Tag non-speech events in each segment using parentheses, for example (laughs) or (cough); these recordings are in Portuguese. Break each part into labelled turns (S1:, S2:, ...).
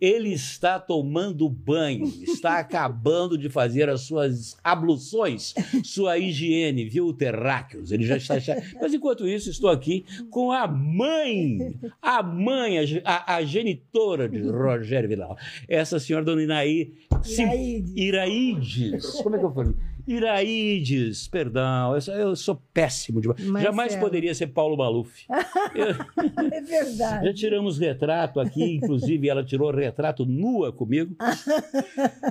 S1: Ele está tomando banho, está acabando de fazer as suas abluções, sua higiene, viu, Terráqueos? Ele já está. já- Mas enquanto isso, estou aqui com a mãe, a mãe, a, ge- a- a genitora de Rogério Vilela. Essa senhora, dona Inaí. Sim-
S2: Iraíde.
S1: Iraides. Como é que eu falei? Iraides, perdão, eu sou, eu sou péssimo demais.
S2: Marcelo.
S1: Jamais poderia ser Paulo Maluf. Eu-
S2: É verdade.
S1: já tiramos retrato aqui, inclusive ela tirou retrato nua comigo.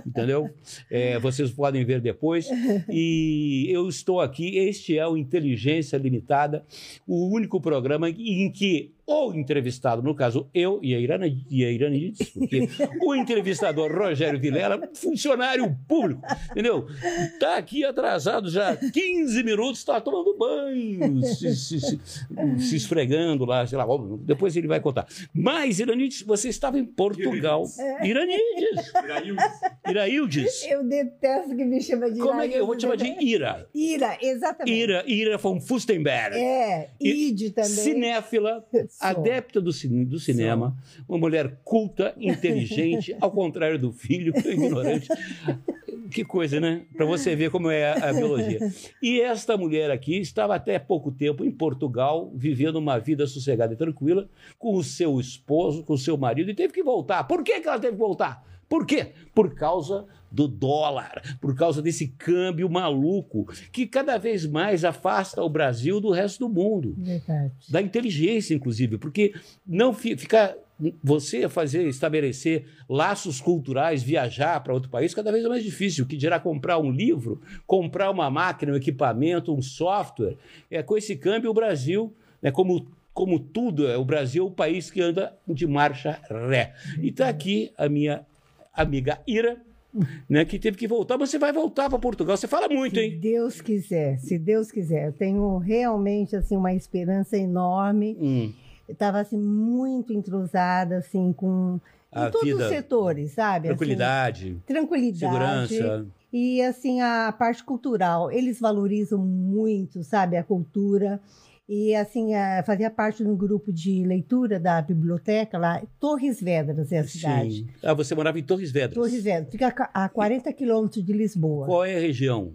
S1: Entendeu? É, vocês podem ver depois. E eu estou aqui, este é o Inteligência Limitada, o único programa em que o entrevistado, no caso eu e a Irana, e a Irana Yides, porque o entrevistador Rogério Vilela, funcionário público, entendeu? Está aqui atrasado já 15 minutos, está tomando banho, se, se- se- se esfregando lá, sei lá, ó, depois ele vai contar. Mas, Iranides, você estava em Portugal.
S2: É.
S1: Iranides, Iraildes.
S2: Eu detesto que me chama de
S1: Como é que eu vou
S2: Iraíde,
S1: te chamar de
S2: né?
S1: Ira?
S2: Ira, exatamente.
S1: Ira, Ira von Fustenberg.
S2: É,
S1: I-
S2: Ide também.
S1: Cinéfila,
S2: Sou.
S1: adepta do, cin- do cinema, uma mulher culta, inteligente, ao contrário do filho, que é ignorante. Que coisa, né? Para você ver como é a, a biologia. E esta mulher aqui estava até pouco tempo em Portugal, vivendo uma vida sossegada e tranquila, com o seu esposo, com o seu marido, e teve que voltar. Por que, que ela teve que voltar? Por quê? Por causa do dólar, por causa desse câmbio maluco que cada vez mais afasta o Brasil do resto do mundo
S2: Verdade.
S1: da inteligência, inclusive, porque não fi- ficar você fazer estabelecer laços culturais, viajar para outro país, cada vez é mais difícil. O que dirá comprar um livro, comprar uma máquina, um equipamento, um software? É com esse câmbio o Brasil, né, como como tudo, é o Brasil é o país que anda de marcha ré. E está aqui a minha amiga Ira, né, que teve que voltar, mas você vai voltar para Portugal. Você fala muito,
S2: Se
S1: hein?
S2: Deus quiser, se Deus quiser. Eu tenho realmente assim uma esperança enorme.
S1: Hum,
S2: Eu estava assim muito entrosada assim com
S1: A
S2: em todos
S1: vida.
S2: os setores, sabe? Assim,
S1: tranquilidade,
S2: tranquilidade.
S1: segurança.
S2: E assim, a parte cultural, eles valorizam muito, sabe, a cultura. E assim, a- fazia parte de um grupo de leitura da biblioteca lá, Torres Vedras é a cidade.
S1: Sim. Ah, você morava em Torres Vedras.
S2: Torres Vedras, fica a ca- a 40 quilômetros de Lisboa.
S1: Qual é a região?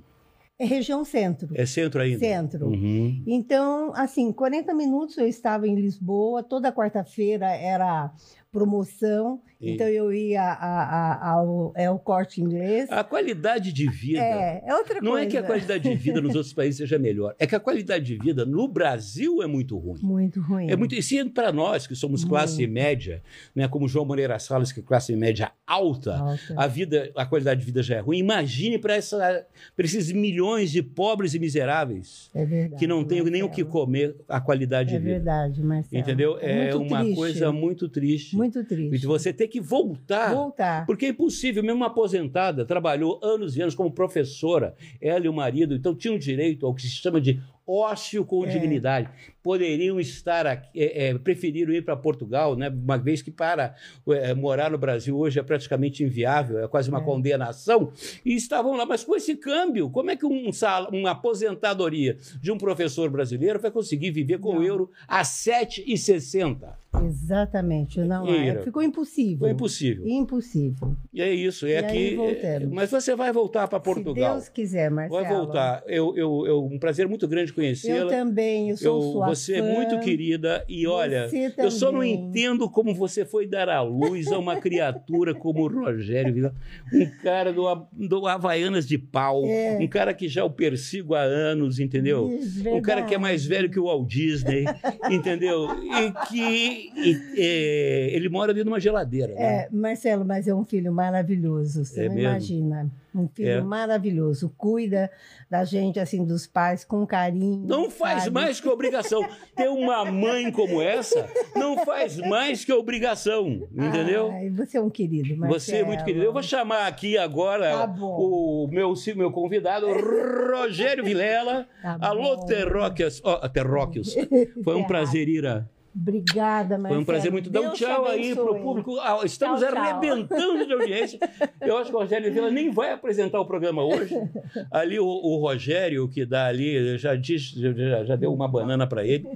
S2: É região centro.
S1: É centro ainda?
S2: Centro.
S1: Uhum.
S2: Então, assim, 40 minutos eu estava em Lisboa, toda quarta-feira era promoção,
S1: E-
S2: então eu ia a- a- ao é o corte inglês.
S1: A qualidade de vida.
S2: É, é outra
S1: Não
S2: coisa.
S1: é que a qualidade de vida
S2: (laughs)
S1: nos outros países seja melhor, é que a qualidade de vida no Brasil é muito ruim.
S2: Muito ruim.
S1: É muito, e se para nós que somos classe média, né, como João Moreira Salles, que é classe média alta,
S2: Alta.
S1: a vida, a qualidade de vida já é ruim. Imagine para essa- para esses milhões de pobres e miseráveis
S2: É verdade.
S1: que não têm nem o que
S2: Marcelo.
S1: comer, a qualidade
S2: É
S1: de vida.
S2: verdade, Marcelo.
S1: Entendeu? É,
S2: muito
S1: uma
S2: triste,
S1: coisa muito triste.
S2: muito
S1: E
S2: triste.
S1: de você ter que voltar.
S2: Voltar.
S1: Porque é impossível, mesmo uma aposentada, trabalhou anos e anos como professora, ela e o marido, então tinham direito ao que se chama de ócio com
S2: É.
S1: dignidade. Poderiam estar aqui, é, é, preferiram ir para Portugal, né? uma vez que para é, morar no Brasil hoje é praticamente inviável, é quase uma
S2: É.
S1: condenação, e estavam lá. Mas com esse câmbio, como é que um sal, uma aposentadoria de um professor brasileiro vai conseguir viver com
S2: Não.
S1: o euro a 7,60?
S2: Exatamente. Não,
S1: Ira.
S2: é, ficou impossível.
S1: Foi impossível.
S2: Impossível.
S1: E é isso, é
S2: E aí
S1: aqui.
S2: voltamos.
S1: mas você vai voltar para Portugal.
S2: Se Deus quiser, Marcelo.
S1: vai voltar. Eu, eu, eu- um prazer muito grande
S2: Eu
S1: conhecê-la.
S2: também, eu sou
S1: Eu-
S2: sua
S1: você é
S2: fã.
S1: muito querida e olha,
S2: Você
S1: eu só não
S2: também.
S1: entendo como você foi dar à luz a uma criatura como o Rogério, Vila, um cara do, Ha- do Havaianas de pau,
S2: É.
S1: um cara que já o persigo há anos, entendeu? Um cara que é mais velho que o Walt Disney, entendeu? E que e, é, ele mora dentro de uma geladeira. né?
S2: É, Marcelo, mas é um filho maravilhoso, você
S1: É
S2: não
S1: mesmo?
S2: imagina. Um filho
S1: É.
S2: maravilhoso. Cuida da gente, assim, dos pais com carinho.
S1: Não faz
S2: sabe?
S1: mais que obrigação. Ter uma mãe como essa não faz mais que obrigação, entendeu?
S2: Ai, você é um querido, Marcelo.
S1: Você é muito querido. Eu vou chamar aqui agora
S2: Tá bom.
S1: o meu, meu convidado, Rogério Vilela.
S2: Tá
S1: Alô,
S2: bom.
S1: Terróquias. Ó, Terróquios. Foi um
S2: (laughs) Terra.
S1: prazer, Ira.
S2: Obrigada, Marcelo.
S1: Foi um prazer muito. Dá um
S2: é, Deus te
S1: tchau aí pro
S2: abençoe.
S1: público. Ah, Estamos
S2: Tchau, tchau.
S1: arrebentando de audiência. Eu acho que o Rogério Vila nem vai apresentar o programa hoje. Ali o, o Rogério, que dá ali, já, diz, já, já deu uma banana para ele.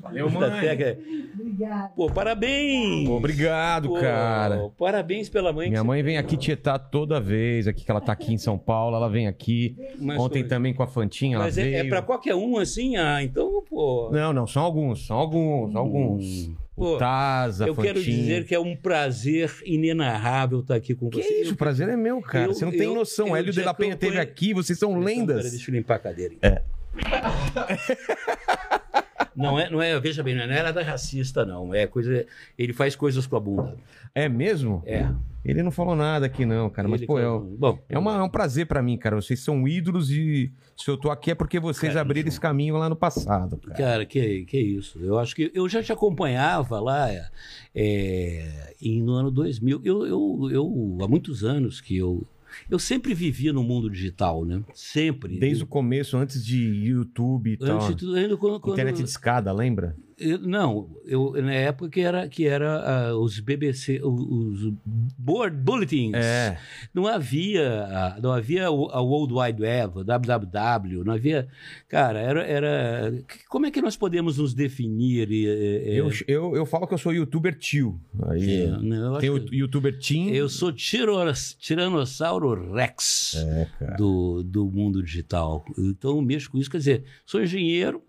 S3: Valeu,
S1: Da
S3: mãe.
S1: Teca.
S2: Obrigada.
S1: Pô, parabéns!
S3: Obrigado,
S1: Pô,
S3: cara.
S1: Parabéns pela mãe. que
S3: Minha
S1: você
S3: mãe vem
S1: tem.
S3: aqui tietar toda vez, aqui que ela tá aqui em São Paulo, ela vem aqui.
S1: Mas,
S3: Ontem
S1: pô,
S3: também com a Fantinha, ela
S1: Mas é,
S3: veio.
S1: é pra qualquer um assim? Ah, então, pô.
S3: Não, não, são alguns, são alguns, alguns.
S1: Pô,
S3: o Taz, a
S1: Hum. eu
S3: Fantinha.
S1: quero dizer que é um prazer inenarrável estar aqui com
S3: Que
S1: você.
S3: isso, o prazer é meu, cara.
S1: eu-
S3: você não tem
S1: eu-
S3: noção.
S1: eu
S3: Hélio de
S1: já
S3: la Penha esteve
S1: acompanho-
S3: aqui, vocês são
S1: Pera,
S3: lendas.
S1: Então, deixa eu limpar a cadeira. É. (laughs) Não é, não é, veja bem, não é nada racista, não. É coisa. Ele faz coisas com a bunda.
S3: É mesmo?
S1: É.
S3: Ele não falou nada aqui, não, cara. Mas,
S1: Ele
S3: pô,
S1: faz-
S3: eu,
S1: Bom,
S3: É, uma- é um prazer pra mim, cara. Vocês são ídolos e se eu tô aqui é porque vocês
S1: Cara,
S3: abriram esse caminho lá no passado, cara.
S1: Cara, que, que isso. Eu acho que eu já te acompanhava lá é, é, em, no ano 2000. Eu, eu, eu, há muitos anos que eu. Eu sempre vivia no mundo digital, né? Sempre.
S3: Desde o começo, antes de YouTube e tal. né?
S1: Antes de tudo, ainda quando, quando-
S3: Internet de escada, lembra?
S1: Eu- não, eu, na época que era, que era ah, os BBC, os, os board bulletins.
S3: É.
S1: Não havia, ah, não havia o- a World Wide Web, o www, não havia, cara, era, era que- como é que nós podemos nos definir? e, e,
S3: Eu, eu, eu falo que eu sou youtuber tio. Aí,
S1: e- né? É. eu,
S3: tem
S1: acho
S3: o youtuber Tim.
S1: que- eu sou tiros- tiranossauro Rex
S3: É, cara.
S1: do, do mundo digital. Então, eu mexo com isso. Quer dizer, sou engenheiro.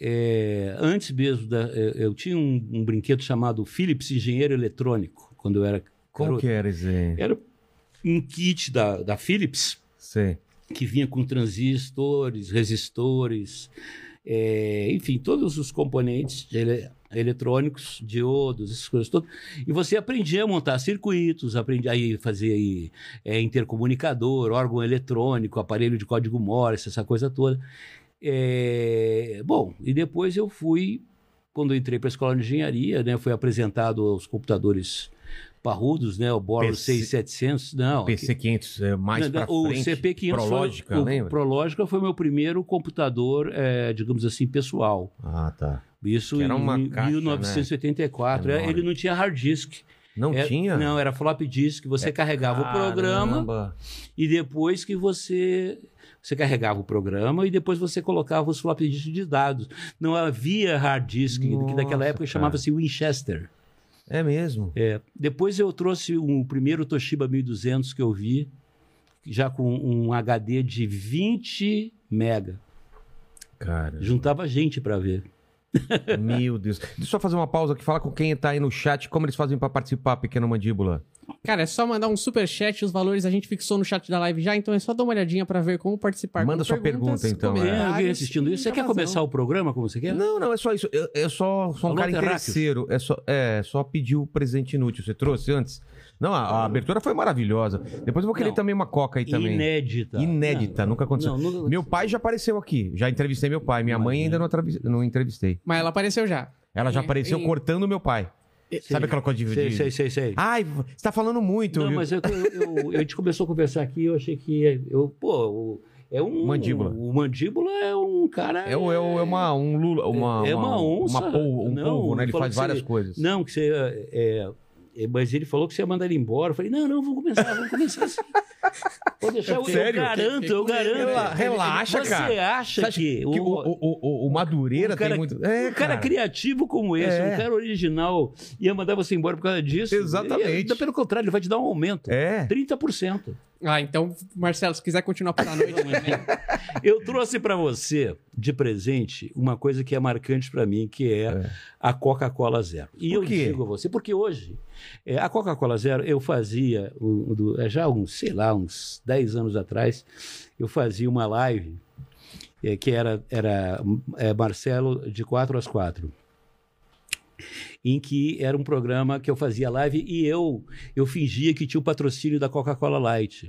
S1: É, antes mesmo, da- eu, eu tinha um, um brinquedo chamado Philips Engenheiro Eletrônico, quando eu era
S3: Como
S1: garoto.
S3: que era, Zé?
S1: Era um kit da, da Philips
S3: Sei.
S1: que vinha com transistores, resistores, é, enfim, todos os componentes ele- eletrônicos, diodos, essas coisas todas. E você aprendia a montar circuitos, aprendia a fazer aí, é, intercomunicador, órgão eletrônico, aparelho de código Morse, essa coisa toda. É, bom, e depois eu fui, quando eu entrei para a escola de engenharia, né, fui apresentado aos computadores parrudos, né, o Boros
S3: PC
S1: 6700, não,
S3: PC500 é, mais
S1: não,
S3: pra
S1: não, Né, o
S3: frente.
S1: CP500
S3: Prológica,
S1: foi, o-
S3: lembra?
S1: O Prológica foi meu primeiro computador, eh, digamos assim, pessoal.
S3: Ah, tá.
S1: Isso
S3: Que era uma
S1: em
S3: caixa,
S1: 1984.
S3: né?
S1: É, Ele não tinha hard disk.
S3: Não
S1: Era-
S3: tinha?
S1: É,
S3: É,
S1: Não, era flop disk. Você carregava o programa
S3: Caramba.
S1: e depois que você... Você carregava o programa e depois você colocava os flop disks de dados. Não havia hard disk, que
S3: Nossa,
S1: naquela época
S3: cara.
S1: chamava-se Winchester.
S3: É mesmo.
S1: É. Depois eu trouxe o primeiro Toshiba 1200 que eu vi, já com um HD de 20 mega.
S3: Cara.
S1: Juntava gente para ver.
S3: Meu Deus. Deixa eu só fazer uma pausa aqui, falar com quem tá aí no chat, como eles fazem pra participar, pequeno mandíbula.
S4: Cara, é só mandar um super chat, os valores a gente fixou no chat da live já, então é só dar uma olhadinha pra ver como participar.
S3: Manda
S4: com
S3: sua pergunta,
S4: perguntas,
S3: então, é.
S1: É, eu
S4: comentários
S1: vim assistindo isso. Você
S4: e
S1: quer
S4: razão.
S1: começar o programa como você quer?
S3: Não, não, é só isso. Eu, eu só sou um
S1: Alô,
S3: cara
S1: Terráqueos?
S3: interesseiro. É só, é só pedir o presente inútil. Você trouxe antes? Não, a, a abertura foi maravilhosa. Depois eu vou querer
S1: Não.
S3: também uma coca aí também.
S1: Inédita.
S3: Inédita, nunca aconteceu.
S1: Não, nunca
S3: Meu pai já apareceu aqui. Já entrevistei meu pai. Minha mãe ainda não, atravi- não entrevistei.
S4: Mas ela apareceu já.
S3: Ela já
S4: É,
S3: apareceu
S4: e-
S3: cortando meu pai. Sabe aquela coisa de...
S1: Sei,
S3: de-
S1: sei, sei, sei.
S3: Ai, você tá falando muito.
S1: Não,
S3: viu?
S1: mas eu, eu- eu- a gente começou a conversar aqui, eu achei que. Eu, pô, o- é um.
S3: Mandíbula.
S1: O mandíbula é um cara.
S3: É, o- é o- é uma, um lula, uma,
S1: É uma onça.
S3: uma polvo, um
S1: Não,
S3: polvo, né? Ele
S1: falou
S3: faz
S1: que
S3: várias
S1: você-
S3: coisas.
S1: Não, que você. é, é, mas ele falou que você ia mandar ele embora. Eu falei, não, não, vamos começar, vamos começar assim. Vou deixar, eu, eu
S3: (laughs) Sério?
S1: garanto, eu garanto.
S3: Rela- relaxa,
S1: você
S3: cara.
S1: acha
S3: Você acha
S1: que,
S3: que o, o- o- o Madureira
S1: um cara-
S3: tem muito. É,
S1: um cara criativo como esse,
S3: É.
S1: um cara original, ia mandar você embora por causa disso?
S3: Exatamente.
S1: Ele- ainda pelo contrário, ele vai te dar um aumento.
S3: É.
S1: 30%.
S4: Ah, então, Marcelo, se quiser continuar pela noite, né?
S1: Eu trouxe pra você, de presente, uma coisa que é marcante pra mim, que é,
S3: É.
S1: a Coca-Cola Zero. E
S3: Por
S1: eu
S3: quê?
S1: digo a você, porque hoje, é, a Coca-Cola Zero, eu fazia, o- o do- é, já uns, sei lá, uns 10 anos atrás, eu fazia uma live é, que era, era é, Marcelo de 4 às 4. em que era um programa que eu fazia live e eu eu fingia que tinha o patrocínio da Coca-Cola Light.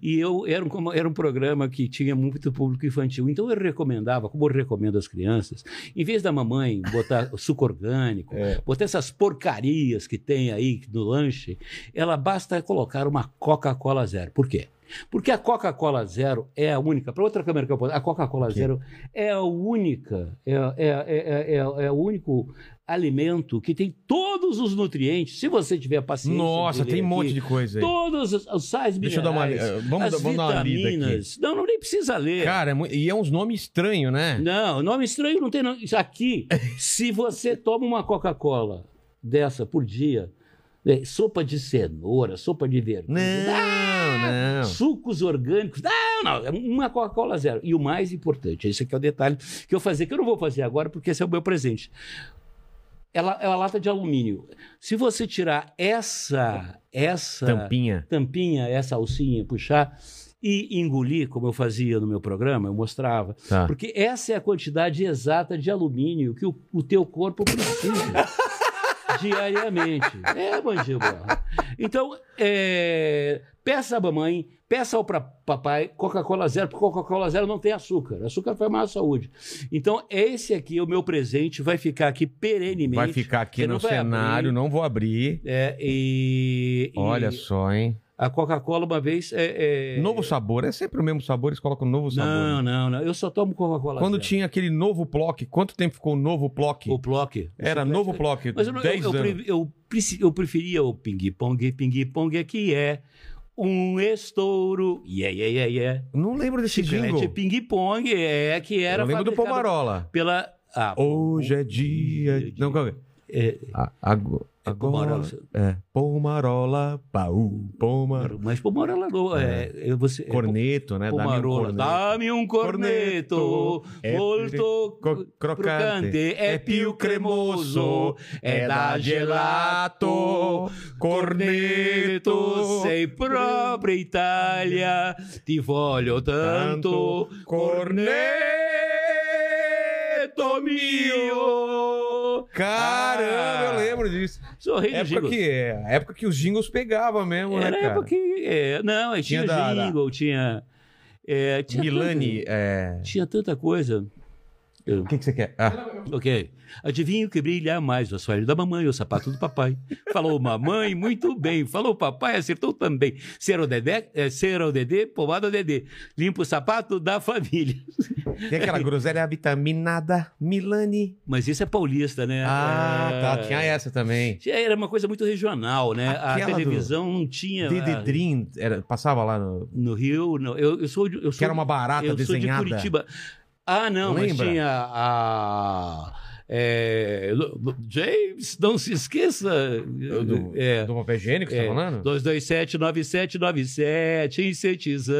S1: e eu era um, como- era um programa que tinha muito público infantil. Então eu recomendava, como eu recomendo às crianças, em vez da mamãe botar o suco orgânico,
S3: É.
S1: botar essas porcarias que tem aí no lanche, ela basta colocar uma Coca-Cola Zero. Por quê? Porque a Coca-Cola Zero é a única. Para outra câmera que eu posso. A Coca-Cola
S3: Aqui.
S1: Zero é a única. É, é, é, é, é, é o único alimento que tem todos os nutrientes. Se você tiver paciência.
S3: Nossa, tem um monte de coisa aí.
S1: Todos os, os sais
S3: Deixa eu dar uma. li-
S1: minerais,
S3: eh, Vamos, dar-
S1: as
S3: vamos dar uma lida aqui.
S1: vitaminas. Não, não nem precisa ler.
S3: Cara, é mu- e é uns nomes estranhos, né?
S1: Não, nome estranho não tem. Não. Isso
S3: (laughs)
S1: Aqui, se você toma uma Coca-Cola dessa por dia, né, sopa de cenoura, sopa de
S3: Não,
S1: verdura,
S3: não.
S1: sucos orgânicos. Não, não, é uma Coca-Cola zero. E o mais importante, esse aqui é o detalhe que eu fazer, que eu não vou fazer agora, porque esse é o meu presente. Ela é uma lata de alumínio. Se você tirar essa, essa
S3: Tampinha.
S1: tampinha, essa alcinha, puxar e engolir, como eu fazia no meu programa, eu mostrava.
S3: Tá.
S1: Porque essa é a quantidade exata de alumínio que o, o teu corpo
S3: (laughs)
S1: precisa diariamente. É, mandíbula. Então, é, peça à mamãe, peça ao pra- papai Coca-Cola Zero, porque Coca-Cola Zero não tem açúcar. Açúcar faz mal à saúde. Então, esse aqui, o meu presente, vai ficar aqui perenemente.
S3: Vai ficar aqui
S1: Você
S3: no
S1: não vai
S3: cenário,
S1: abrir.
S3: não vou abrir.
S1: É, e, e
S3: Olha só, hein?
S1: A Coca-Cola, uma vez... É, é-
S3: Novo sabor. É sempre o mesmo sabor, eles colocam novo sabor. né?
S1: Não, não, não. Eu só tomo Coca-Cola
S3: Quando
S1: Zero.
S3: tinha aquele novo Plock, quanto tempo ficou o novo Plock?
S1: O Plock.
S3: Era novo Plock,
S1: Mas eu, não- eu,
S3: 10
S1: eu,
S3: anos.
S1: pre- eu preci- eu preferia o ping-pong, ping-pong, que é um estouro. Yeah, yeah, yeah, yeah.
S3: Não lembro desse
S1: Chiclete
S3: jingle.
S1: ping-pong, é, que é era.
S3: Eu lembro do
S1: fabricado
S3: Pomarola.
S1: Pela. Ah,
S3: Hoje é dia...
S1: de-
S3: Não, calma aí.
S1: é,
S3: A- ago-
S1: É
S3: Agora...
S1: Pomarola.
S3: É. Pomarola, baú, poma...
S1: mas Pomarola não. É, é, você, é
S3: Corneto, né? Dá-me um
S1: Pomarola.
S3: corneto.
S1: Dá-me um corneto.
S3: É
S1: Volto.
S3: co- crocante.
S1: É pio cremoso. É da gelato. Corneto, sei própria Itália, ti voglio tanto, corneto mio.
S3: Caramba,
S1: Ah.
S3: eu lembro disso.
S1: Sou rei do
S3: Época
S1: jingle.
S3: que, é, época que os jingles pegavam mesmo,
S1: Era
S3: né,
S1: a
S3: cara?
S1: época que... é, não, é, tinha,
S3: Tinha da- da-
S1: jingle, tinha... é, tinha
S3: Milani,
S1: tanta-
S3: é...
S1: tinha tanta coisa. Eu-
S3: O que, que você quer? Ah,
S1: Ok. Adivinha o que brilha mais? O assoalho da mamãe, o sapato do papai. Falou mamãe, muito bem. Falou papai, acertou também. Ser o dedé, é, ser o dedê, pomada o dedê. Limpa o sapato da família.
S3: tem
S1: (laughs)
S3: aquela groselha vitaminada, Milani.
S1: Mas isso é paulista, né?
S3: Ah,
S1: É.
S3: tá, tinha essa também.
S1: Era uma coisa muito regional, né?
S3: Aquela
S1: a
S3: do-
S1: televisão não tinha...
S3: DD Dream, era, passava lá no...
S1: No Rio, não. Eu, eu sou... de- Eu sou
S3: Que era uma barata
S1: eu
S3: desenhada.
S1: sou de Curitiba. Ah, não,
S3: Lembra?
S1: mas tinha a... é, L- L- James, não se esqueça.
S3: Do,
S1: é,
S3: do papel higiênico, você
S1: É,
S3: tá falando?
S1: 2279797, insetizan.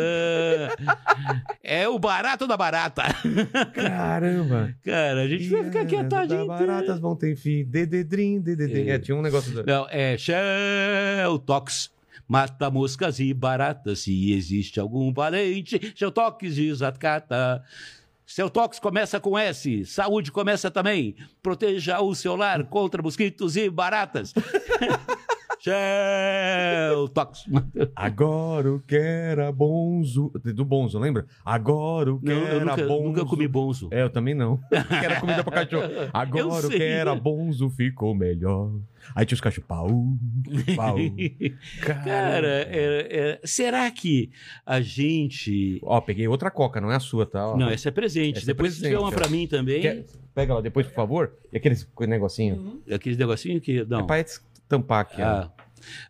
S1: (laughs) é o barato da barata.
S3: Caramba.
S1: Cara, a gente vai ficar aqui a tarde
S3: As
S1: inteira.
S3: baratas vão ter fim. Dededrim, dededrim.
S1: É.
S3: É, tinha um negócio. Do...
S1: Não, é Sheltox. Mata moscas e baratas, se existe algum parente. Sheltox desacata. Seu tox começa com S, saúde começa também. Proteja o seu lar contra mosquitos e baratas. Sheltox.
S3: Agora o que era bonzo. Do bonzo, lembra? Agora o que
S1: Não, eu
S3: era
S1: nunca,
S3: bonzo.
S1: nunca comi bonzo.
S3: É, eu também
S1: (laughs)
S3: não. Que era comida pra cachorro. Tipo, Agora o que
S1: sei.
S3: era bonzo ficou melhor. Aí tinha os cachorros. Pau, pau.
S1: (laughs) Cara, é- é- será que a gente.
S3: Ó, peguei outra coca, não é a sua, tá? Ó,
S1: Não, essa é presente.
S3: Essa é
S1: Depois se tiver
S3: presente,
S1: uma
S3: ó.
S1: pra mim também.
S3: Quer- Pega lá depois, por favor. E aqueles negocinho.
S1: Aqueles negocinhos que. Não.
S3: É pra tampar aqui. ó.
S1: Ah,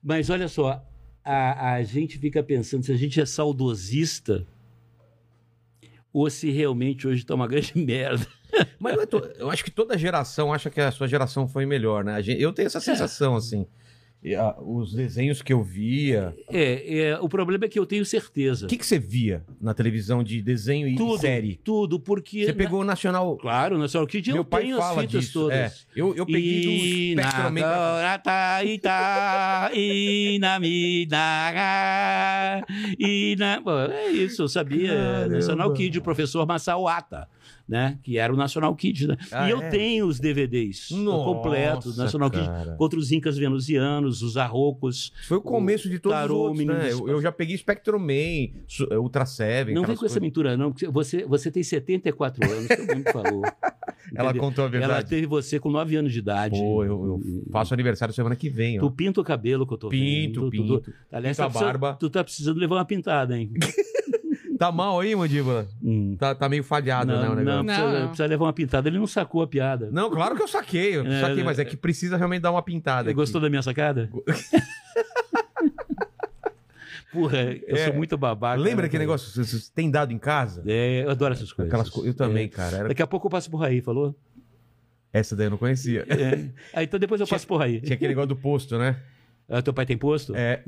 S1: Mas olha só, a, a gente fica pensando se a gente é saudosista ou se realmente hoje tá uma (laughs) grande merda.
S3: Mas não é to- eu acho que toda geração acha que a sua geração foi melhor, né? A gen- Eu tenho essa sensação, assim. E, ah, os desenhos que eu via.
S1: É, é, o problema é que eu tenho certeza.
S3: O que, que você via na televisão de desenho e
S1: tudo,
S3: série?
S1: tudo, porque.
S3: Você pegou o Nacional.
S1: Claro, na senhora, que dia
S3: Meu
S1: eu
S3: pai
S1: tenho
S3: fala
S1: as fitas
S3: disso.
S1: todas.
S3: é. eu, eu peguei do Spectrum Man-
S1: Inagorata, Ita, Inamidaga, Ina... Bom, É isso, eu sabia.
S3: Caramba.
S1: Nacional Kid, o professor Masao Ata. né? Que era o National Kid, né?
S3: Ah,
S1: e eu
S3: é?
S1: tenho os DVDs
S3: Nossa,
S1: completos, National Kid,
S3: cara.
S1: contra os Incas Venusianos, os Arrocos.
S3: Foi o começo de todos
S1: Tarô,
S3: os outros,
S1: Menino
S3: né?
S1: do
S3: Eu, eu já peguei Spectrum Man, Su- eh, Ultra Seven.
S1: não vem
S3: aquelas
S1: com essa
S3: coisas.
S1: mentura, não, porque você, você tem 74 anos, todo mundo falou.
S3: (laughs) Ela
S1: Entendeu?
S3: contou a
S1: Ela
S3: verdade.
S1: teve você com 9 anos de idade. Hum.
S3: Pô, eu, eu faço aniversário semana que vem, ó.
S1: Tu pinta o cabelo que eu tô
S3: Pinto,
S1: vendo. tu-
S3: pinto.
S1: Tu, aliás,
S3: Pinto a
S1: tá precisando-
S3: barba.
S1: tu tá precisando levar uma pintada, hein?
S3: Tá mal aí, mandíbula?
S1: Hum.
S3: Tá, tá meio falhado, né?
S1: não,
S3: O negócio.
S1: não, precisa,
S4: Não, não.
S1: precisa levar uma pintada. Ele não sacou a piada.
S3: Não, claro que eu saquei, eu
S1: É,
S3: saquei,
S1: é.
S3: mas é que precisa realmente dar uma pintada.
S1: Ele
S3: aqui.
S1: gostou da minha sacada? (laughs) Porra, eu
S3: É.
S1: sou muito babaca.
S3: Lembra
S1: né, cara?
S3: aquele negócio? Vocês vocês têm dado em casa?
S1: É, eu adoro essas coisas.
S3: Aquelas coisas. Eu também, cara.
S1: É.
S3: era-
S1: Daqui a pouco eu passo por aí,
S3: (laughs)
S1: falou?
S3: Essa daí eu
S1: (laughs)
S3: não conhecia.
S1: É. Ah, então depois eu passo por aí.
S3: Tinha aquele negócio do posto, né?
S1: Ah, teu pai tem posto?
S3: É.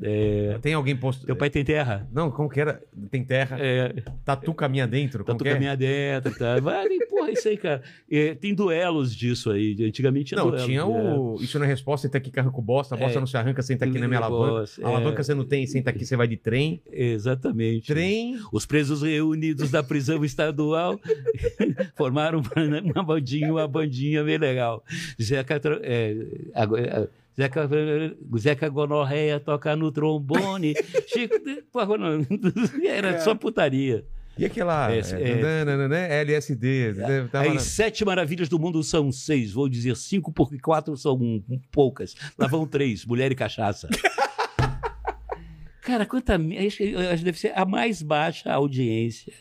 S3: Tem alguém posto.
S1: Teu pai tem terra?
S3: Não, como que era? Tem terra,
S1: É,
S3: tatu caminha dentro.
S1: tá
S3: como
S1: tu
S3: que é?
S1: caminhar dentro, tá? Vale, porra, isso aí, cara. É, tem duelos disso aí. Antigamente tinha
S3: Não,
S1: duelo,
S3: tinha
S1: né?
S3: o. Isso não é resposta, senta aqui, carro com bosta, a
S1: É.
S3: bosta não se arranca, senta aqui na minha alavanca.
S1: Negócio,
S3: A alavanca você não tem, senta aqui, você vai de trem.
S1: é, exatamente.
S3: Trem.
S1: Os presos reunidos da prisão estadual (laughs) formaram uma, né, uma bandinha, uma bandinha bem legal. Zeca, Tro- é, agora- é, Zeca, Zeca Gonorreia toca no trombone. Chico, (laughs) porra, não, era só putaria.
S3: E aquela.
S1: Esse, É
S3: é, nananana, LSD. né? Tava
S1: As
S3: na-
S1: sete maravilhas do mundo são seis, vou dizer cinco, porque quatro são um, poucas. Lá vão três, mulher e cachaça. Cara, quanta. me- Acho que acho que deve ser a mais baixa audiência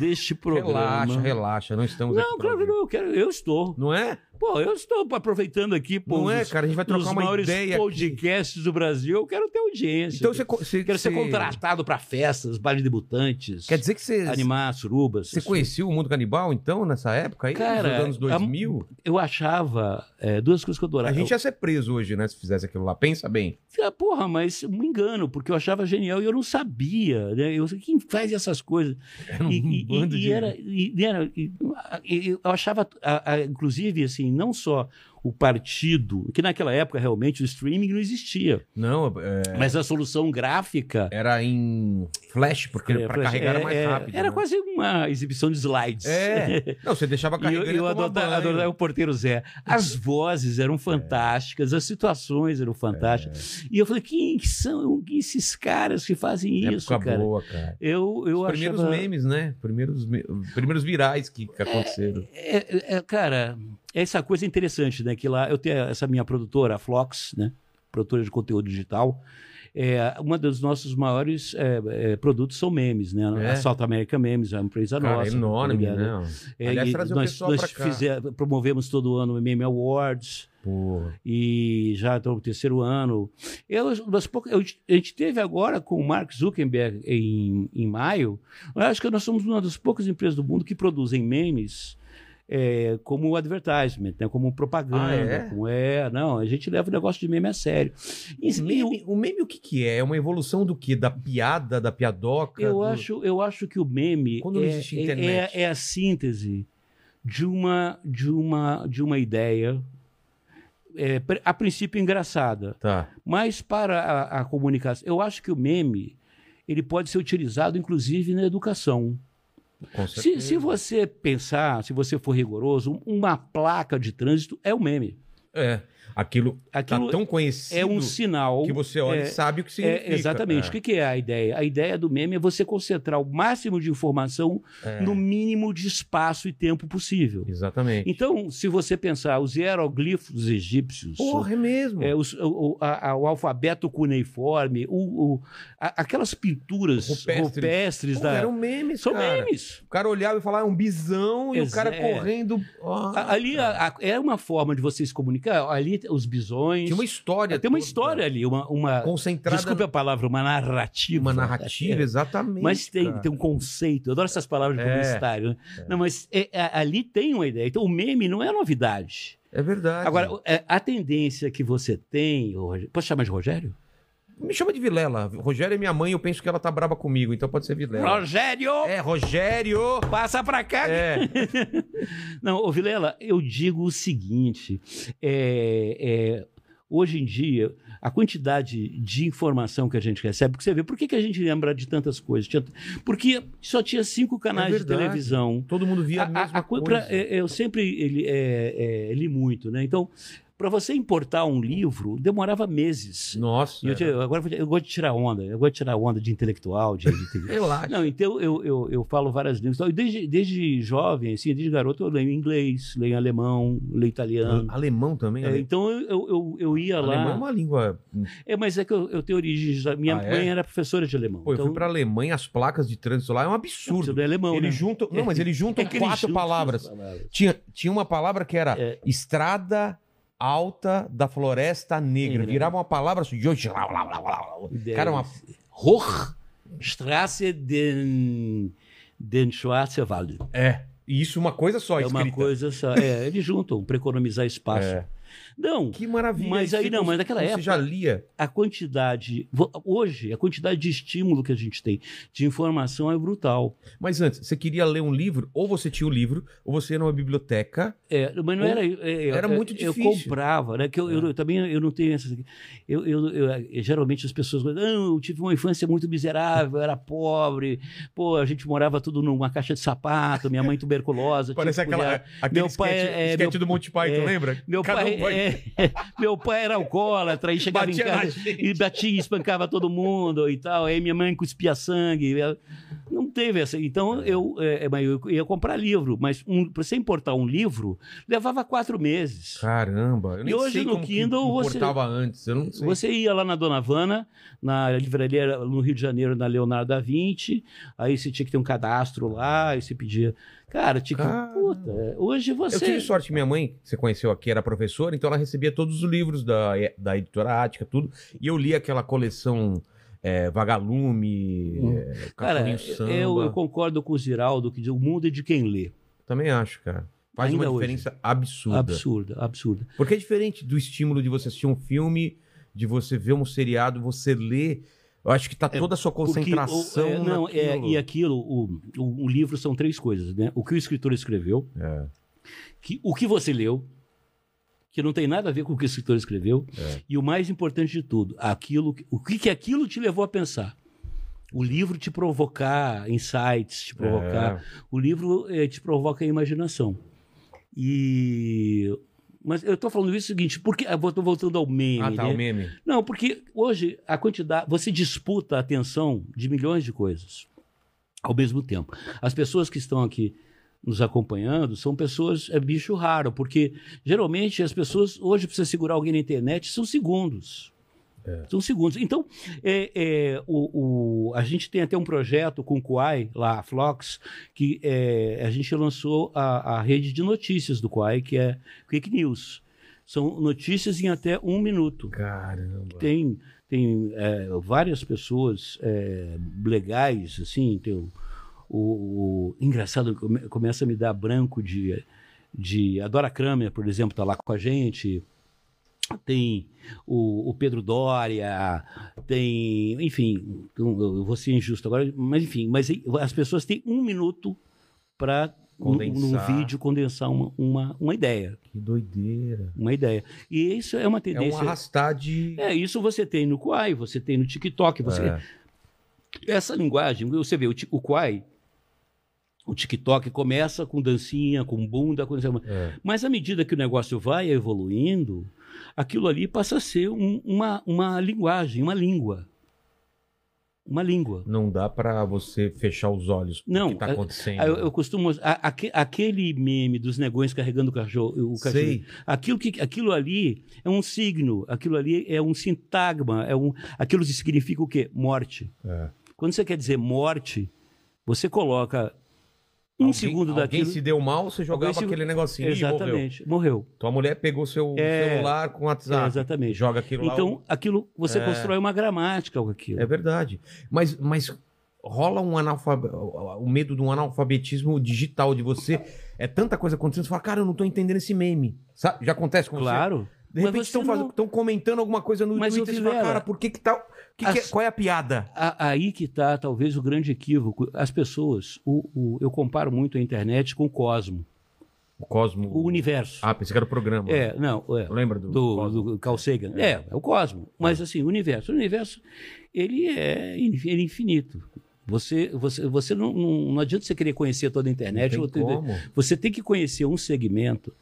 S1: deste programa.
S3: (laughs) Relaxa, relaxa, não estamos aqui.
S1: Não,
S3: pra
S1: claro que
S3: ouvir.
S1: não, eu, quero, eu estou.
S3: Não é?
S1: Pô, eu estou aproveitando aqui, pô,
S3: Não é,
S1: os,
S3: cara, a gente vai trocar
S1: os
S3: uma
S1: maiores
S3: ideia. aqui.
S1: podcasts do Brasil, eu quero ter audiência.
S3: Então você. co- você
S1: Quero ser
S3: você-
S1: contratado para festas, baile de debutantes,
S3: Quer dizer que você.
S1: animar surubas.
S3: Você conhecia o mundo canibal, então, nessa época aí?
S1: Cara,
S3: nos anos 2000?
S1: eu achava é, duas coisas que eu
S3: A,
S1: adorava.
S3: gente ia ser preso hoje, né? Se fizesse aquilo lá. Pensa bem.
S1: eu, ah, porra, mas um engano, porque eu achava genial e eu não sabia. Né? Eu, quem faz essas coisas?
S3: Era (laughs) um
S1: E, e-
S3: bando
S1: e-
S3: de-
S1: e era, e- e era- e- a- e- eu achava, a- a- inclusive, assim, não só o partido, que naquela época realmente o streaming não existia,
S3: Não, é,
S1: mas a solução gráfica.
S3: era em flash, porque
S1: é,
S3: pra carregar era mais
S1: é,
S3: rápido.
S1: Era
S3: né?
S1: quase uma exibição de slides.
S3: É.
S1: (laughs)
S3: Não, você deixava
S1: E tá- eu,
S3: carregando. e
S1: eu
S3: ia tomar
S1: adotava,
S3: banho.
S1: adorava o porteiro Zé. As vozes eram fantásticas, as situações eram fantásticas. E eu falei, quem são esses caras que fazem isso,
S3: época
S1: cara?
S3: boa, cara.
S1: Eu, eu
S3: Os primeiros
S1: achava...
S3: memes, né? Primeiros, me- primeiros virais que, que aconteceram.
S1: É, é, é, cara, essa coisa interessante, né? Que lá eu tenho essa minha produtora, a Flox, né? Produtora de conteúdo digital. É, uma dos nossos maiores é, é, produtos são memes, né?
S3: É.
S1: A South America Memes, é uma empresa
S3: Cara,
S1: nossa. tá
S3: enorme,
S1: ligado?
S3: né?
S1: É,
S3: Aliás,
S1: e
S3: trazer o
S1: nós
S3: pessoal
S1: nós
S3: pra cá.
S1: fizer- promovemos todo ano o Meme Awards.
S3: Pô.
S1: e já estou no terceiro ano. Eu, nós pouca- eu- a gente teve agora com o Mark Zuckerberg em, em maio. Eu acho que nós somos uma das poucas empresas do mundo que produzem memes é, como advertisement, né, como propaganda.
S3: Ah, é?
S1: Como é, não, a gente leva o negócio de meme a sério. E,
S3: O meme, é o meme o que que é? É uma evolução do quê? Da piada, da piadoca?
S1: eu, eu
S3: do-
S1: acho, eu acho que o meme
S3: Quando não existe
S1: é, é-
S3: internet.
S1: é, é a síntese de uma, de uma, de uma ideia. é, pr- a princípio engraçada,
S3: Tá.
S1: mas para a, a comunicação. Eu acho que o meme ele pode ser utilizado, inclusive, na educação.
S3: com
S1: Se,
S3: certeza.
S1: se você pensar, se você for rigoroso, um- uma placa de trânsito é um meme.
S3: É. Aquilo,
S1: Aquilo
S3: tá tão conhecido
S1: é um sinal.
S3: que você olha
S1: é-
S3: e sabe o que
S1: É,
S3: significa.
S1: exatamente. O que, que é a ideia? A ideia do meme é você concentrar o máximo de informação
S3: É.
S1: no mínimo de espaço e tempo possível.
S3: Exatamente.
S1: Então, se você pensar os hieroglifos egípcios,
S3: Porra, é mesmo.
S1: É, os- o, o- a- a- o alfabeto cuneiforme, o, o- a- aquelas pinturas
S3: Rupestres.
S1: rupestres,
S3: Porra,
S1: da.
S3: eram memes,
S1: São
S3: cara.
S1: memes.
S3: O cara olhava e falava, é um bisão, e o
S1: Exa-
S3: cara
S1: é.
S3: correndo.
S1: A-
S3: Ah,
S1: ali a- a- é uma forma de vocês comunicar. Ali os bisões.
S3: tinha uma história.
S1: Tem uma
S3: toda
S1: história ali, uma. uma-
S3: Concentrada
S1: desculpe a palavra, uma narrativa.
S3: numa narrativa,
S1: É.
S3: exatamente.
S1: Mas tem,
S3: cara.
S1: tem um conceito. Eu adoro essas palavras de
S3: É.
S1: publicitário. né? Não, mas é- é- ali tem uma ideia. Então, o meme não é novidade.
S3: É verdade.
S1: Agora, é, a tendência que você tem. ô, Rogério- Posso chamar de Rogério?
S3: me chama de Vilela. Rogério é minha mãe, eu penso que ela tá braba comigo, então pode ser Vilela.
S1: Rogério!
S3: É, Rogério!
S1: Passa pra cá,
S3: É,
S1: Não, ô Vilela, eu digo o seguinte: é, é, Hoje em dia, a quantidade de informação que a gente recebe, porque você vê, por que, que a gente lembra de tantas coisas? Tinha- Porque só tinha cinco canais de
S3: É verdade.
S1: televisão.
S3: Todo mundo via a,
S1: A- a-
S3: mesma
S1: a co-
S3: coisa.
S1: pra- é, é, eu sempre ele, é, é, li muito, né? Então, para você importar um livro, demorava meses.
S3: Nossa.
S1: E eu, te- eu agora vou te- eu gosto de tirar onda, eu gosto de tirar onda de intelectual, de. de-
S3: Relaxa.
S1: Não, então eu, eu, eu falo várias línguas. Então, Desde, desde jovem, assim, desde garoto, eu leio inglês, leio alemão, leio italiano.
S3: Alemão Ah, também.
S1: É,
S3: ale-
S1: então eu, eu, eu, eu ia
S3: Alemão é
S1: lá.
S3: uma língua.
S1: É, mas é que eu, eu tenho origens. da- Minha
S3: Ah, é?
S1: mãe era professora de alemão.
S3: Pô, eu
S1: então,
S3: fui pra Alemanha, as placas de trânsito lá é um absurdo.
S1: do alemão.
S3: Ele
S1: né?
S3: junta. Não, mas ele
S1: (laughs)
S3: junta
S1: É que eles
S3: quatro
S1: juntam
S3: palavras.
S1: as palavras.
S3: Tinha, tinha uma palavra que era
S1: É.
S3: estrada alta da floresta negra.
S1: Negra.
S3: Virava uma palavra assim. de- lá, lá, lá, lá, lá. Cara, uma.
S1: Hochstraße den, den Schwarzwald.
S3: É. E isso uma coisa só,
S1: é uma
S3: escrita.
S1: coisa só. É, eles juntam para economizar espaço.
S3: É.
S1: Não,
S3: Que maravilha.
S1: Mas
S3: isso
S1: aí não,
S3: você-
S1: mas naquela época-
S3: Você já lia.
S1: a quantidade. vo- Hoje, a quantidade de estímulo que a gente tem, de informação é brutal.
S3: Mas antes, você queria ler um livro, ou você tinha o livro, ou você ia numa biblioteca.
S1: É, mas não
S3: Ou-
S1: era. é,
S3: era
S1: eu-
S3: muito
S1: eu- Eu
S3: difícil. É.
S1: comprava, né? Que eu, eu- eu também eu não tenho essas. Eu, eu- eu- geralmente as pessoas falam, não, eu tive uma infância muito miserável, eu era pobre, pô, a gente morava tudo numa caixa de sapato, minha mãe tuberculosa. tinha que cuidar-
S3: é, aquele
S1: Meu pai
S3: sketch,
S1: é-
S3: sketch
S1: meu-
S3: do Monty Python,
S1: é,
S3: lembra?
S1: Meu
S3: Cada
S1: pai,
S3: um vai-
S1: é, (laughs) meu pai era alcoólatra e chegava
S3: Batia
S1: em
S3: na
S1: casa
S3: gente.
S1: e batia e espancava todo mundo e tal. Aí minha mãe cuspia sangue. Ela- Não teve essa. Então eu, é, é, mas eu ia comprar livro, mas um, para você importar um livro, levava quatro meses.
S3: Ah, Caramba, eu nem
S1: E hoje
S3: sei
S1: no
S3: como que
S1: Kindle você-
S3: importava antes, eu não sei.
S1: Você ia lá na Dona Havana, na livraria no Rio de Janeiro, na Leonardo da Vinci, aí você tinha que ter um cadastro lá, aí você pedia. Cara, tinha
S3: Caramba.
S1: que. Puta, hoje você.
S3: Eu tive sorte, minha mãe, que você conheceu aqui, era professora, então ela recebia todos os livros da, eh, da editora Ática, tudo. E eu li aquela coleção é, Vagalume,
S1: Hum.
S3: é,
S1: Cara,
S3: Cachorrinho Samba.
S1: eu, eu concordo com o Ziraldo que diz, o mundo é de quem lê.
S3: Também acho, cara. Faz
S1: Ainda
S3: uma
S1: hoje.
S3: diferença absurda.
S1: Absurda, absurda.
S3: Porque é diferente do estímulo de você assistir um filme, de você ver um seriado, você ler. Eu acho que tá toda a sua concentração.
S1: Porque, É, o- é, não, é,
S3: naquilo.
S1: e aquilo, o, o, o livro são três coisas, né? O que o escritor escreveu,
S3: É.
S1: que, o que você leu, que não tem nada a ver com o que o escritor escreveu,
S3: É.
S1: e o mais importante de tudo, aquilo, que- o que, que aquilo te levou a pensar. O livro te provocar insights, te provocar.
S3: É.
S1: O livro eh, te provoca a imaginação. E. Mas eu estou falando isso o seguinte, porque. ah, vou- tô voltando ao meme.
S3: Ah, tá,
S1: né?
S3: o meme.
S1: Não, porque hoje a quantidade. Você disputa a atenção de milhões de coisas ao mesmo tempo. As pessoas que estão aqui nos acompanhando são pessoas. É bicho raro, porque geralmente as pessoas. Hoje, para você segurar alguém na internet, são segundos. São segundos. Então, é, é, o, o- a gente tem até um projeto com o Kuai, lá, a Flox, que é, a gente lançou a, a rede de notícias do Kuai, que é Quick News. São notícias em até um minuto
S3: Caramba.
S1: tem tem é, várias pessoas é, legais assim tem o, o- o- engraçado come- começa a me dar branco de de a Dora Kramer por exemplo está lá com a gente tem o, o Pedro Doria, tem, enfim, eu eu vou ser injusto agora, mas enfim, mas as pessoas têm um minuto para num
S3: Condensar.
S1: vídeo condensar uma, uma, uma ideia,
S3: Que doideira.
S1: uma ideia. E isso é uma
S3: É um
S1: tendência.
S3: arrastar de.
S1: É, isso você tem no Quai, você tem no TikTok, você...
S3: É.
S1: Essa linguagem, você vê, o, ti- o Quai, o TikTok começa com dancinha, com bunda, com...
S3: É.
S1: mas à medida que o negócio vai evoluindo, aquilo ali passa a ser um- uma, uma linguagem, uma língua. Uma língua.
S3: Não dá pra você fechar os olhos pro
S1: Não,
S3: que tá
S1: é-
S3: acontecendo.
S1: Ah, Eu, eu costumo... a- aque- aquele meme dos negões carregando o cachorro, o cachorro
S3: Sei.
S1: Aquilo, que, aquilo ali é um signo, aquilo ali é um sintagma, é um, aquilo significa o quê? Morte.
S3: É.
S1: Quando você quer dizer morte, você coloca um
S3: Alguém-
S1: segundo
S3: Alguém
S1: daquilo.
S3: se deu mal, você jogava
S1: Alguém se-
S3: aquele negocinho e morreu.
S1: exatamente, morreu.
S3: Tua mulher pegou seu
S1: É.
S3: celular com
S1: É,
S3: WhatsApp.
S1: exatamente.
S3: joga aquilo lá.
S1: Então, aquilo você
S3: É.
S1: constrói uma gramática com aquilo.
S3: É verdade. Mas, mas rola um analfabe... o medo de um analfabetismo digital de você. É tanta coisa acontecendo, você fala, cara, eu não tô entendendo esse meme. Sabe? Já acontece com
S1: claro.
S3: você. De
S1: Mas
S3: repente
S1: você
S3: estão
S1: não-
S3: comentando alguma coisa no
S1: Mas, ô,
S3: Twitter e você fala,
S1: Vilela,
S3: cara, por que que tá... que que é-
S1: as-
S3: Qual é a piada?
S1: A- Aí que está talvez o grande equívoco. As pessoas, o- o- eu comparo muito a internet com o cosmo.
S3: O Cosmo.
S1: O universo.
S3: Ah, pensei que era o programa.
S1: É, não, é.
S3: Lembra do
S1: do,
S3: Cosmo?
S1: do Carl Sagan. É. é, o cosmo. Mas assim, o universo. O universo, ele é inf- ele é infinito. Você, você, você não, não, não adianta você querer conhecer toda a internet.
S3: Não
S1: ou
S3: tem
S1: tudo.
S3: como.
S1: Você tem que conhecer um segmento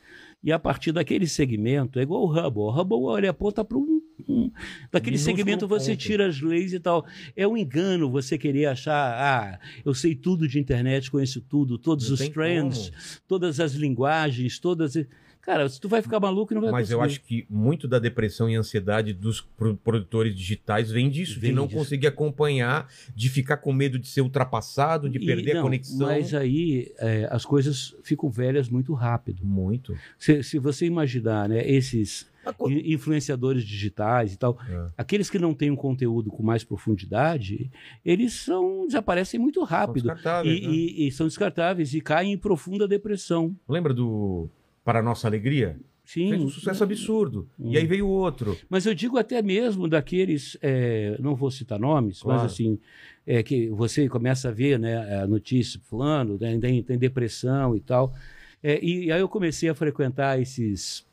S1: e a partir daquele segmento, é igual o Hubble. O Hubble ele aponta para um, um- Daquele
S3: Minúsculo
S1: segmento você
S3: ponto.
S1: tira as leis e tal. É um engano você querer achar, ah, eu sei tudo de internet, conheço tudo, todos
S3: Não
S1: os
S3: tem
S1: trends, todas as linguagens, todas. Cara, se tu vai ficar maluco e não é vai
S3: Mas eu
S1: conseguir.
S3: acho que muito da depressão e ansiedade dos pro- produtores digitais vem disso,
S1: Vem
S3: de não
S1: disso.
S3: conseguir acompanhar, de ficar com medo de ser ultrapassado, de
S1: E,
S3: perder
S1: não,
S3: a conexão.
S1: Mas aí é, as coisas ficam velhas muito rápido.
S3: Muito.
S1: Se, se você imaginar, né, esses i- influenciadores digitais e tal,
S3: É.
S1: aqueles que não têm um conteúdo com mais profundidade, eles são desaparecem muito rápido.
S3: São descartáveis,
S1: E,
S3: né?
S1: e- e são descartáveis e caem em profunda depressão.
S3: Lembra do Para Nossa Alegria? Fez
S1: Sim.
S3: um sucesso absurdo.
S1: Hum.
S3: E aí veio outro.
S1: Mas eu digo até mesmo daqueles, é, não vou citar nomes,
S3: Claro.
S1: mas assim, é, que você começa a ver né, a notícia, fulano, né, tem, tem depressão e tal. É, e, aí eu comecei a frequentar esses,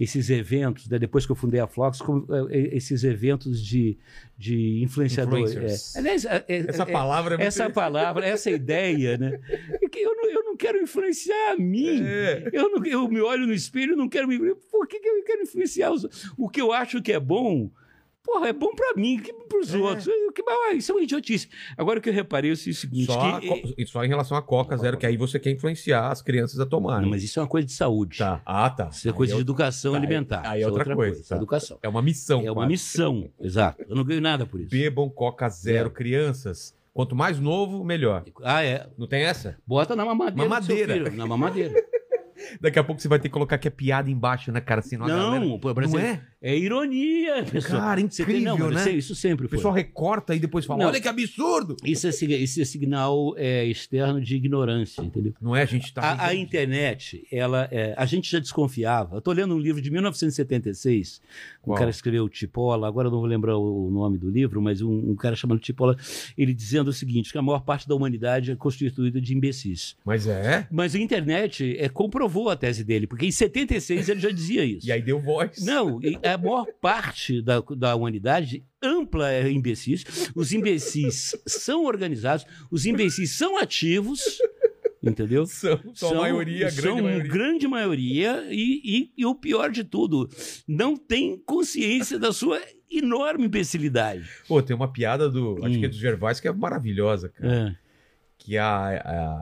S1: esses eventos, né, depois que eu fundei a Flox, com- é, é, esses eventos de, de influenciadores.
S3: Influencers.
S1: É. Aliás, é- é-
S3: Essa
S1: é-
S3: palavra é muito-
S1: essa palavra, essa ideia, né? É que eu não, eu não quero influenciar a mim.
S3: É.
S1: Eu, não- eu me olho no espelho e não quero me. Por que, que eu quero influenciar os O que eu acho que é bom. Porra, é bom pra mim, que bom
S3: É.
S1: pros outros. Eu- Que, ah, isso é uma idiotice. Agora o que eu reparei é o seguinte:
S3: Só,
S1: que- é
S3: a co- e só em relação à Coca Zero, que aí você quer influenciar as crianças a tomar.
S1: Não,
S3: né?
S1: mas isso é uma coisa de saúde.
S3: Tá. Ah, tá.
S1: Isso é
S3: Aí
S1: coisa
S3: é
S1: de
S3: outra-
S1: educação
S3: tá, aí-
S1: alimentar.
S3: aí é
S1: Isso
S3: outra coisa,
S1: isso é
S3: tá.
S1: Educação.
S3: É uma missão.
S1: É uma
S3: quase.
S1: missão, exato. Eu não ganho nada por isso.
S3: Bebam Coca Zero, crianças. Quanto mais novo, melhor.
S1: Ah, é.
S3: Não tem essa?
S1: Bota na mamadeira. do seu
S3: Mamadeira.
S1: filho, na mamadeira.
S3: Daqui a pouco você vai ter que colocar que é piada embaixo, né, cara? Senão a galera-
S1: Não, pô,
S3: não
S1: brasileiro.
S3: é?
S1: É ironia, pessoal.
S3: Cara,
S1: Você tem- não,
S3: incrível,
S1: mas
S3: né?
S1: isso- Isso
S3: O
S1: sempre foi.
S3: pessoal recorta e depois fala,
S1: Não.
S3: olha que absurdo!
S1: Isso é, sig- isso é sinal é, externo de ignorância, entendeu?
S3: Não é, a gente tá...
S1: A, a internet, ela, é, a gente já desconfiava. Eu tô lendo um livro de 1976, um
S3: Qual?
S1: cara escreveu Tipola, agora eu não vou lembrar o, o nome do livro, mas um, um cara chamado Tipola, ele dizendo o seguinte, que a maior parte da humanidade é constituída de imbecis.
S3: Mas é?
S1: Mas a internet é, comprovou a tese dele, porque em 76 ele já dizia isso.
S3: E aí deu voz.
S1: Não, e a maior parte da, da humanidade ampla é imbecis. Os imbecis são organizados, os imbecis são ativos, entendeu?
S3: (laughs) São, são, a maioria, a grande
S1: são
S3: maioria.
S1: grande maioria e, e- e o pior de tudo, não tem consciência da sua enorme imbecilidade.
S3: Pô, tem uma piada do... Acho
S1: Hum.
S3: que é do Gervais que é maravilhosa, cara. que a,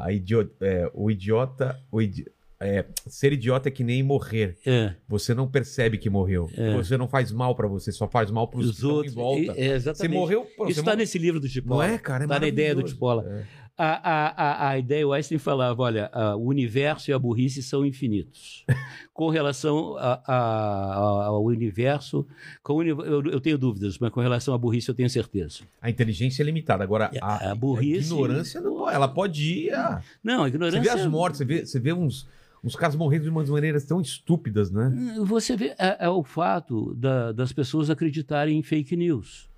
S3: a, a idiota, é, o idiota, o idi- é, ser idiota é que nem morrer.
S1: É, é.
S3: Você não percebe que morreu. Você não faz mal pra você, só faz mal pros que
S1: Os
S3: estão
S1: É. outros.
S3: em volta.
S1: é, é,
S3: você
S1: exatamente.
S3: morreu, pô,
S1: Isso
S3: você
S1: está
S3: morreu.
S1: nesse livro do Tipola.
S3: Não é, cara, é
S1: Tá na ideia do
S3: maravilhoso.
S1: Tipola.
S3: É.
S1: A, a, a, a ideia, o Einstein falava, olha, a- o universo e a burrice são
S3: (laughs)
S1: infinitos. com relação a, a- a- ao universo, com o uni- eu, eu tenho dúvidas, mas com relação à burrice eu tenho certeza.
S3: A inteligência é limitada. Agora, a,
S1: A burrice-
S3: a é ignorância, não, ela pode ir. ah.
S1: Não, a
S3: Você
S1: ignorância...
S3: vê as mortes, você vê, você vê uns, uns caras morrendo de umas maneiras tão estúpidas, né?
S1: Você vê é, é o fato da- das pessoas acreditarem em fake news.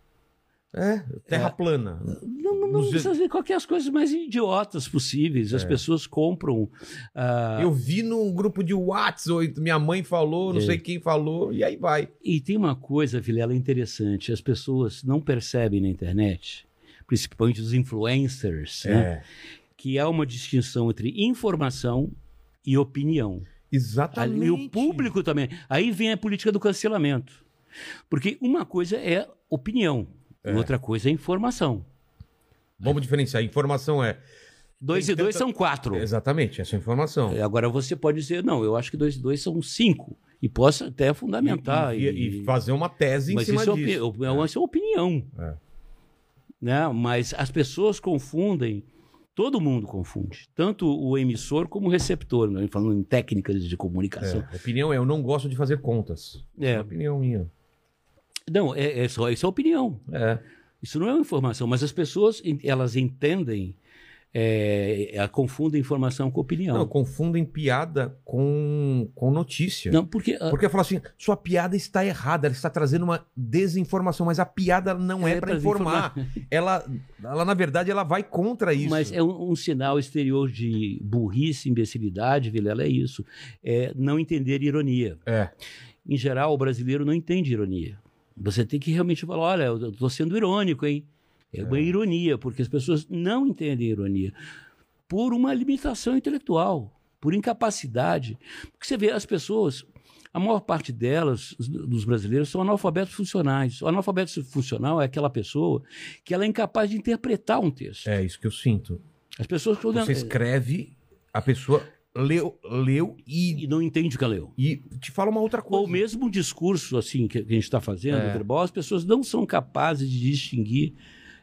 S3: É, terra plana.
S1: Não, não, não
S3: Nos- É.
S1: precisa ver qualquer as coisas mais idiotas possíveis. As pessoas compram... ah,
S3: Eu vi num grupo de Whats, ou minha mãe falou, não
S1: É.
S3: sei quem falou, e aí vai.
S1: E tem uma coisa, Vilela, interessante. As pessoas não percebem na internet, principalmente os influencers, né,
S3: É.
S1: que há uma distinção entre informação e opinião.
S3: Exatamente.
S1: Ali, o público também. Aí vem a política do cancelamento. Porque uma coisa é opinião,
S3: É.
S1: outra coisa é informação.
S3: Vamos diferenciar. Informação é.
S1: Dois
S3: Tem
S1: e dois
S3: tanta-
S1: são quatro.
S3: Exatamente, essa informação.
S1: É, Agora você pode dizer, não, eu acho que dois e dois são cinco. E posso até fundamentar.
S3: E, e- e fazer uma tese em
S1: Mas
S3: cima
S1: isso é, opi-
S3: disso.
S1: é uma- isso é opinião.
S3: É.
S1: Né? Mas as pessoas confundem, todo mundo confunde, tanto o emissor como o receptor, né? falando em técnicas de comunicação.
S3: É, Opinião é: eu não gosto de fazer contas.
S1: É.
S3: É. Opinião minha.
S1: Não, é, é só isso é opinião.
S3: É.
S1: Isso não é uma informação, mas as pessoas en- elas entendem é, é, confunda informação com opinião.
S3: Não,
S1: Não,
S3: confundem piada com, com notícia.
S1: porque ah, a-
S3: Porque fala assim, sua piada está errada, ela está trazendo uma desinformação, mas a piada não é,
S1: é
S3: para
S1: pra
S3: informar. Ela, ela, na verdade, ela vai contra isso.
S1: Mas é um, um sinal exterior de burrice, imbecilidade, Vilela, é isso. É não entender ironia.
S3: É.
S1: Em geral, o brasileiro não entende ironia. Você tem que realmente falar, olha, eu estou sendo irônico, hein? É uma ironia, porque as pessoas não entendem ironia por uma limitação intelectual, por incapacidade. Porque você vê as pessoas, a maior parte delas, os- dos brasileiros, são analfabetos funcionais. O analfabeto funcional é aquela pessoa que ela é incapaz de interpretar um texto.
S3: É isso que eu sinto.
S1: As pessoas eh, que
S3: Você escreve, a pessoa leu, leu
S1: e
S3: e,
S1: não entende o que ela leu.
S3: e te fala uma outra coisa.
S1: Ou mesmo um discurso assim que que a gente está fazendo,
S3: É.
S1: verbal, as pessoas não são capazes de distinguir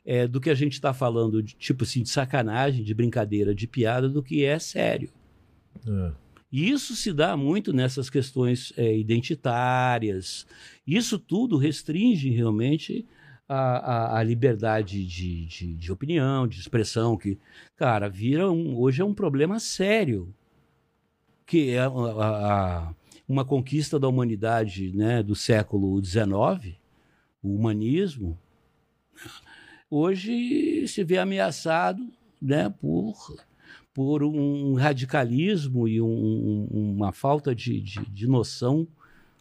S1: eh, do que a gente está falando, de, tipo assim, de sacanagem, de brincadeira, de piada, do que é sério.
S3: É.
S1: E isso se dá muito nessas questões eh, identitárias. Isso tudo restringe realmente a, a- a liberdade de, de- de opinião, de expressão, que, cara, vira um- hoje é um problema sério. Que é a- a- a- uma conquista da humanidade né, do século XIX, o humanismo, né, hoje se vê ameaçado né, por por um radicalismo e um- um- uma falta de, de- de noção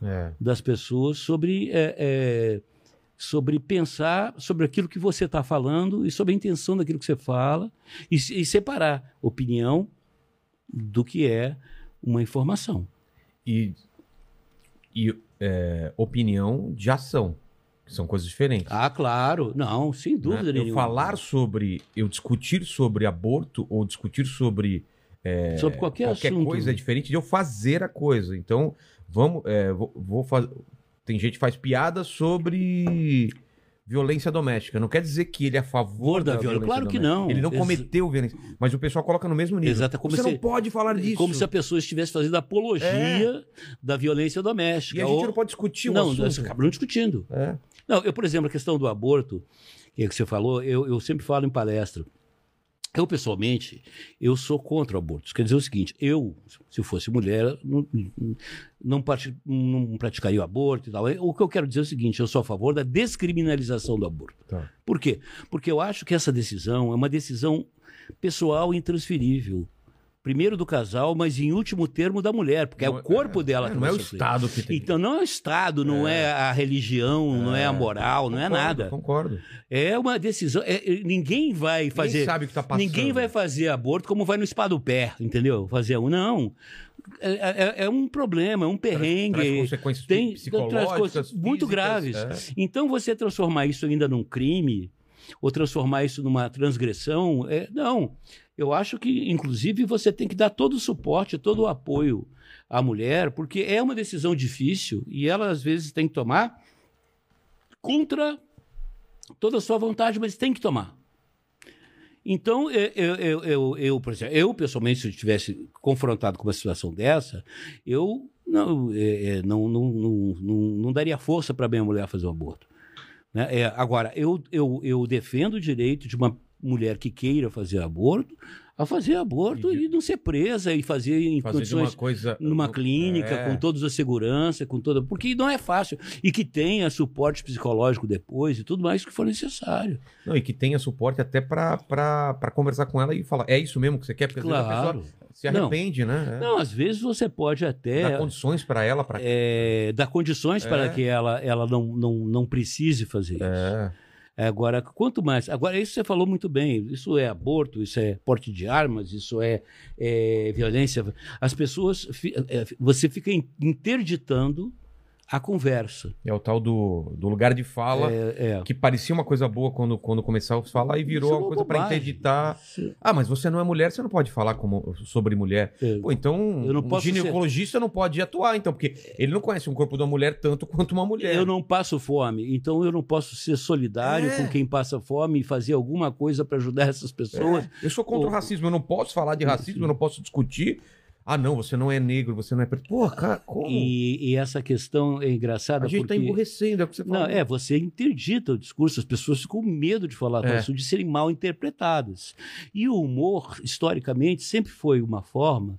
S3: É.
S1: das pessoas sobre, é, é, sobre pensar sobre aquilo que você está falando e sobre a intenção daquilo que você fala e, se- e separar opinião do que é uma informação.
S3: E, e é, opinião de ação, que são coisas diferentes.
S1: Ah, claro, não, sem dúvida
S3: né? Eu
S1: nenhuma.
S3: falar sobre, eu discutir sobre aborto ou discutir sobre
S1: É, sobre qualquer,
S3: qualquer
S1: assunto.
S3: coisa é diferente de eu fazer a coisa. Então, vamos, é, vou, vou faz- Tem gente que faz piada sobre violência doméstica. Não quer dizer que ele é a favor
S1: Favor da
S3: da,
S1: violência.
S3: violência.
S1: Claro que
S3: doméstica.
S1: não.
S3: Ele não
S1: Ex-
S3: cometeu violência, mas o pessoal coloca no mesmo nível.
S1: Exato, é como
S3: Você
S1: se-
S3: não pode falar disso.
S1: É Como se a pessoa estivesse fazendo apologia da violência doméstica.
S3: É. E a
S1: ou-
S3: gente não pode discutir o
S1: não, assim, nós
S3: assunto.
S1: acabamos discutindo.
S3: É.
S1: Não, eu, por exemplo, a questão do aborto, que é que você falou, eu, eu sempre falo em palestra. Eu, pessoalmente, eu sou contra o aborto. Isso quer dizer o seguinte, eu, se fosse mulher, não, não, parti- não praticaria o aborto e tal. O que eu quero dizer é o seguinte, eu sou a favor da descriminalização do aborto.
S3: Tá.
S1: Por quê? Porque eu acho que essa decisão é uma decisão pessoal e intransferível. Primeiro do casal, mas em último termo da mulher, porque é
S3: Não
S1: o corpo dela
S3: é,
S1: que
S3: Não
S1: vai
S3: é o
S1: sofrer.
S3: Estado que tem.
S1: Então não é o Estado, não é, a religião, não é a moral, não é
S3: Concordo,
S1: nada.
S3: Concordo.
S1: É uma decisão. é- é- ninguém vai
S3: Ninguém
S1: fazer.
S3: sabe o que tá passando.
S1: Ninguém vai fazer aborto como vai no spa do pé, entendeu? Fazer um. Não. É, é- é um problema, é um perrengue.
S3: Traz consequências
S1: tem-
S3: psicológicas,
S1: traz coisas muito
S3: físicas,
S1: graves.
S3: é.
S1: Então você transformar isso ainda num crime ou transformar isso numa transgressão, é, não. Eu acho que, inclusive, você tem que dar todo o suporte, todo o apoio à mulher, porque é uma decisão difícil e ela às vezes tem que tomar contra toda a sua vontade, mas tem que tomar. Então, eu, eu, eu, eu, eu, por exemplo, eu pessoalmente, se eu estivesse confrontado com uma situação dessa, eu não, é, é, não, não, não, não, não daria força para a minha mulher fazer o aborto. Né? É, agora, eu, eu, eu defendo o direito de uma mulher que queira fazer aborto a fazer aborto
S3: E de-
S1: e, não ser presa e fazer em
S3: Fazer de
S1: condições
S3: uma coisa.
S1: numa clínica,
S3: É.
S1: com toda a segurança, com toda. Porque não é fácil. E que tenha suporte psicológico depois e tudo mais que for necessário.
S3: Não, e que tenha suporte até pra, pra, pra conversar com ela e falar. É isso mesmo que você quer? Porque às vezes
S1: Claro.
S3: a pessoa se arrepende, né? É.
S1: Não, às vezes você pode
S3: Dá
S1: até
S3: condições pra ela, pra.
S1: é, dar condições
S3: É.
S1: para que ela, ela não, não, não precise fazer isso.
S3: É.
S1: Agora, quanto mais. Agora, isso você falou muito bem. Isso é aborto, isso é porte de armas, isso é, é violência. As pessoas. fi- é, Você fica in- interditando a conversa.
S3: É o tal do, do lugar de fala.
S1: É, é.
S3: Que parecia uma coisa boa quando, quando começava a falar e
S1: Isso
S3: virou
S1: é
S3: uma
S1: uma
S3: coisa pra
S1: bobagem.
S3: interditar. Ah, mas você não é mulher, você não pode falar como, sobre mulher.
S1: É.
S3: Pô, então
S1: Eu não
S3: um
S1: posso ser- É.
S3: ginecologista não pode atuar, então, porque ele não conhece um corpo de uma mulher tanto quanto uma mulher.
S1: Eu não passo fome, então eu não posso ser solidário
S3: É.
S1: com quem passa fome e fazer alguma
S3: É.
S1: coisa para ajudar essas pessoas.
S3: Eu sou contra o
S1: Ou-
S3: racismo, eu não posso falar de racismo, eu não posso discutir. Ah, não, você não é negro, você não é preto. Pô, cara, como?
S1: E, e essa questão é engraçada
S3: a gente
S1: porque...
S3: tá emburrecendo, é o que você falou.
S1: Não, é, você interdita o discurso, as pessoas ficam com medo de falar
S3: É.
S1: isso, de serem mal interpretadas. E o humor, historicamente, sempre foi uma forma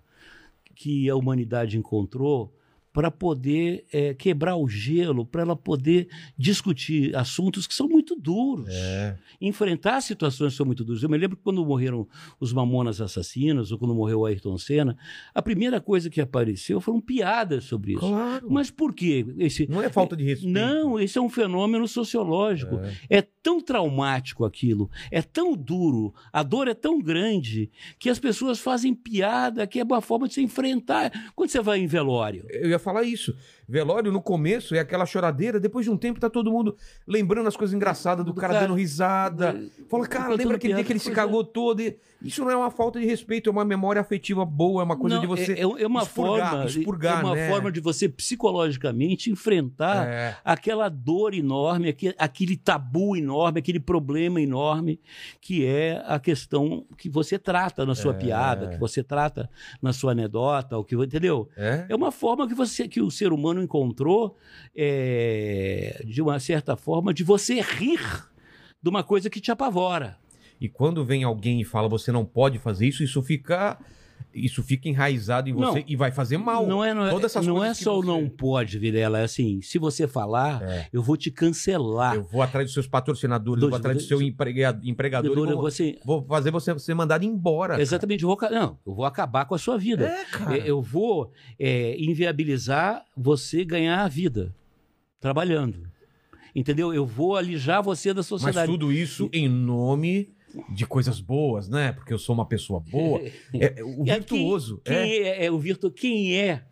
S1: que a humanidade encontrou para poder eh, quebrar o gelo, para ela poder discutir assuntos que são muito duros
S3: É.
S1: enfrentar situações que são muito duras. Eu me lembro que quando morreram os Mamonas Assassinos, ou quando morreu o Ayrton Senna, a primeira coisa que apareceu foram piadas sobre isso.
S3: Claro.
S1: Mas por quê? Esse...
S3: Não é falta de respeito.
S1: Não, esse é um fenômeno sociológico. É. tão traumático aquilo, é tão duro, a dor é tão grande que as pessoas fazem piada, que é uma forma de se enfrentar. Quando você vai em velório,
S3: Eu ia falar isso. Velório, no começo, é aquela choradeira. Depois de um tempo, tá todo mundo lembrando as coisas engraçadas do,
S1: Do
S3: cara,
S1: cara.
S3: dando risada. Fala, cara,
S1: Contando
S3: lembra aquele
S1: piada,
S3: dia
S1: né?"
S3: que ele se
S1: pois
S3: cagou todo? E- Isso não é uma falta de respeito, é uma memória afetiva boa, é uma coisa
S1: Não,
S3: de você...
S1: é, é uma
S3: expurgar,
S1: forma,
S3: expurgar,
S1: é uma
S3: né?
S1: forma de você psicologicamente enfrentar
S3: É.
S1: aquela dor enorme, aque- aquele tabu enorme, aquele problema enorme, que é a questão que você trata na sua
S3: É.
S1: piada, que você trata na sua anedota, o que entendeu?
S3: É.
S1: É uma forma que você, que o ser humano encontrou, é, de uma certa forma, de você rir de uma coisa que te apavora.
S3: E quando vem alguém e fala, você não pode fazer isso, isso fica... Isso fica enraizado em você
S1: Não.
S3: e vai fazer mal.
S1: Não é, não é,
S3: Todas essas
S1: não é
S3: coisas que
S1: só o
S3: você-
S1: não pode, Virela. É assim, se você falar,
S3: É.
S1: eu vou te cancelar.
S3: Eu vou atrás dos seus patrocinadores, eu
S1: Dois-
S3: vou atrás do
S1: dois-
S3: seu emprega- empregador,
S1: Dona,
S3: eu vou,
S1: você-
S3: vou fazer você ser mandado embora.
S1: Exatamente, eu vou, ca- não, eu vou acabar com a sua vida.
S3: É, cara.
S1: É, Eu vou é, inviabilizar você ganhar a vida trabalhando. Entendeu? Eu vou alijar você da
S3: Mas
S1: sociedade.
S3: tudo isso em nome de coisas boas, né? Porque eu sou uma pessoa
S1: (laughs)
S3: boa. É, é, o
S1: É,
S3: virtuoso.
S1: Quem
S3: é.
S1: é, é o virtu... Quem é?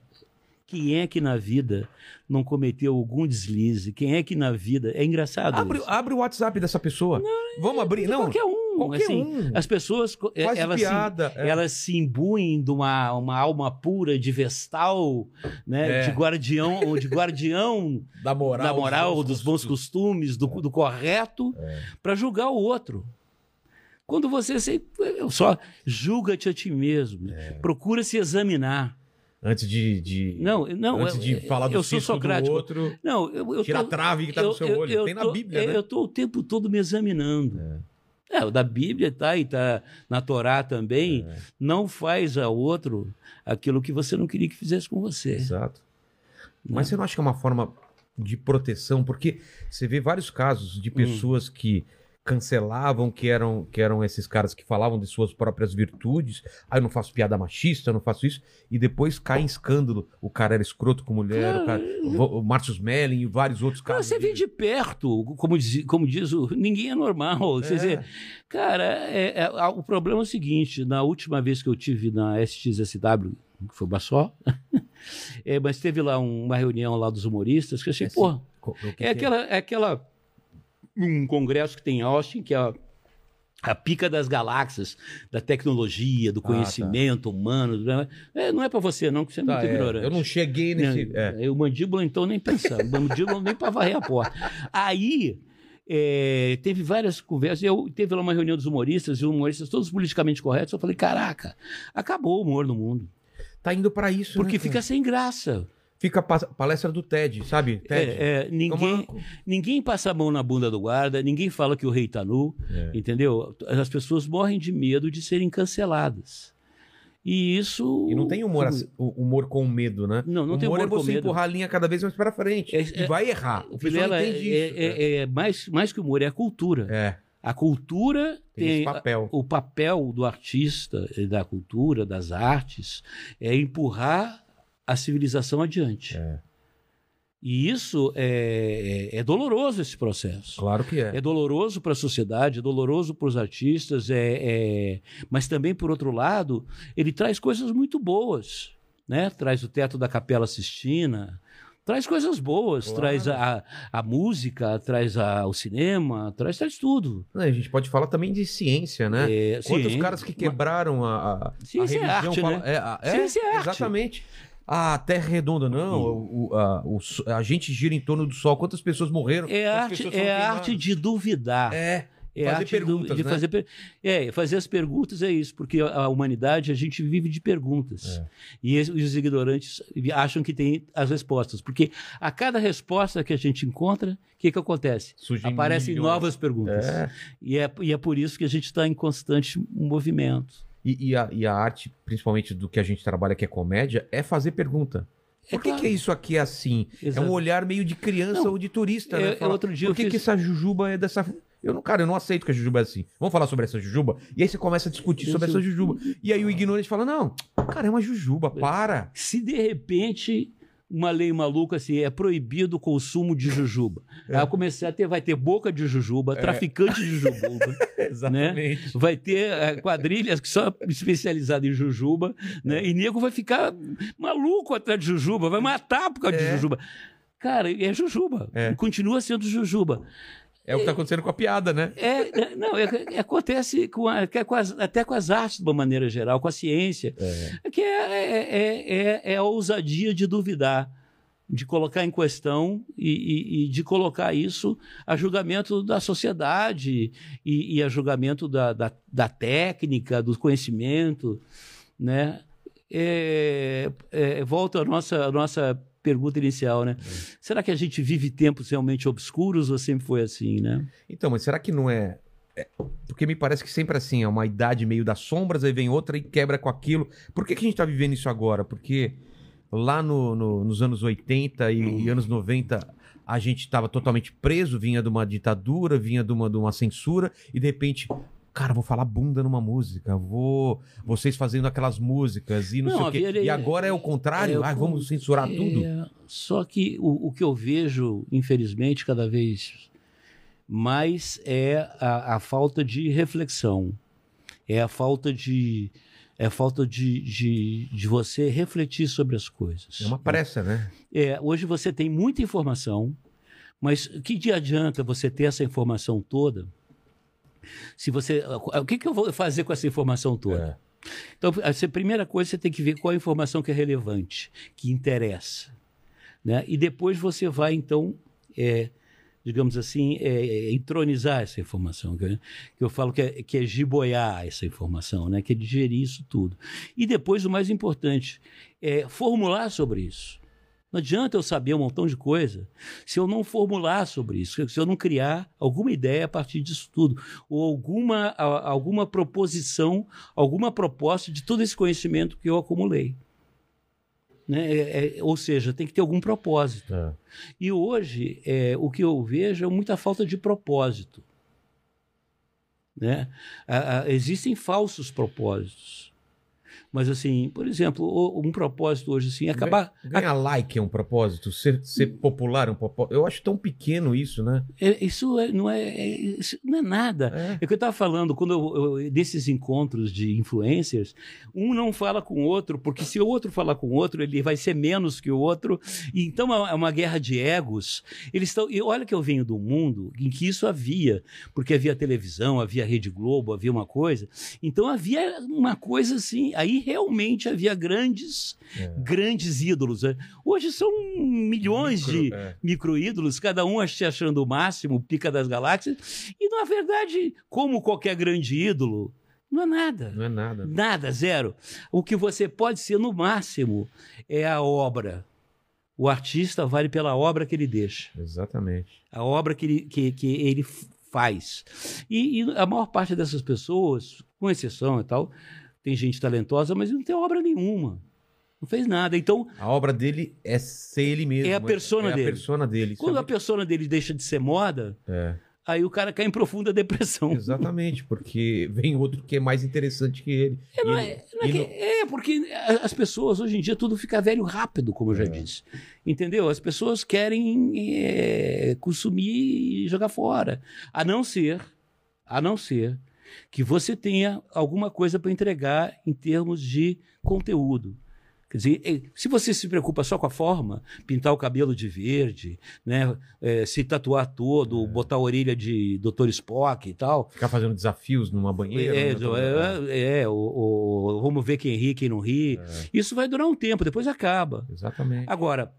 S1: Quem é que na vida não cometeu algum deslize? Quem é que na vida. É engraçado.
S3: Abre,
S1: isso.
S3: abre o WhatsApp dessa pessoa. Vamos abrir? Não,
S1: Qualquer um.
S3: qualquer
S1: assim,
S3: um.
S1: As pessoas. co- é,
S3: Faz de
S1: elas se-
S3: piada. é.
S1: elas se imbuem de uma, uma alma pura de vestal, né?
S3: É.
S1: De guardião, ou de guardião
S3: Da moral.
S1: da moral,
S3: dos
S1: dos bons costumes, do, do correto,
S3: É.
S1: para julgar o outro. Quando você se- eu só julga-te a ti mesmo,
S3: É.
S1: procura se examinar.
S3: Antes de. de-
S1: Não, não,
S3: antes de
S1: eu-
S3: falar do
S1: eu sou
S3: cisco do
S1: socrático.
S3: outro.
S1: Não, eu, eu
S3: Tira a trave que tá no seu olho. Tem na
S1: tô-
S3: Bíblia,
S1: é,
S3: né?
S1: Eu tô o tempo todo me examinando. É, o da Bíblia tá e tá na Torá também.
S3: É.
S1: Não faz a outro aquilo que você não queria que fizesse com você.
S3: Exato. Mas você não acha que é uma forma de proteção? Porque você vê vários casos
S1: Hum.
S3: de pessoas que cancelavam, que eram, que eram esses caras que falavam de suas próprias virtudes. Ah, eu não faço piada machista, eu não faço isso. E depois cai em escândalo. O cara era escroto com mulher, o, cara, o Márcio Smelling e vários outros
S1: Cara,
S3: caras.
S1: você vem de perto, como diz, como diz o. Ninguém é normal. (laughs) Quer dizer, cara, é- é- a- o problema é o seguinte: na última vez que eu tive na SXSW, que foi Bassó, (laughs) é, mas teve lá um- uma reunião lá dos humoristas, que eu achei,
S3: É, sim.
S1: pô,
S3: Co- o que que
S1: é aquela, é aquela. Um congresso que tem em Austin, que é a, a pica das galáxias, da tecnologia, do
S3: tá.
S1: conhecimento humano. do- é, não é pra você, não, que você é
S3: Tá,
S1: muito
S3: é,
S1: ignorante.
S3: eu não cheguei nesse.
S1: Não,
S3: é.
S1: Né, O mandíbula, então, nem pensando. O mandíbula nem para varrer a porta. Aí. é, teve várias conversas. Eu teve lá uma reunião dos humoristas, e os humoristas todos politicamente corretos. Eu falei: caraca, acabou o humor no mundo.
S3: Tá indo pra isso.
S1: Porque
S3: né, cara?
S1: fica sem graça.
S3: Fica pa- palestra do TED, sabe? TED.
S1: É, é,
S3: Toma-
S1: ninguém, ninguém passa a mão na bunda do guarda, ninguém fala que o rei tá nu,
S3: É.
S1: entendeu? As pessoas morrem de medo de serem canceladas. E isso.
S3: E não tem humor, assim- o- humor com medo, né?
S1: Não, não
S3: humor
S1: tem humor
S3: é você
S1: com medo.
S3: empurrar a linha cada vez mais pra frente.
S1: É,
S3: e
S1: é-
S3: vai errar. O
S1: O
S3: pessoal não
S1: Vilela é,
S3: entende isso. né?
S1: é- é mais, mais que humor, é a cultura.
S3: É. É,
S1: A cultura
S3: tem,
S1: tem,
S3: esse papel.
S1: o papel do artista, eh, da cultura, das artes, é empurrar a civilização adiante.
S3: É.
S1: E isso é, é- é doloroso esse processo.
S3: Claro que é.
S1: É doloroso para a sociedade, é doloroso para os artistas, é, é- mas também, por outro lado, ele traz coisas muito boas. Né? Traz o teto da Capela Sistina, traz coisas boas,
S3: Claro.
S1: traz a, a música, traz a- o cinema, traz, traz tudo.
S3: Não, A gente pode falar também de ciência, né?
S1: É,
S3: Quantos
S1: sim.
S3: caras que quebraram a, a,
S1: Ciência
S3: a
S1: é
S3: religião
S1: arte,
S3: fala-
S1: né?
S3: é, a- é,
S1: Ciência é arte.
S3: Exatamente. A Terra é redonda, não. O, o- a, o so- a gente gira em torno do Sol. Quantas pessoas morreram?
S1: É
S3: Quantas
S1: arte,
S3: pessoas foram
S1: é
S3: queimadas?
S1: arte de duvidar. É,
S3: É,
S1: É
S3: Fazer
S1: a arte do-
S3: perguntas,
S1: de
S3: né?
S1: fazer per- é, fazer as perguntas é isso, porque a a humanidade a gente vive de perguntas.
S3: É.
S1: E es- os ignorantes acham que tem as respostas, porque a cada resposta que a gente encontra, o que, que acontece?
S3: Surgem
S1: Aparecem
S3: milhões.
S1: novas perguntas.
S3: É.
S1: E, é, e é por isso que a gente está em constante movimento.
S3: E, e a, e a arte, principalmente do que a gente trabalha, que é comédia, é fazer pergunta.
S1: É
S3: Por que,
S1: claro.
S3: que isso aqui é assim?
S1: Exato.
S3: É um olhar meio de criança
S1: Não,
S3: ou de turista,
S1: é-
S3: né?
S1: é outro dia eu
S3: Por que,
S1: fiz-
S3: que essa jujuba é dessa. Eu não, cara, eu não aceito que a jujuba é assim. Vamos falar sobre essa jujuba? E aí você começa a discutir sobre
S1: é
S3: essa jujuba. E aí o ignorante fala: não, cara, é uma jujuba, para.
S1: Se de repente uma lei maluca assim, é proibido o consumo de jujuba.
S3: É.
S1: Aí eu comecei a ter, vai ter boca de jujuba, traficante de
S3: (laughs)
S1: jujuba,
S3: Exatamente.
S1: vai ter eh, quadrilhas que só especializadas em jujuba, né? E nego vai ficar maluco atrás de jujuba, vai matar por causa de
S3: É.
S1: jujuba. Cara, é jujuba.
S3: É.
S1: Continua sendo jujuba.
S3: É o que tá acontecendo com a piada, né?
S1: É, é, não, é, é- acontece com a- que é com as- até com as artes de uma maneira geral, com a ciência, que é, é- é- é- é a ousadia de duvidar, de colocar em questão e, e- e de colocar isso a julgamento da sociedade e, e a julgamento da, da- da técnica, do conhecimento, né? É- é, volta à nossa, à nossa pergunta inicial, né? Será que a gente vive tempos realmente obscuros ou sempre foi assim, né?
S3: Então, mas será que não é. é- Porque me parece que sempre assim, é uma idade meio das sombras, aí vem outra e quebra com aquilo. Por que, que a gente tá vivendo isso agora? Porque lá no- no- nos anos 80 e, e anos 90 a gente estava totalmente preso, vinha de uma ditadura, vinha de uma, de uma censura, e de repente, cara, vou falar bunda numa música, vou. vocês fazendo aquelas músicas e não,
S1: Não,
S3: sei o quê.
S1: havia-
S3: E agora é o
S1: É,
S3: contrário,
S1: eu
S3: ah,
S1: con-
S3: vamos censurar tudo.
S1: É, só que o, o que eu vejo, infelizmente, cada vez mais é a, a falta de reflexão. É a falta de. É a falta de, de, de você refletir sobre as coisas.
S3: É uma pressa, né?
S1: É, hoje você tem muita informação, mas que dia adianta você ter essa informação toda? Se você, o que, que eu vou fazer com essa informação
S3: É.
S1: toda? Então, a se- primeira coisa você tem que ver qual a informação que é relevante, que interessa, né? E depois você vai então, é, digamos assim, é, é, entronizar essa informação, que eu, que eu falo que é, que é giboiar essa informação, né? Que é digerir isso tudo. E depois o mais importante é formular sobre isso. Não adianta eu saber um montão de coisa se eu não formular sobre isso, se eu não criar alguma ideia a partir disso tudo, ou alguma, a- alguma proposição, alguma proposta de todo esse conhecimento que eu acumulei. Né? É- é- ou seja, tem que ter algum propósito.
S3: É.
S1: E hoje, é, o que eu vejo é muita falta de propósito. Né? A- a- existem falsos propósitos. Mas, assim, por exemplo, o- um propósito hoje assim, é acabar.
S3: Ganhar like é um propósito, ser, ser
S1: Hum.
S3: popular é um propósito. Eu acho tão pequeno isso, né?
S1: É, isso é- não é, é- isso não é nada. É o que eu estava falando, quando eu, eu- desses encontros de influencers, um não fala com o outro, porque se o outro falar com o outro, ele vai ser menos que o outro. E então é uma guerra de egos. Eles estão. E olha que eu venho do mundo em que isso havia, porque havia televisão, havia Rede Globo, havia uma coisa. Então havia uma coisa assim. Aí realmente havia grandes,
S3: É.
S1: grandes ídolos. né? Hoje são milhões de
S3: Micro, é.
S1: microídolos, cada um se achando o máximo, o pica das galáxias. E, na verdade, como qualquer grande ídolo, não é nada.
S3: Não é nada.
S1: Nada, zero. O que você pode ser, no máximo, é a obra. O artista vale pela obra que ele deixa,
S3: Exatamente.
S1: a obra que ele, que, que ele f- faz. E, e a maior parte dessas pessoas, com exceção e tal, tem gente talentosa, mas não tem obra nenhuma. Não fez nada. Então,
S3: A obra dele é ser ele mesmo.
S1: É a persona
S3: é,
S1: dele.
S3: a persona dele. Isso
S1: quando
S3: é
S1: a persona dele deixa de ser moda,
S3: É.
S1: aí o cara cai em profunda depressão.
S3: muito- Exatamente, porque vem outro que é mais interessante que ele.
S1: É, não
S3: E
S1: é,
S3: ele-
S1: não é
S3: e
S1: que-
S3: não-
S1: é, porque a- as pessoas hoje em dia tudo fica velho rápido, como eu já disse. Entendeu? As pessoas querem é, consumir e jogar fora. A não ser, a não ser que você tenha alguma coisa para entregar em termos de conteúdo. Quer dizer, eh, se você se preocupa só com a forma, pintar o cabelo de verde, né, eh, se tatuar todo, botar a orelha de Dr. Spock e tal,
S3: Ficar fazendo desafios numa banheira.
S1: é,
S3: né?
S1: é, é, o, o- vamos ver quem ri, quem não ri. Isso vai durar um tempo, depois acaba.
S3: Exatamente.
S1: Agora,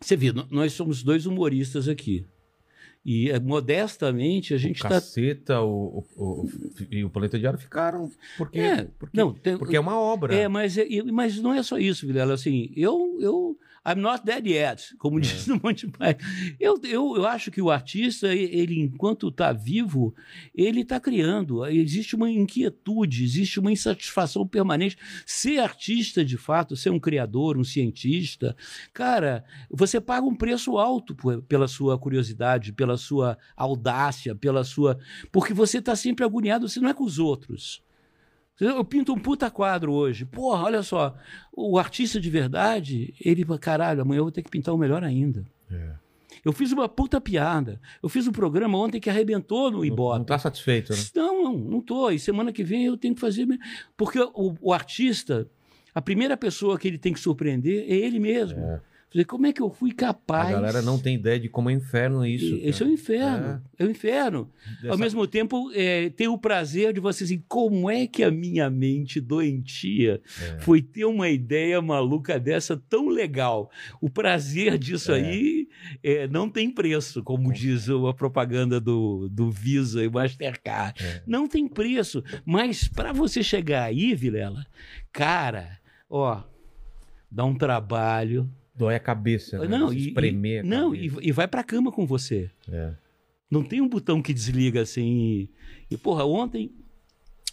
S1: você viu, nó- nós somos dois humoristas aqui. E eh, modestamente a gente tá-
S3: o
S1: está.
S3: Caceta o, o- o- e o Planeta Diário ficaram. Porque
S1: É,
S3: porque,
S1: não, tem-
S3: porque é uma obra.
S1: É, mas, é- e- mas não é só isso, Vilela. Assim, eu, eu, I'm not dead yet, como diz o Monte Pai. Eu, eu, eu acho que o artista, e- ele, enquanto está vivo, ele está criando. Existe uma inquietude, existe uma insatisfação permanente. Ser artista, de fato, ser um criador, um cientista, cara, você paga um preço alto por- pela sua curiosidade, pela sua audácia, pela sua. Porque você está sempre agoniado, você não é com os outros. Eu pinto um puta quadro hoje. Porra, olha só. O artista de verdade, ele, caralho, amanhã eu vou ter que pintar o melhor ainda.
S3: É.
S1: Eu fiz uma puta piada. Eu fiz um programa ontem que arrebentou no
S3: Não, não
S1: Ibope.
S3: tá satisfeito, né?
S1: Não, não, não tô. E semana que vem eu tenho que fazer. me- Porque o, o artista, a primeira pessoa que ele tem que surpreender é ele mesmo.
S3: É.
S1: Fazer, Como é que eu fui capaz.
S3: A galera não tem ideia de como é inferno isso.
S1: Isso, é
S3: cara.
S1: um inferno. É, um inferno.
S3: Dessa-
S1: Ao mesmo tempo, é, ter o prazer de você assim, como é que a minha mente doentia
S3: É.
S1: foi ter uma ideia maluca dessa tão legal? O prazer disso
S3: É.
S1: aí é, não tem preço, como diz a propaganda do, do Visa e Mastercard.
S3: É.
S1: Não tem preço. Mas para você chegar aí, Vilela, cara, ó, dá um trabalho.
S3: Dói a cabeça. Né?
S1: Não,
S3: Se
S1: e,
S3: espremer.
S1: e-
S3: a
S1: não e,
S3: cabeça.
S1: e vai pra cama com você.
S3: É.
S1: Não tem um botão que desliga assim. E, e, porra, ontem,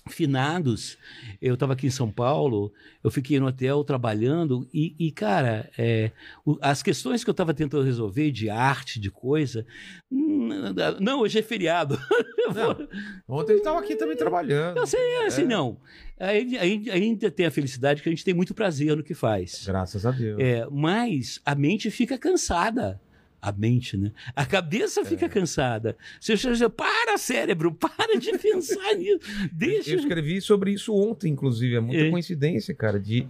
S1: finados, eu estava aqui em São Paulo, eu fiquei no hotel trabalhando e, e, cara, é, o- as questões que eu estava tentando resolver de arte, de coisa. hum, Não, hoje é feriado. (laughs) Eu vou-
S3: Ontem ele tava aqui também trabalhando.
S1: Eu sei, é assim, não. Aí- aí- Ainda tem a felicidade que a gente tem muito prazer no que faz.
S3: Graças a Deus.
S1: É, mas a mente fica cansada. A mente, né? A
S3: É.
S1: cabeça fica cansada. Você já diz, para, cérebro, (laughs) para de pensar nisso. Deixa.
S3: Eu escrevi sobre isso ontem, inclusive. É muita
S1: né? É.
S3: coincidência, cara, de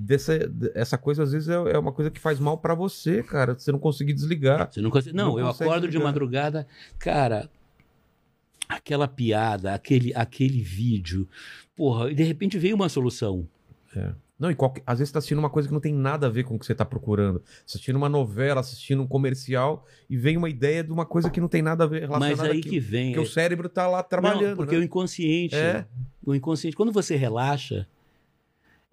S3: dessa de- essa coisa às vezes é, é uma coisa que faz mal pra você, cara. Você não conseguir desligar.
S1: Você não, consegue... não,
S3: Não
S1: eu
S3: consegue
S1: acordo de
S3: ligar.
S1: madrugada, cara. Aquela piada, aquele, aquele vídeo. Porra, e de repente veio uma solução.
S3: Não, e qualquer- às vezes você tá assistindo uma coisa que não tem nada a ver com o que você tá procurando. Assistindo uma novela, assistindo um comercial e vem uma ideia de uma coisa que não tem nada a ver relacionada
S1: Mas aí
S3: àquilo.
S1: que vem. é.
S3: Porque o cérebro tá lá trabalhando.
S1: Não, porque
S3: né?
S1: o inconsciente.
S3: É.
S1: O inconsciente, quando você relaxa,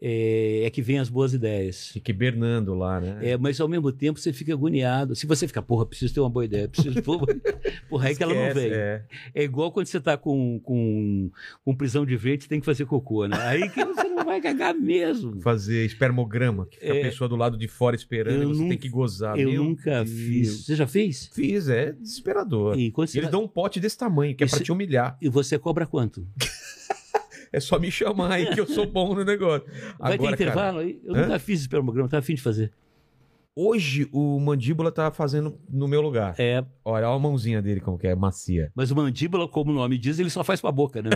S1: é- é que vem as boas ideias.
S3: Fica hibernando lá, né?
S1: É, mas ao mesmo tempo você fica agoniado. Se você ficar, porra, preciso ter uma boa ideia, preciso. Porra, (laughs) porra é que ela não
S3: Esquece,
S1: vem. É.
S3: é.
S1: igual quando você tá com, com, com prisão de ventre, você tem que fazer cocô, né? Aí que você não vai cagar mesmo.
S3: Fazer espermograma, que fica
S1: É.
S3: a pessoa do lado de fora
S1: Eu
S3: esperando e você
S1: nun-
S3: tem que gozar.
S1: Eu
S3: Ah, Meu
S1: nunca
S3: Deus.
S1: fiz. Você já fez?
S3: Fiz, é desesperador.
S1: E, quando
S3: E
S1: você-
S3: eles dão um pote desse tamanho, que é
S1: é Isso-
S3: pra te humilhar.
S1: e você cobra quanto?
S3: É só me chamar aí que eu sou bom no negócio.
S1: Vai
S3: Agora,
S1: ter
S3: cara,
S1: intervalo aí? Eu
S3: Hã?
S1: nunca fiz esse programa, tá afim de fazer.
S3: hoje o Mandíbula tá fazendo no meu lugar.
S1: É,
S3: Olha, olha a mãozinha dele como que é, macia.
S1: mas o mandíbula, como o nome diz, ele só faz com a boca, né?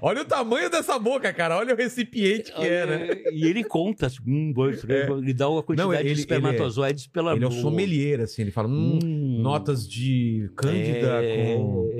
S3: Olha o tamanho dessa boca, cara. Olha o recipiente (laughs) que é, né? É.
S1: E ele conta, assim, um, dois, três, ele dá uma quantidade
S3: ele- ele
S1: de
S3: é-
S1: espermatozoides pela
S3: Ele é o
S1: boca.
S3: sommelier, assim. Ele fala, hum,
S1: Hum.
S3: notas de Cândida
S1: É.
S3: com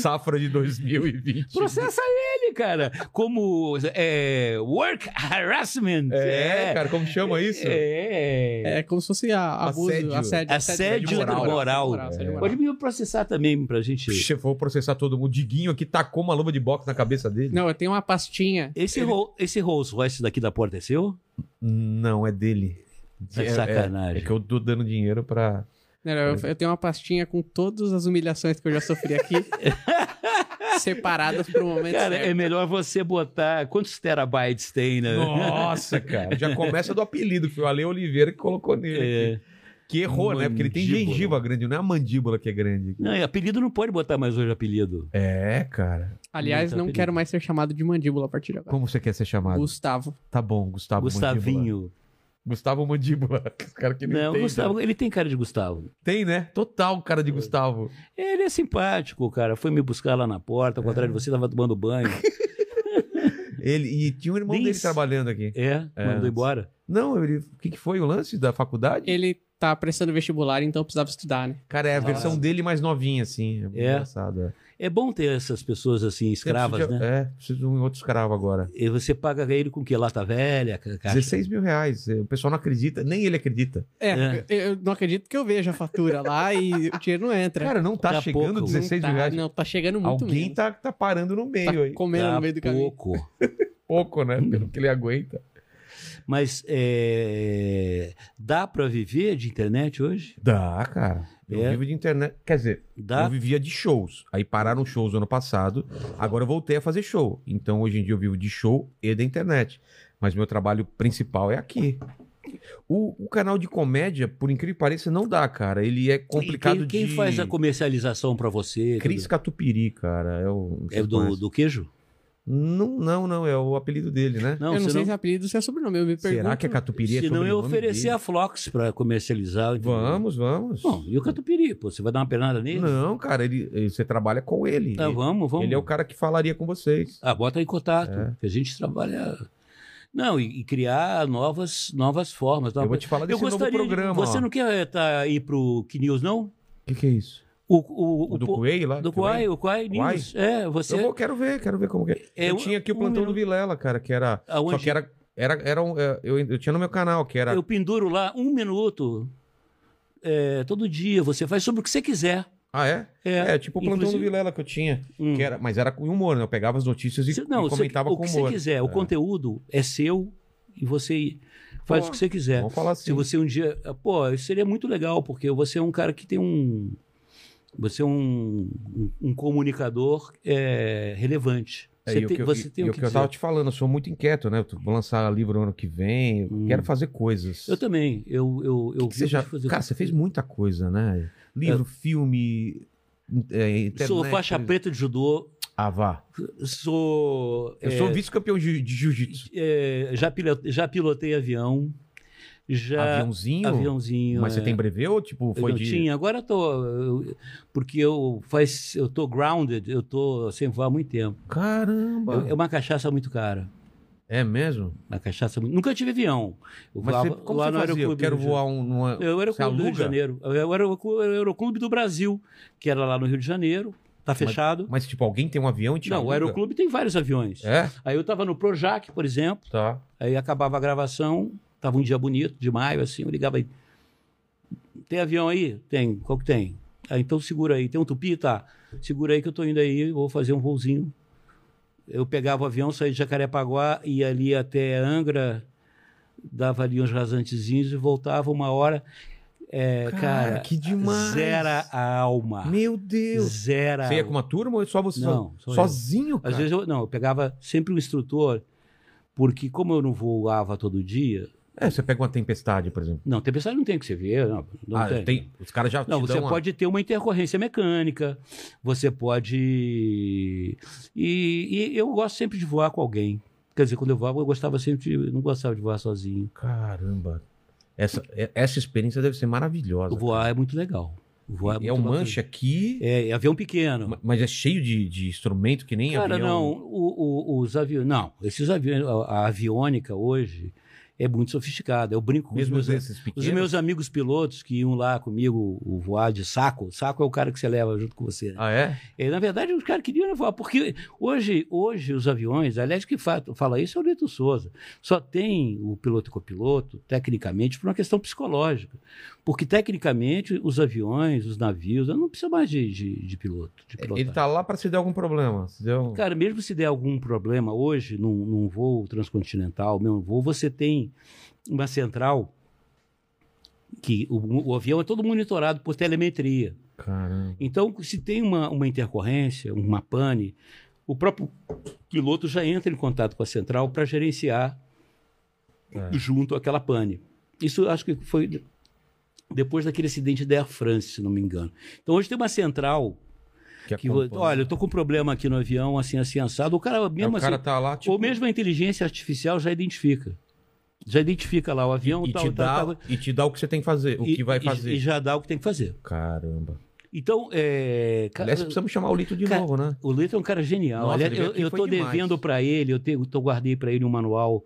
S3: safra de 2020.
S1: Processa ele, cara. Como é, work harassment.
S3: É, cara, como chama isso?
S1: É.
S4: É como se fosse
S3: (laughs)
S4: a, abuso,
S3: Assédio.
S4: assédio.
S1: Assédio
S3: moral. É.
S4: assédio moral.
S1: Pode me processar também pra gente.
S3: Puxa, vou processar todo mundo. O Diguinho aqui tacou uma luva de boxe na cabeça dele.
S4: Não, eu tenho uma pastinha.
S1: Esse, Ro- esse Rolls Royce daqui da porta é seu?
S3: Não, é dele.
S1: Tá de sacanagem.
S3: É que eu tô dando dinheiro pra.
S4: Não, não, né, Eu, eu tenho uma pastinha com todas as humilhações que eu já
S1: (laughs)
S4: sofri aqui. separadas por um momento
S1: Cara,
S4: certo.
S1: é melhor você botar. Quantos terabytes tem, né?
S3: (laughs) Nossa, cara. Já começa do apelido, que o Ale Oliveira que colocou nele.
S1: É.
S3: aqui. Que errou, né? Porque ele tem
S1: Mandíbula.
S3: gengiva grande, não é a mandíbula que é grande.
S1: Não, e apelido não pode botar mais hoje apelido.
S3: É, cara.
S4: Aliás,
S1: Muito
S4: não
S1: apelido.
S4: quero mais ser chamado de mandíbula a partir de agora.
S3: Como você quer ser chamado?
S4: Gustavo.
S3: Tá bom, Gustavo Mandíbula.
S1: Gustavinho.
S3: Gustavo Mandíbula. (laughs) Os caras que
S1: Não,
S3: entendem.
S1: Gustavo, ele tem cara de Gustavo.
S3: Tem, né? Total cara de Gustavo.
S1: Ele é simpático, cara. Foi me buscar lá na
S3: É.
S1: porta, ao contrário de você, tava tomando
S3: (laughs)
S1: banho.
S3: Ele, e tinha um irmão
S1: Diz.
S3: dele trabalhando aqui.
S1: É,
S3: É.
S1: mandou embora.
S3: Não, ele, o que, que foi o lance da faculdade?
S4: Ele tá prestando vestibular, então precisava estudar, né?
S3: Cara, é a
S1: Nossa.
S3: versão dele mais novinha, assim. É, muito
S1: Ah. É.
S3: engraçado. É.
S1: É bom ter essas pessoas assim, escravas,
S3: Preciso de-
S1: né?
S3: É, preciso de um outro escravo agora.
S1: E você paga ele com que? Lata velha, ca- caixa.
S3: 16 mil reais. é, O pessoal não acredita, nem ele acredita.
S4: É,
S1: É.
S4: Eu, eu não acredito que eu veja a fatura lá e o dinheiro não entra.
S3: Cara, não tá
S1: Daqui a
S3: chegando
S1: pouco.
S3: 16
S4: não
S3: mil reais.
S4: Não, tá chegando muito
S3: Alguém
S4: menos.
S3: tá, tá parando no
S4: Tá
S3: meio aí.
S4: comendo
S1: Tá Hum.
S4: no meio do caminho.
S1: pouco.
S3: Pouco, né? Pelo que ele aguenta.
S1: Mas é, dá para viver de internet hoje?
S3: Dá, cara. Eu
S1: É.
S3: vivo de internet. Quer dizer, eu
S1: Dá?
S3: vivia de shows. Aí pararam os shows ano passado. Agora eu voltei a fazer show. Então hoje em dia eu vivo de show e da internet. Mas meu trabalho principal é aqui. O, o canal de comédia, por incrível que pareça, não dá, cara. Ele é complicado
S1: E quem, quem
S3: de...
S1: faz a comercialização para você?
S3: Cris Catupiry, cara. É, o,
S1: É do, do queijo?
S3: Não, não, não. É o apelido dele, né?
S4: eu não
S1: se
S4: sei se é apelido ou se é sobrenome. Eu me pergunto.
S3: Será que é Catupiry? É
S1: Se não, eu
S3: sobrenome
S1: oferecer
S3: dele?
S1: a Flox para comercializar. entendeu?
S3: Vamos, vamos.
S1: Bom, e o Catupiry? Pô, você vai dar uma pernada nele?
S3: Não, cara, ele, ele- você trabalha com ele.
S1: Tá,
S3: ele,
S1: vamos, vamos.
S3: ele é o cara que falaria com vocês.
S1: Ah, bota em contato,
S3: É.
S1: que a gente trabalha... Não, e, e criar novas, novas formas.
S3: eu
S1: novas-
S3: vou te falar desse novo
S1: gostaria de-
S3: programa.
S1: Você
S3: ó.
S1: não quer estar aí pro Que News, não?
S3: O que, que é isso?
S1: O, o,
S3: O do
S1: po-
S3: Coelho lá?
S1: Do
S3: que eu lembro?
S1: Quai, o Quai
S3: Quai?
S1: News. É, você...
S3: Eu vou, quero ver, quero ver como que é.
S1: É,
S3: eu
S1: um-
S3: tinha aqui o
S1: um
S3: plantão
S1: minuto.
S3: do Vilela, cara, que era. Só
S1: aonde-
S3: que era. era, era um, é, eu, eu tinha no meu canal, que era.
S1: Eu penduro lá um minuto é, todo dia. Você faz sobre o que você quiser.
S3: Ah, é? É, tipo o plantão
S1: inclusive-
S3: do Vilela que eu tinha.
S1: Hum.
S3: Que era, mas era com humor, né? Eu pegava as notícias e,
S1: Você-
S3: e
S1: você-
S3: comentava
S1: o
S3: com
S1: que
S3: humor.
S1: você quiser. O
S3: É.
S1: conteúdo é seu e você faz
S3: Pô,
S1: o que você quiser.
S3: Vamos falar
S1: Se
S3: assim.
S1: você um dia. Pô, isso seria muito legal, porque você é um cara que tem um. Você é um, um- um comunicador é, relevante.
S3: É,
S1: Você
S3: e o
S1: tem,
S3: que eu-
S1: você
S3: e-
S1: tem
S3: e
S1: o
S3: o
S1: que
S3: que eu
S1: dizer.
S3: tava te falando, eu sou muito inquieto, né? Eu vou lançar livro ano que vem, eu
S1: Hum.
S3: quero fazer coisas.
S1: Eu também. Eu, eu, eu
S3: que você
S1: gosto
S3: já...
S1: de fazer- É.
S3: Cara, você fez muita coisa, né? Livro, filme, in- é, internet.
S1: Sou faixa preta de judô.
S3: Ah, vá.
S1: Sou.
S3: Eu
S1: é,
S3: sou um vice-campeão de, de jiu-jitsu.
S1: É, já, pilo- já pilotei avião. Já.
S3: Aviãozinho?
S1: Aviãozinho.
S3: Mas
S1: é.
S3: você tem brevê tipo
S1: Eu
S3: foi
S1: não
S3: de...
S1: tinha, agora eu tô. eu- porque eu faz. Eu tô grounded, eu tô sem voar há muito tempo.
S3: Caramba!
S1: Eu- é uma cachaça muito cara.
S3: É mesmo?
S1: Uma cachaça muito- Nunca tive avião. Eu
S3: Mas
S1: voava
S3: você, como você
S1: no
S3: fazia? Eu
S1: Aeroclube
S3: quero
S1: do Rio de
S3: voar um... Numa...
S1: Janeiro. Eu era o
S3: Você
S1: Clube do Rio de
S3: aluga?
S1: Janeiro. Eu era o Aeroclube do Brasil, que era lá no Rio de Janeiro. Tá fechado.
S3: Mas tipo, alguém tem um avião e te
S1: não, o
S3: aluga?
S1: Aeroclube tem vários aviões.
S3: É?
S1: Aí eu tava no Projac, por exemplo.
S3: Tá.
S1: Aí acabava a gravação, tava um dia bonito, de maio, assim, eu ligava aí. Tem avião aí? Tem. Qual que tem? Ah, então segura aí. Tem um tupi? Tá. Segura aí que eu tô indo aí, vou fazer um voozinho. Eu pegava o avião, saía de Jacarepaguá, ia ali até Angra, dava ali uns rasantezinhos e voltava uma hora. É, cara,
S3: que demais!
S1: zera a alma.
S3: Meu Deus!
S1: Zera.
S3: Você
S1: a
S3: ia com uma turma ou é só você?
S1: Ah. Não, sou eu.
S3: sozinho, cara?
S1: às vezes eu não, eu pegava sempre um instrutor, porque como eu não voava todo dia,
S3: É, você pega uma tempestade, por exemplo.
S1: não, tempestade não tem que você ver, não, não
S3: ah,
S1: tem.
S3: tem. Os caras já
S1: Não,
S3: te
S1: você
S3: dão uma-
S1: pode ter uma intercorrência mecânica, você pode e, e eu gosto sempre de voar com alguém. Quer dizer, quando eu voava, eu gostava sempre, de, não gostava de voar sozinho.
S3: Caramba. Essa, é- essa experiência deve ser maravilhosa.
S1: O voar é muito legal. O voar é,
S3: é
S1: muito
S3: um
S1: bacana.
S3: manche aqui,
S1: É, é avião pequeno.
S3: ma- mas é cheio de, de instrumento que nem
S1: Cara,
S3: avião.
S1: não, o- o- os aviões. Não, esses aviões, a, a aviônica hoje é muito sofisticada. Eu brinco com os
S3: Mesmo
S1: meus,
S3: esses pequenos.
S1: os meus amigos pilotos que iam lá comigo o voar de saco. Saco é o cara que você leva junto com você. né?
S3: Ah, é?
S1: É, na verdade, os caras queriam voar, porque hoje, hoje os aviões, aliás, que fa- fala isso é o Lito Souza, só tem o piloto e copiloto, tecnicamente, por uma questão psicológica. Porque, tecnicamente, os aviões, os navios, não precisa mais de, de, de piloto. De
S3: Ele
S1: pilotagem.
S3: tá lá pra se der algum problema. Se der um-
S1: Cara, mesmo se der algum problema hoje num, num voo transcontinental, mesmo voo, você tem uma central que o, o avião é todo monitorado por telemetria.
S3: Caramba.
S1: Então, se tem uma, uma intercorrência, uma pane, o próprio piloto já entra em contato com a central para gerenciar
S3: É.
S1: junto aquela pane. Isso acho que foi depois daquele acidente da Air France, se não me engano. Então, hoje tem uma central
S3: É
S1: que, vo-
S3: acompanha.
S1: olha, eu tô com um problema aqui no avião, assim, assim, assado. O cara,
S3: Aí
S1: mesmo
S3: né? o cara
S1: assim,
S3: tá lá, tipo,
S1: ou mesmo a inteligência artificial já identifica. Já identifica lá o avião,
S3: e,
S1: tal,
S3: te
S1: tal,
S3: dá,
S1: tal,
S3: e te dá o que você tem que fazer, o
S1: e-
S3: que vai
S1: e-
S3: fazer.
S1: E, já dá o que tem que fazer.
S3: Caramba.
S1: Então, é. ca-
S3: Aliás, precisamos chamar o Lito de
S1: Cara,
S3: novo, né?
S1: O Lito é um cara genial.
S3: Nossa,
S1: Aliás,
S3: ele veio
S1: eu,
S3: aqui,
S1: eu
S3: foi
S1: tô
S3: demais.
S1: devendo para ele, eu, te, eu tô- guardei para ele um manual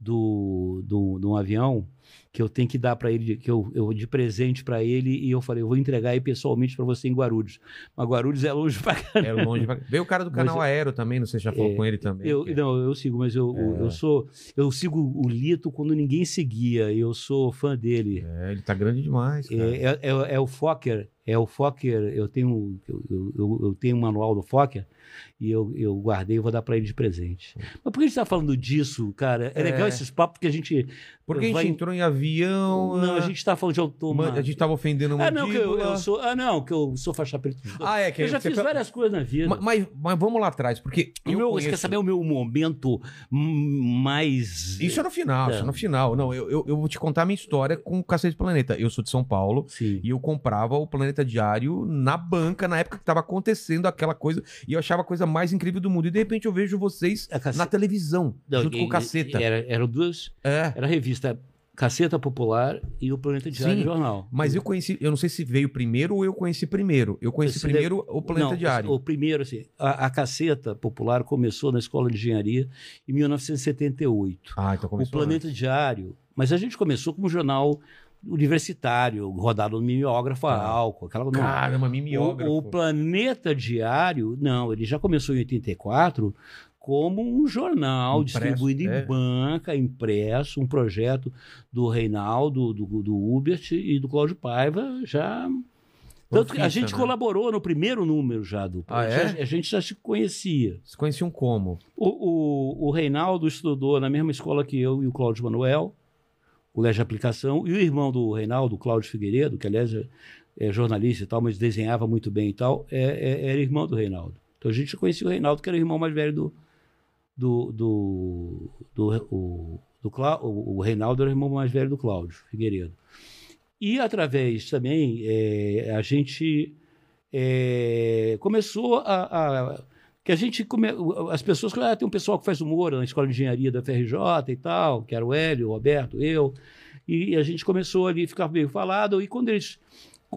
S1: do, do, de um avião que eu tenho que dar para ele, que eu, eu de presente para ele, e eu falei, eu vou entregar aí pessoalmente para você em Guarulhos. Mas Guarulhos é longe pra
S3: É longe. pra- Veio o cara do canal
S1: Mas
S3: Aero também, não sei se já falou
S1: É,
S3: com ele também.
S1: Eu,
S3: que é-
S1: Não, eu sigo, mas eu, eu sou. Eu sigo o Lito quando ninguém seguia. e Eu sou fã dele.
S3: É, ele tá grande demais,
S1: É,
S3: cara.
S1: é- é- é o Fokker. É o Fokker. Eu tenho, um, eu, eu- eu- eu tenho um manual do Fokker e eu, eu guardei e vou dar para ele de presente. Mas por que a gente está falando disso, cara? É,
S3: É.
S1: legal esses papos porque a gente.
S3: Porque a gente
S1: vai-
S3: entrou em avião.
S1: Não, a
S3: ah,
S1: gente está falando de
S3: man-
S1: automóvel.
S3: A gente tava ofendendo
S1: Ah, não, que eu,
S3: mandíbula.
S1: eu sou. Ah, não, que eu sou faixa preta.
S3: Ah, é que
S1: eu já
S3: você
S1: fiz
S3: fala-
S1: várias coisas na vida.
S3: Ma- Mas, mas vamos lá atrás, porque.
S1: O
S3: eu
S1: meu- Você
S3: conheço-
S1: quer saber o meu momento hum, mais.
S3: Isso é no final, isso é no final. Não, eu, eu, eu vou te contar a minha história com o Cacete Planeta. Eu sou de São Paulo
S1: Sim.
S3: e eu comprava o Planeta Diário na banca, na época que tava acontecendo aquela coisa, e eu achava a coisa mais incrível do mundo. E de repente eu vejo vocês
S1: A Cace-
S3: na televisão,
S1: Não,
S3: junto
S1: e-
S3: com o
S1: e-
S3: Caceta.
S1: Era, eram duas.
S3: É.
S1: Era a revista Caceta Popular e o Planeta Diário
S3: Sim,
S1: e Jornal.
S3: Mas eu conheci, eu não sei se veio primeiro ou eu conheci primeiro. Eu conheci
S1: Esse
S3: primeiro o Planeta
S1: né? Não,
S3: Diário.
S1: O primeiro, assim, a, a Caceta Popular começou na Escola de Engenharia em 1978.
S3: Ah, então
S1: o Planeta Diário. Mas a gente começou como jornal universitário, rodado no mimeógrafo a
S3: Tá.
S1: álcool, aquela não,
S3: antes. Caramba,
S1: O, o
S3: mimeógrafo.
S1: Planeta Diário, não, ele já começou em 84 como um jornal
S3: Impresso,
S1: distribuído em
S3: é.
S1: banca, impresso, um projeto do Reinaldo, do, do Hubert e do Cláudio Paiva, já... Tanto que a
S3: Profissa,
S1: gente
S3: né?
S1: colaborou no primeiro número já do...
S3: Ah, é?
S1: já- a gente já se conhecia.
S3: Vocês conheciam como?
S1: O, o, o Reinaldo estudou na mesma escola que eu e o Cláudio Manuel, colégio de aplicação, e o irmão do Reinaldo, o Cláudio Figueiredo, que aliás é, é jornalista e tal, mas desenhava muito bem e tal, é, é- era irmão do Reinaldo. Então a gente conhecia o Reinaldo, que era o irmão mais velho do. do, do, do- o, do Clá- o, o Reinaldo era o irmão mais velho do Cláudio Figueiredo. E através também, é, a gente é, começou a, a- que a gente come- as pessoas ah, tem um pessoal que faz humor na escola de engenharia da FRJ e tal que era o Hélio, o Roberto, eu e a gente começou ali a ficar meio falado e quando eles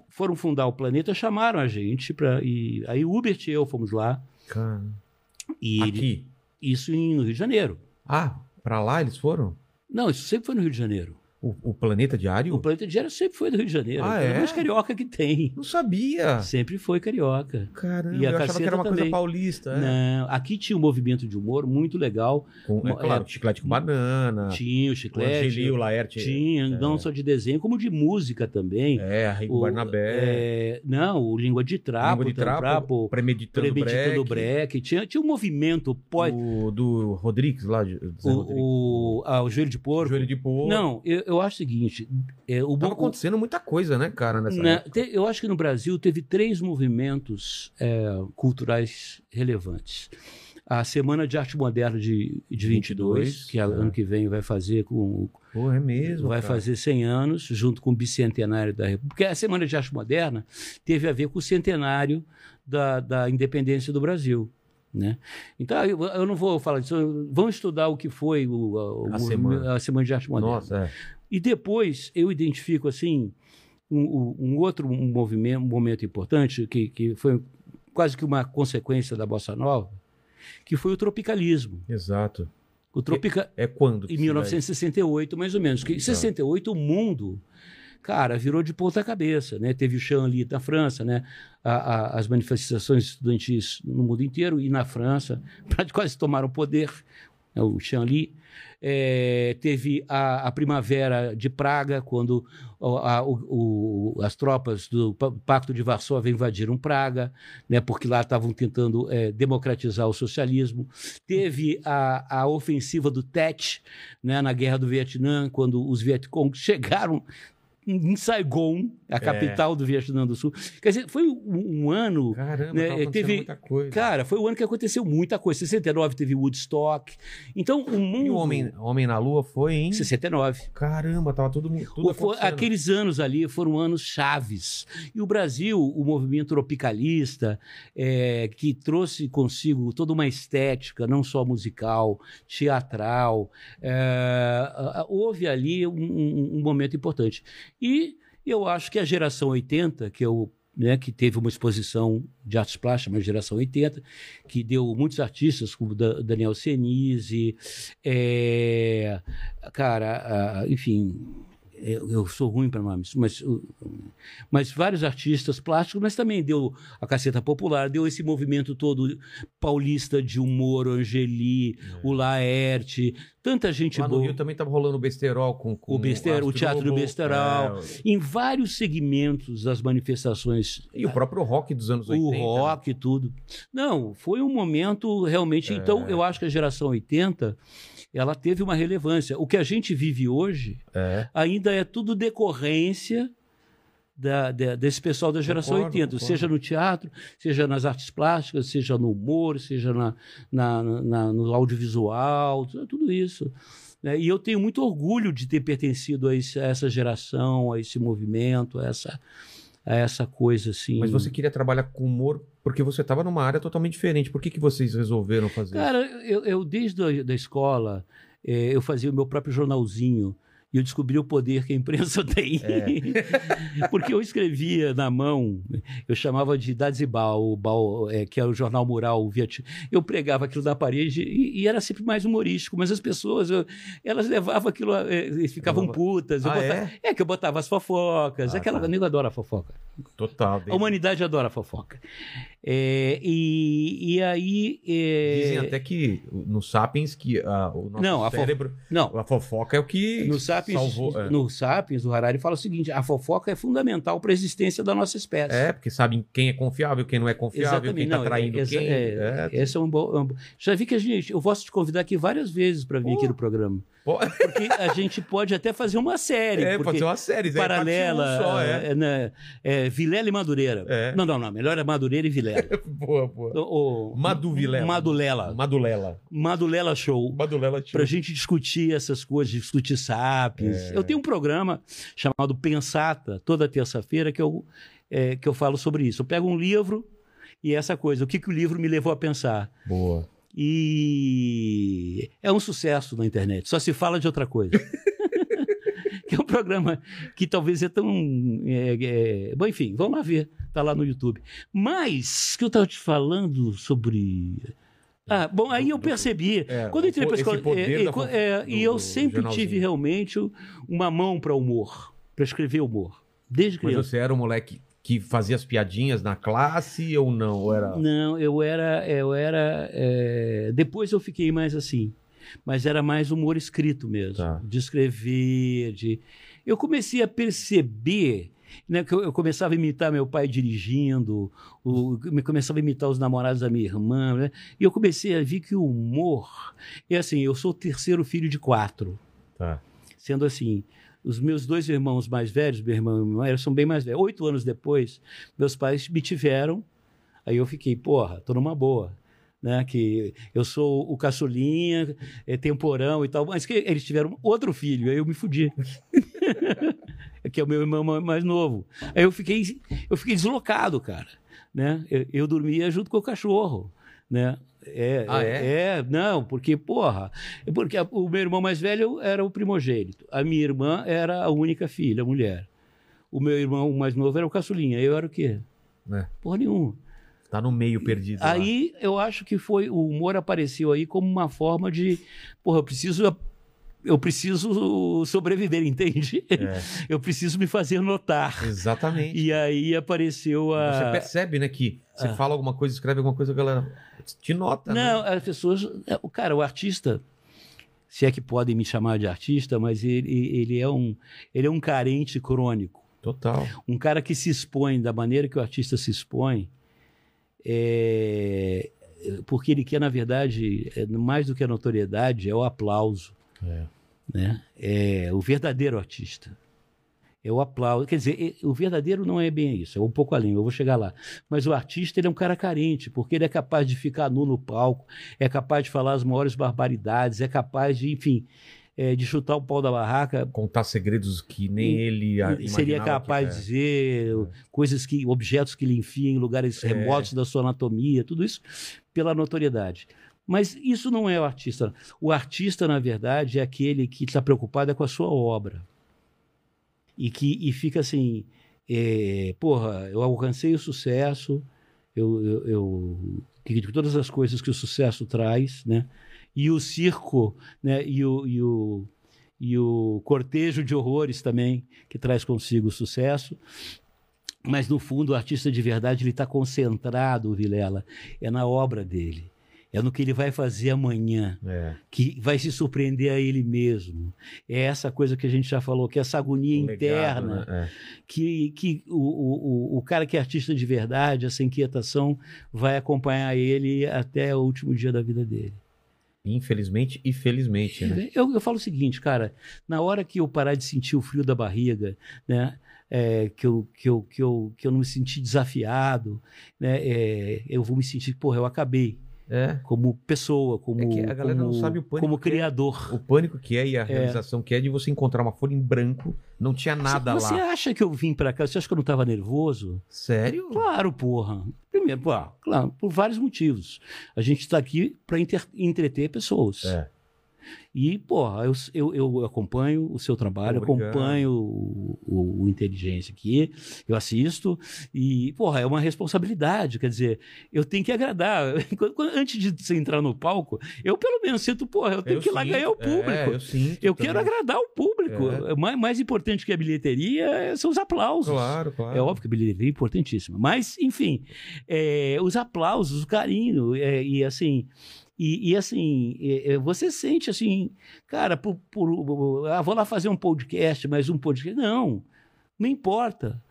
S1: foram fundar o planeta chamaram a gente para e aí o Hubert e eu fomos lá
S3: Cara.
S1: e ele-
S3: Aqui.
S1: isso em- no Rio de Janeiro
S3: Ah, pra lá eles foram?
S1: não isso sempre foi no Rio de Janeiro
S3: O, o Planeta Diário?
S1: o planeta Diário sempre foi do Rio de Janeiro
S3: Ah,
S1: é
S3: é? Ah.
S1: o mais carioca que tem
S3: Não sabia.
S1: sempre foi carioca
S3: Caramba,
S1: E a
S3: eu achava que
S1: caceta
S3: era uma coisa
S1: também.
S3: paulista. é.
S1: Não, aqui tinha um movimento de humor muito legal
S3: Com, é claro, chiclete com banana,
S1: tinha o
S3: com
S1: chiclete
S3: Angelio, Laerte.
S1: Tinha, não só de desenho, como de música também.
S3: É, Rico
S1: O-
S3: Barnabé.
S1: é, não, o Língua de Trapo,
S3: Língua de
S1: tem o
S3: Trapo,
S1: Trapo,
S3: Premeditando,
S1: Premeditando Breck. Tinha, tinha um movimento pós.
S3: O, do Rodrigues lá, de- do Zé Rodrigues.
S1: O, o, ah, o Joelho de Porco.
S3: é, Joelho de Porco.
S1: Não, eu, eu acho o seguinte: é, o
S3: Tava
S1: bom.
S3: acontecendo muita coisa, né, cara, nessa
S1: na-
S3: época.
S1: te- eu acho que no Brasil teve três movimentos é, culturais relevantes. A Semana de Arte Moderna de, de 22,
S3: 22,
S1: que a-
S3: é.
S1: ano que vem vai fazer com,
S3: Pô, é mesmo,
S1: Vai
S3: cara.
S1: fazer 100 anos, junto com o bicentenário da República. Porque a Semana de Arte Moderna teve a ver com o centenário da, da independência do Brasil. Né? Então, eu, eu não vou falar disso. Vamos estudar o que foi o- o-
S3: A
S1: o-
S3: Semana.
S1: a Semana de Arte Moderna.
S3: Nossa, é.
S1: E depois eu identifico assim um- um, um outro movimento, um momento importante que, que foi quase que uma consequência da Bossa Nova, que foi o tropicalismo.
S3: Exato.
S1: O tropica...
S3: É quando? que Tá.
S1: Em
S3: isso
S1: 1968, mais ou menos. Que Em
S3: Exato.
S1: 68, o mundo, cara, virou de ponta cabeça, né? Teve o Chanli na França, né? A- a- as manifestações estudantis no mundo inteiro e na França, (laughs) pra- quase tomaram o poder, né? o Chanli. É, teve a, a Primavera de Praga, quando o- a- o- o- as tropas do Pa- Pacto de Varsóvia invadiram Praga, né? porque lá estavam tentando é, democratizar o socialismo. Teve a, a ofensiva do Tet, né, na Guerra do Vietnã, quando os Vietcong (laughs) chegaram em Saigon, a
S3: É.
S1: capital do Vietnã do Sul. Quer dizer, foi um, um ano.
S3: daí? Caramba,
S1: né,
S3: tava acontecendo
S1: teve-
S3: muita coisa.
S1: Cara, foi o ano que aconteceu muita coisa. 69 teve Woodstock. Então, o mundo.
S3: E o Homem, Homem na Lua foi em...
S1: 69.
S3: Caramba, tava todo mundo. Tudo
S1: O- foi-
S3: acontecendo.
S1: aqueles anos ali foram anos chaves. E o Brasil, o movimento tropicalista, é, que trouxe consigo toda uma estética, não só musical, teatral, é, a- a- houve ali um, um- um momento importante. E eu acho que a geração 80, que eu né, que teve uma exposição de artes plásticas, uma geração 80, que deu muitos artistas, como Da- Daniel Senise, é, cara, ah, enfim, eu, eu sou ruim para nomes, mas, o- mas vários artistas plásticos, mas também deu a Caceta Popular, deu esse movimento todo paulista de humor, o Angeli, o Laerte, tanta gente
S3: É. Lá no
S1: boa.
S3: Rio tá também tava rolando o besterol com, com
S1: Tipo, O bester- o
S3: Astro
S1: teatro do
S3: Globo.
S1: besterol.
S3: É,
S1: Em vários segmentos das manifestações.
S3: e o próprio rock dos anos 80.
S1: O
S3: né?
S1: rock e tudo. Não, foi um momento
S3: É.
S1: realmente. Então, eu acho que a geração 80 ela teve uma relevância. O que a gente vive hoje
S3: É.
S1: ainda é tudo decorrência da- da- desse pessoal da geração
S3: Concordo,
S1: 80,
S3: concordo.
S1: seja no teatro, seja nas artes plásticas, seja no humor, seja na- na- na- no audiovisual, tu- tudo isso. né? E eu tenho muito orgulho de ter pertencido a, esse- a essa geração, a esse movimento, a essa, a essa coisa assim.
S3: Mas você queria trabalhar com humor porque você tava numa área totalmente diferente. Por que, que vocês resolveram fazer
S1: Cara, eu, eu desde a da escola, eh, eu fazia o meu próprio jornalzinho. E eu descobri o poder que a imprensa (laughs) tem. (laughs)
S3: É.
S1: Porque eu escrevia na mão, eu chamava de Dazibal, Bal, eh, que era o jornal mural vietnã. Eu pregava aquilo na parede e, e era sempre mais humorístico. Mas as pessoas, eu- elas levavam aquilo, a- eh, e ficavam
S3: Levava-
S1: putas.
S3: isso?
S1: Eu
S3: Ah,
S1: botava-
S3: é?
S1: é? que eu botava as fofocas.
S3: Ah,
S1: aquela
S3: tá.
S1: nego adora fofoca.
S3: Total.
S1: A humanidade adora fofoca. Eh, e, e aí. eh,
S3: Dizem até que no Sapiens que ah, o nosso
S1: Não, a fo-
S3: cérebro,
S1: Não,
S3: a fofoca é o que
S1: No Sapiens,
S3: salvou. É.
S1: no Sapiens, o Harari fala o seguinte: a fofoca é fundamental para a existência da nossa espécie.
S3: É, porque sabem quem é confiável, quem não é confiável, quem tá
S1: não,
S3: traindo
S1: é, essa-
S3: quem.
S1: é,
S3: É.
S1: Esse é um bom. é um bom- Já vi que a gente. Eu posso te convidar aqui várias vezes para vir aqui no programa.
S3: Pô. (laughs)
S1: Porque a gente pode até fazer uma série.
S3: É, pode
S1: porque
S3: ser uma série, né?
S1: paralela.
S3: Parte um só, é.
S1: é, né, é, Vilela e Madureira.
S3: É.
S1: Não, não, não. Melhor é Madureira e
S3: (laughs)
S1: Vilela.
S3: Boa, boa.
S1: Ou- ou-
S3: Maduvilela.
S1: Madulela.
S3: Madulela.
S1: Madulela Show. para
S3: Madulela tinha. um
S1: a gente discutir essas coisas, discutir sapiens. Eu tenho um programa chamado Pensata, toda terça-feira, que, eu, eh, que eu falo sobre isso. Eu pego um livro e essa coisa, o que, que o livro me levou a pensar.
S3: Boa.
S1: E é um sucesso na internet, só se fala de outra coisa. (laughs) que é um programa que talvez é tão. eh, eh, Bom, enfim, vamos lá ver, tá lá no YouTube. Mas, que eu estava te falando sobre. Ah, bom, aí eu percebi.
S3: É,
S1: Quando eu entrei para
S3: esse
S1: escola.
S3: poder
S1: é, é,
S3: da
S1: co-
S3: fo-
S1: é,
S3: do-
S1: e eu
S3: do
S1: sempre tive
S3: jornalzinho.
S1: realmente uma mão para humor, para escrever humor, desde
S3: Mas
S1: criança.
S3: você era um moleque que fazia as piadinhas na classe ou não? Ou Era...
S1: Não, eu era. Eu era é, Depois eu fiquei mais assim. Mas era mais humor escrito mesmo.
S3: Tá.
S1: De escrever, de. Eu comecei a perceber. Né, que eu, eu começava a imitar meu pai dirigindo, o, eu começava a imitar os namorados da minha irmã, né? e eu comecei a ver que o humor. É assim, eu sou o terceiro filho de quatro.
S3: Tá.
S1: Sendo assim, os meus dois irmãos mais velhos, meu irmão e minha irmã, eles são bem mais velhos. Oito anos depois, meus pais me tiveram. Aí eu fiquei, porra, tô numa boa. Né, que eu sou o caçulinha, é temporão e tal, mas que eles tiveram outro filho, aí eu me fudi. (laughs) que é o meu irmão ma- mais novo. Aí eu fiquei, eu fiquei deslocado, cara. Né? Eu, eu dormia junto com o cachorro. Né? É,
S3: Ah, é?
S1: é, não, porque, porra, é Porque a- o meu irmão mais velho era o primogênito. A minha irmã era a única filha, mulher. O meu irmão mais novo era o caçulinha. Eu era o quê?
S3: É.
S1: Porra nenhuma.
S3: Tá no meio perdido. lá.
S1: Aí eu acho que foi o humor apareceu aí como uma forma de, porra, eu preciso eu preciso sobreviver, (laughs) entende?
S3: É,
S1: Eu preciso me fazer notar.
S3: exatamente.
S1: E aí apareceu
S3: Você
S1: a
S3: percebe, né, que você
S1: Ah.
S3: fala alguma coisa, escreve alguma coisa, a galera te nota, né?
S1: Não, as pessoas. O cara, o artista, se é que podem me chamar de artista, mas ele, ele, é, um, ele é um carente crônico.
S3: Total.
S1: Um cara que se expõe da maneira que o artista se expõe, é, porque ele quer, na verdade, é, mais do que a notoriedade, é o aplauso.
S3: É.
S1: Né? É o verdadeiro artista. É o aplauso. Quer dizer, e- o verdadeiro não é bem isso, é um pouco além, eu vou chegar lá. Mas o artista ele é um cara carente, porque ele é capaz de ficar nu no palco, é capaz de falar as maiores barbaridades, é capaz de, enfim, é, de chutar o pau da barraca
S3: Contar segredos que nem
S1: E-
S3: ele a-
S1: e seria
S3: imaginava
S1: capaz de
S3: que, é.
S1: dizer coisas que objetos que ele enfia em lugares
S3: É.
S1: remotos da sua anatomia, tudo isso pela notoriedade. Mas isso não é o artista. O artista, na verdade, é aquele que está preocupado é com a sua obra e que e fica assim, é, porra, eu alcancei o sucesso, eu, eu, eu que de todas as coisas que o sucesso traz, né? E o circo, né? E o, e o e o Cortejo de Horrores também, que traz consigo o sucesso. Mas, no fundo, o artista de verdade ele está concentrado, o Vilela, é na obra dele. É no que ele vai fazer amanhã,
S3: É.
S1: que vai se surpreender a ele mesmo. É essa coisa que a gente já falou, que é essa agonia
S3: Um legado,
S1: interna
S3: né?
S1: que, que o, o, o- o cara que é artista de verdade, essa inquietação, vai acompanhar ele até o último dia da vida dele.
S3: É. Infelizmente e felizmente, né?
S1: Eu, eu falo o seguinte, cara, na hora que eu parar de sentir o frio da barriga, né? é, que, eu, que, eu, que, eu, que eu não me senti desafiado, né? é, eu vou me sentir, porra, eu acabei.
S3: É.
S1: Como pessoa, como.
S3: É que a galera não
S1: como-
S3: sabe o pânico
S1: Como
S3: que é.
S1: criador.
S3: O pânico que é e a realização que é de você encontrar uma folha em branco, não tinha nada
S1: você,
S3: lá.
S1: Você acha que eu vim pra cá? Você acha que eu não tava nervoso?
S3: Sério?
S1: Claro, porra. Primeiro, pô, claro, por vários motivos. A gente está aqui para entreter pessoas.
S3: É.
S1: E, porra, eu, eu, eu acompanho o seu trabalho,
S3: Obrigado.
S1: acompanho o, o- o Inteligência aqui, eu assisto. E, porra, é uma responsabilidade. Quer dizer, eu tenho que agradar. (laughs) Quando- quando- Antes de você entrar no palco, eu pelo menos sinto, porra, eu tenho que ir lá
S3: sinto,
S1: ganhar o público.
S3: é, eu sinto.
S1: eu quero
S3: também.
S1: agradar o público.
S3: É.
S1: Mais, mais importante que a bilheteria é- são os aplausos.
S3: Claro, claro.
S1: É óbvio que a bilheteria é importantíssima. Mas, enfim, é, os aplausos, o carinho, é, e assim. E, e, assim, é, é, você sente assim, cara, por, por- ah, vou lá fazer um podcast, mas um podcast. Não, não importa.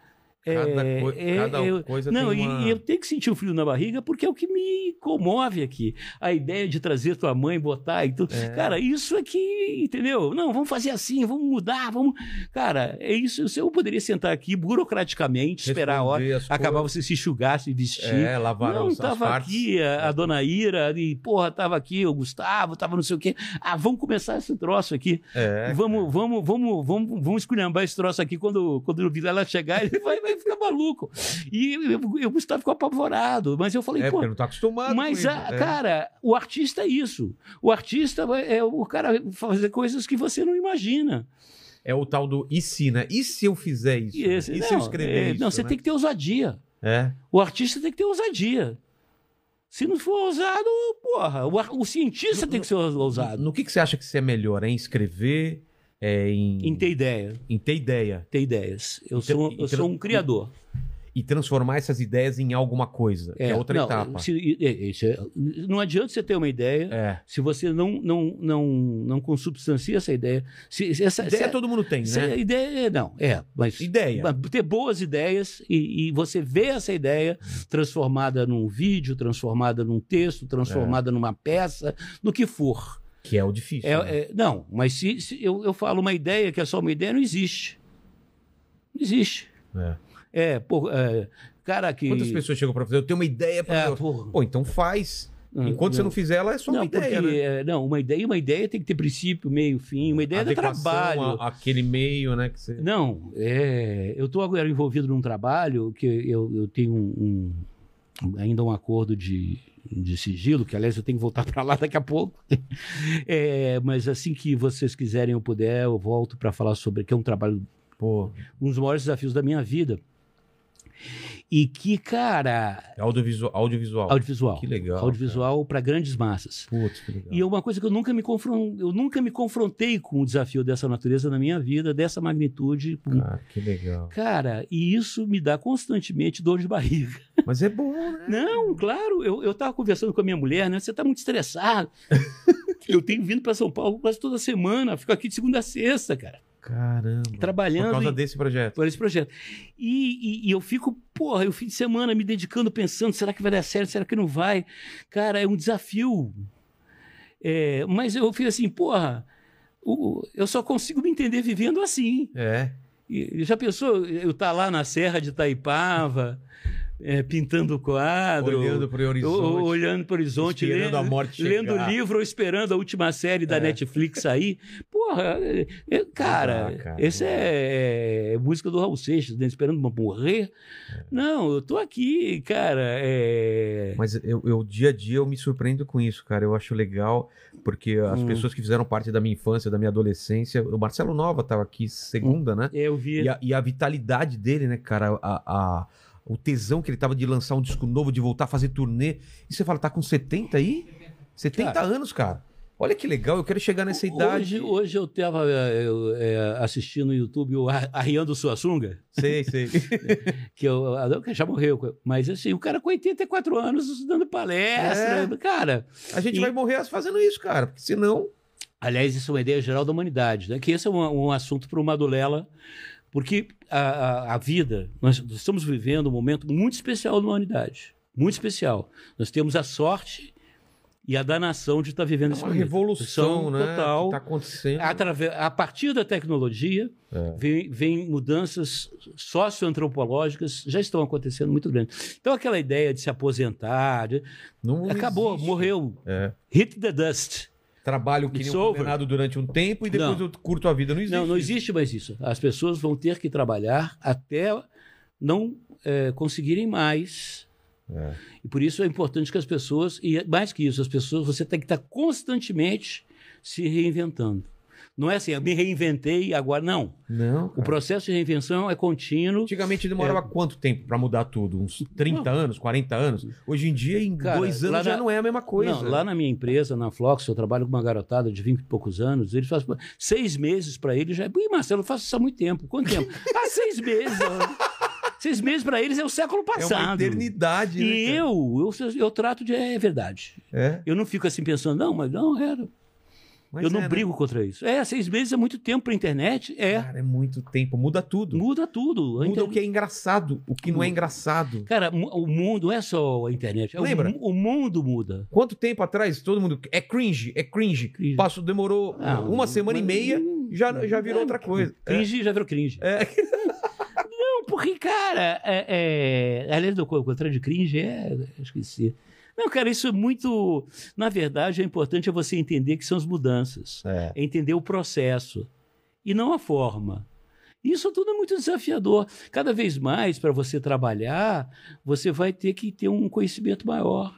S1: É,
S3: Cada, coi-
S1: é,
S3: cada um.
S1: eu-
S3: coisa
S1: não,
S3: tem
S1: e-
S3: uma...
S1: e eu tenho que sentir o frio na barriga porque é o que me comove aqui. A ideia de trazer tua mãe, botar e tudo.
S3: É.
S1: Cara, isso aqui, entendeu? Não, vamos fazer assim, vamos mudar, vamos. Cara, é isso. Se eu poderia sentar aqui burocraticamente, esperar a hora,
S3: Responder as
S1: acabar
S3: coisas.
S1: você se enxugar, se vestir.
S3: É, lavar
S1: Não,
S3: as, as
S1: tava
S3: partes.
S1: aqui a, a dona Ira, e porra, tava aqui o Gustavo, tava não sei o quê. Ah, vamos começar esse troço aqui.
S3: É,
S1: Vamos, vamos, vamos, vamos, vamos esculhambar esse troço aqui. Quando, quando o Vilela chegar, ele vai, vai ficar maluco. E eu- eu- eu- o Gustavo ficou apavorado. Mas eu falei,
S3: é
S1: pô.
S3: porque não tá acostumado
S1: Mas,
S3: com
S1: a-
S3: isso, é.
S1: cara, o artista é isso. O artista é o cara fazer coisas que você não imagina.
S3: É o tal do e se, né? E se eu fizer isso?
S1: E
S3: né?
S1: esse-
S3: e se eu escrever
S1: é,
S3: isso?
S1: Não, você
S3: né?
S1: tem que ter ousadia.
S3: É,
S1: O artista tem que ter ousadia. Se não for ousado, porra, o, ar- o cientista
S3: No-
S1: tem que ser ousado.
S3: No que, que você acha que você é melhor? É em escrever? É em,
S1: Em ter ideia,
S3: em ter ideia?
S1: ter ideias. Eu,
S3: E tra-
S1: sou,
S3: e
S1: eu
S3: tra-
S1: sou um criador.
S3: E transformar essas ideias em alguma coisa? que É, outra
S1: não,
S3: etapa.
S1: se- e- e- isso é- não adianta você ter uma ideia
S3: É.
S1: se você não, não, não, não consubstancia essa ideia. Se, se essa,
S3: Ideia
S1: se-
S3: todo mundo tem,
S1: se-
S3: né?
S1: ideia, não, é, mas
S3: Ideia.
S1: Mas ter boas ideias e, e você vê essa ideia transformada num vídeo, transformada num texto,
S3: É.
S1: transformada numa peça, no que for.
S3: Que é o difícil.
S1: É-
S3: né?
S1: é- não, mas se, se eu, eu falo uma ideia que é só uma ideia, não existe. Não existe.
S3: É.
S1: É, pô, é, cara que.
S3: Quantas pessoas chegam pra fazer? Eu tenho uma ideia pra.
S1: É,
S3: eu-
S1: pô,
S3: Pô, então faz. Enquanto você não fizer, ela é só
S1: Hum,
S3: uma
S1: Não,
S3: ideia,
S1: porque,
S3: né?
S1: é, não, uma ideia, uma ideia tem que ter princípio, meio, fim, uma ideia é dá
S3: Adequação
S1: trabalho.
S3: a- Aquele meio, né? Que você...
S1: Não, é, eu estou agora envolvido num trabalho que eu, eu tenho um, um- ainda um acordo de, de sigilo, que aliás eu tenho que voltar para lá daqui a pouco. (laughs) É, mas assim que vocês quiserem eu puder, eu volto para falar sobre que é um trabalho
S3: Pô,
S1: um dos maiores desafios da minha vida e que cara
S3: é audiovisual. audiovisual.
S1: audiovisual,
S3: Que legal,
S1: audiovisual para grandes massas.
S3: Putz, que legal.
S1: E é uma coisa que eu nunca me confron... eu nunca me confrontei com um desafio dessa natureza na minha vida, dessa magnitude, com
S3: Ah, que legal.
S1: Cara, e isso me dá constantemente dor de barriga.
S3: Mas é bom, né?
S1: Não, claro, eu, eu tava conversando com a minha mulher, né? Você tá muito estressado. eu tenho vindo para São Paulo quase toda semana, fico aqui de segunda a sexta, cara,
S3: Caramba.
S1: trabalhando
S3: Por causa
S1: e-
S3: desse projeto.
S1: por esse projeto. E, e- e eu fico, porra, eu fim de semana me dedicando, pensando, será que vai dar certo, será que não vai? Cara, é um desafio. É, mas eu fico assim, porra, o- o- eu só consigo me entender vivendo assim.
S3: É.
S1: E- e Já pensou eu estar lá na Serra de Itaipava, eh, pintando o quadro,
S3: Olhando pro horizonte.
S1: o- olhando para o horizonte,
S3: esperando
S1: lendo,
S3: a morte
S1: lendo
S3: chegar.
S1: livro ou esperando a última série da
S3: É.
S1: Netflix sair? Porra, eh, eh, cara,
S3: Não dá, cara,
S1: esse
S3: não dá.
S1: é, é música do Raul Seixas, né? esperando morrer.
S3: É.
S1: Não, eu tô aqui, cara. é-
S3: Mas eu, eu dia a dia eu me surpreendo com isso, cara. Eu acho legal, porque as
S1: Hum.
S3: pessoas que fizeram parte da minha infância, da minha adolescência, o Marcelo Nova tava aqui segunda, né?
S1: Eu vi.
S3: E a, e a vitalidade dele, né, cara? A, a- o tesão que ele tava de lançar um disco novo, de voltar a fazer turnê. E você fala, tá com 70 aí? 70
S1: Cara.
S3: anos, cara. Olha que legal, eu quero chegar nessa idade.
S1: Hoje, hoje eu estava é, assistindo no YouTube o Ar- Arriando Sua Sunga,
S3: Sei, sei.
S1: que eu adoro, que já morreu. Mas assim, o cara com 84 anos dando palestra.
S3: É.
S1: Cara,
S3: A gente
S1: E-
S3: vai morrer fazendo isso, cara, porque senão.
S1: aliás, isso é uma ideia geral da humanidade, né? Que esse é um, um assunto para uma dolela, porque a, a- a vida, nós estamos vivendo um momento muito especial da humanidade. Muito especial. Nós temos a sorte e a danação de estar vivendo
S3: É
S1: esse
S3: uma
S1: momento.
S3: revolução,
S1: São
S3: né?
S1: Total.
S3: Que tá acontecendo.
S1: Atrave- a partir da tecnologia,
S3: É.
S1: vem, vem mudanças socioantropológicas, já estão acontecendo muito grandes. Então, aquela ideia de se aposentar, de-
S3: Não
S1: acabou,
S3: existe.
S1: morreu.
S3: É.
S1: Hit the dust.
S3: Trabalho que
S1: It's
S3: nem um
S1: over.
S3: condenado durante um tempo e depois
S1: Não.
S3: eu curto a vida. Não existe.
S1: Não, não existe mais isso. As pessoas vão ter que trabalhar até não eh, conseguirem mais.
S3: É.
S1: E por isso é importante que as pessoas, e é mais que isso, as pessoas, você tem que estar constantemente se reinventando. Não é assim, eu me reinventei agora. Não.
S3: Não.
S1: O
S3: cara.
S1: processo de reinvenção é contínuo.
S3: Antigamente demorava
S1: É.
S3: quanto tempo pra mudar tudo? Uns 30 anos, 40 anos? Hoje em dia, em
S1: Cara,
S3: dois
S1: lá
S3: anos já
S1: na-
S3: não é a mesma coisa.
S1: Não, lá na minha empresa, na Flox, eu trabalho com uma garotada de 20 e poucos anos, eles fazem pô, seis meses para eles já. é, Ih, Marcelo, eu faço isso há muito tempo. Quanto tempo?
S3: (laughs)
S1: ah, seis meses. ó. seis meses para eles é o século
S3: é
S1: passado.
S3: uma eternidade. né,
S1: E
S3: cara?
S1: eu, eu, eu trato de. É verdade.
S3: É,
S1: Eu não fico assim pensando, não, mas não, era.
S3: mas
S1: eu não
S3: é, né?
S1: brigo contra isso. É, seis meses é muito tempo pra internet. É.
S3: Cara, é muito tempo. Muda tudo.
S1: Muda tudo. A
S3: Muda
S1: internet-
S3: o que é engraçado, o que não é engraçado.
S1: Cara, mu- o mundo não é só a internet. é o
S3: Lembra?
S1: mu- o mundo muda.
S3: Quanto tempo atrás todo mundo. É cringe, é cringe.
S1: Cringe.
S3: Passo, demorou
S1: Ah,
S3: uma semana e
S1: mas-
S3: meia, já, já virou outra coisa. É.
S1: Cringe já virou cringe.
S3: É.
S1: (laughs) Não, porque, cara, é, é, aliás, do contrário de cringe é. eu Esqueci. Não, cara, isso é muito. Na verdade, o importante é você entender que são as mudanças.
S3: É.
S1: É entender o processo e não a forma. Isso tudo é muito desafiador. Cada vez mais, para você trabalhar, você vai ter que ter um conhecimento maior.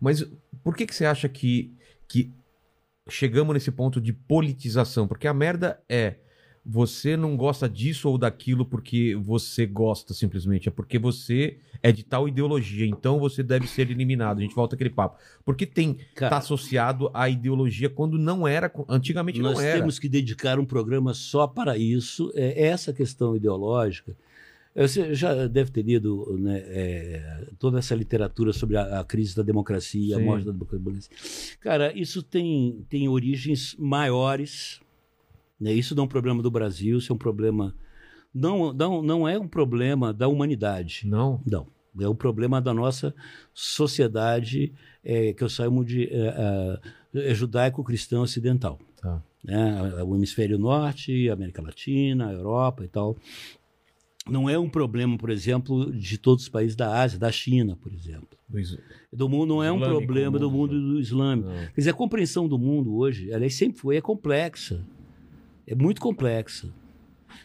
S3: Mas por que, que você acha que, que chegamos nesse ponto de politização? Porque a merda é você não gosta disso ou daquilo porque você gosta simplesmente. É porque você é de tal ideologia, então você deve ser eliminado. A gente volta àquele papo. Porque tem tá
S1: Cara,
S3: associado à ideologia quando não era. Antigamente
S1: Nós
S3: não era.
S1: temos que dedicar um programa só para isso. É, essa questão ideológica. É, Você já deve ter lido né, é, toda essa literatura sobre a, a crise da democracia,
S3: Sim.
S1: a morte da democracia. Cara, isso tem, tem origens maiores. né? Isso não é um problema do Brasil, isso é um problema. Não, não, não é um problema da humanidade.
S3: Não.
S1: Não. É um problema da nossa sociedade, é, que eu saiba de é, é, é judaico-cristã ocidental.
S3: Tá.
S1: Né? O hemisfério norte, América Latina, Europa e tal. Não é um problema, por exemplo, de todos os países da Ásia, da China, por exemplo.
S3: Luiz,
S1: Do mundo não é um
S3: Islâmico,
S1: problema do
S3: mundo,
S1: mundo do islâmico.
S3: não.
S1: Quer dizer, a compreensão do mundo hoje, aliás, sempre foi, é complexa. É muito complexa.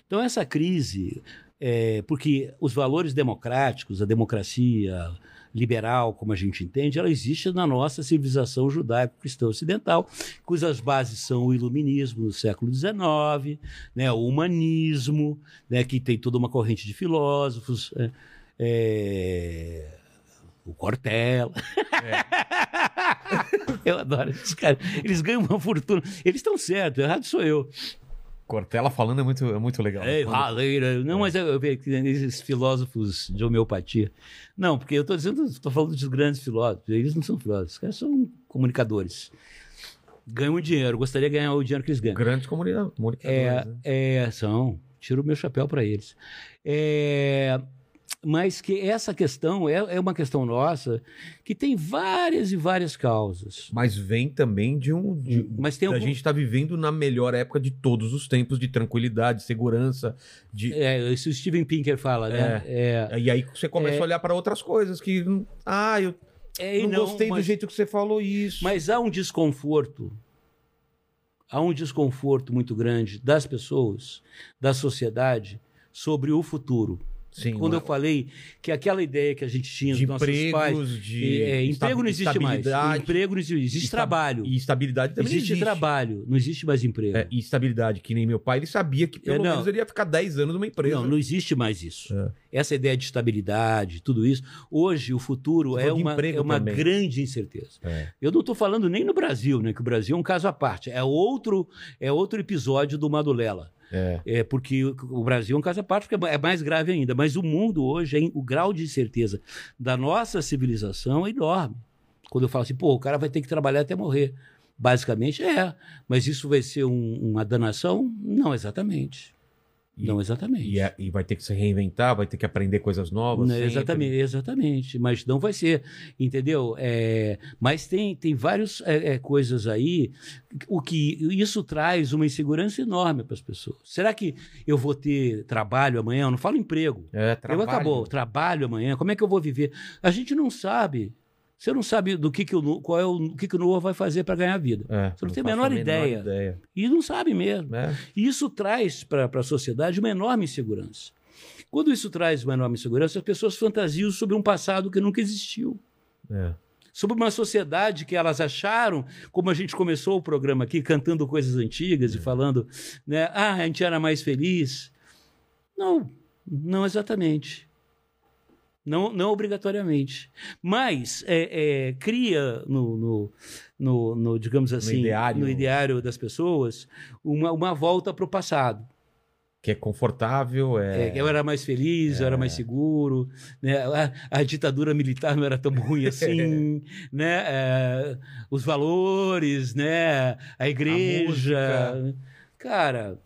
S1: Então, essa crise, é, porque os valores democráticos, a democracia liberal, como a gente entende, ela existe na nossa civilização judaico-cristã ocidental, cujas bases são o iluminismo do século XIX, né, o humanismo, né, que tem toda uma corrente de filósofos, é, é, o Cortella. eu adoro esses caras. Eles ganham uma fortuna. Eles estão certos, errado sou eu.
S3: Cortella falando é muito, é muito legal.
S1: É,
S3: Quando-
S1: raleira. Não, mas eu, eu vejo que esses filósofos de homeopatia. Não, porque eu estou dizendo, estou falando dos grandes filósofos. Eles não são filósofos, os caras são comunicadores. Ganham dinheiro, gostaria de ganhar o dinheiro que eles ganham.
S3: Grandes comunica- comunicadores.
S1: É,
S3: né?
S1: é, são. Tiro o meu chapéu para eles. É, mas que essa questão é, é uma questão nossa que tem várias e várias causas.
S3: Mas vem também de um. de-
S1: Hum, Mas tem
S3: a
S1: algum...
S3: gente está vivendo na melhor época de todos os tempos de tranquilidade, segurança, de
S1: É, isso o Steven Pinker fala, né? É,
S3: e aí você começa a olhar para outras coisas que hum, ah eu
S1: é, e
S3: não, gostei do
S1: mas-
S3: jeito que você falou isso.
S1: Mas há um desconforto. Há um desconforto muito grande das pessoas, da sociedade, sobre o futuro.
S3: Sim,
S1: Quando eu
S3: uma-
S1: falei que aquela ideia que a gente tinha
S3: de
S1: dos nossos pais.
S3: empregos, de
S1: é, emprego não existe mais.
S3: estabilidade,
S1: Emprego não existe. Existe
S3: esta-
S1: trabalho.
S3: e estabilidade também
S1: Existe,
S3: existe.
S1: trabalho. Não existe mais emprego.
S3: É, e estabilidade que nem meu pai ele sabia que pelo
S1: É, não.
S3: menos ele ia ficar 10 anos numa empresa. É.
S1: não, não existe mais isso. essa ideia de estabilidade, tudo isso. Hoje, o futuro
S3: Você
S1: é
S3: falou de
S1: uma,
S3: emprego
S1: é uma
S3: também.
S1: grande incerteza.
S3: É.
S1: Eu não estou falando nem no Brasil, né, que o Brasil é um caso à parte. É outro, é outro episódio do Madulela.
S3: É.
S1: É porque o- o Brasil é um caso à parte, porque é mais grave ainda. Mas o mundo hoje, hein, o grau de incerteza da nossa civilização é enorme. Quando eu falo assim, pô, o cara vai ter que trabalhar até morrer. Basicamente é. Mas isso vai ser um- uma danação? Não exatamente.
S3: E-
S1: não exatamente.
S3: E, é- e vai ter que se reinventar, vai ter que aprender coisas novas.
S1: Não,
S3: sempre.
S1: Né, exatamente, exatamente, mas não vai ser, entendeu? É, mas tem, tem várias é, é, coisas aí, o que isso traz uma insegurança enorme para as pessoas. Será que eu vou ter trabalho amanhã? Eu não falo emprego.
S3: É,
S1: Eu
S3: trabalho.
S1: acabou, trabalho amanhã, como é que eu vou viver? A gente não sabe. Você não sabe do que, que o Nu- qual é o, o que, que o Noah vai fazer para ganhar vida.
S3: É,
S1: Você não tem a
S3: faço
S1: menor ideia.
S3: ideia.
S1: E não sabe mesmo.
S3: né?
S1: E isso traz para a sociedade uma enorme insegurança. Quando isso traz uma enorme insegurança, as pessoas fantasiam sobre um passado que nunca existiu.
S3: É.
S1: Sobre uma sociedade que elas acharam, como a gente começou o programa aqui, cantando coisas antigas e falando, né? Ah, a gente era mais feliz. Não, não exatamente. Não, não obrigatoriamente. Mas é, é, cria no, no, no- no, digamos assim,
S3: ideário.
S1: no ideário das pessoas uma, uma volta para o passado.
S3: Que é confortável,
S1: É,
S3: é.
S1: eu era mais feliz, eu era mais seguro, né? A, a ditadura militar não era tão ruim assim, né? É, os valores, né? A igreja, cara,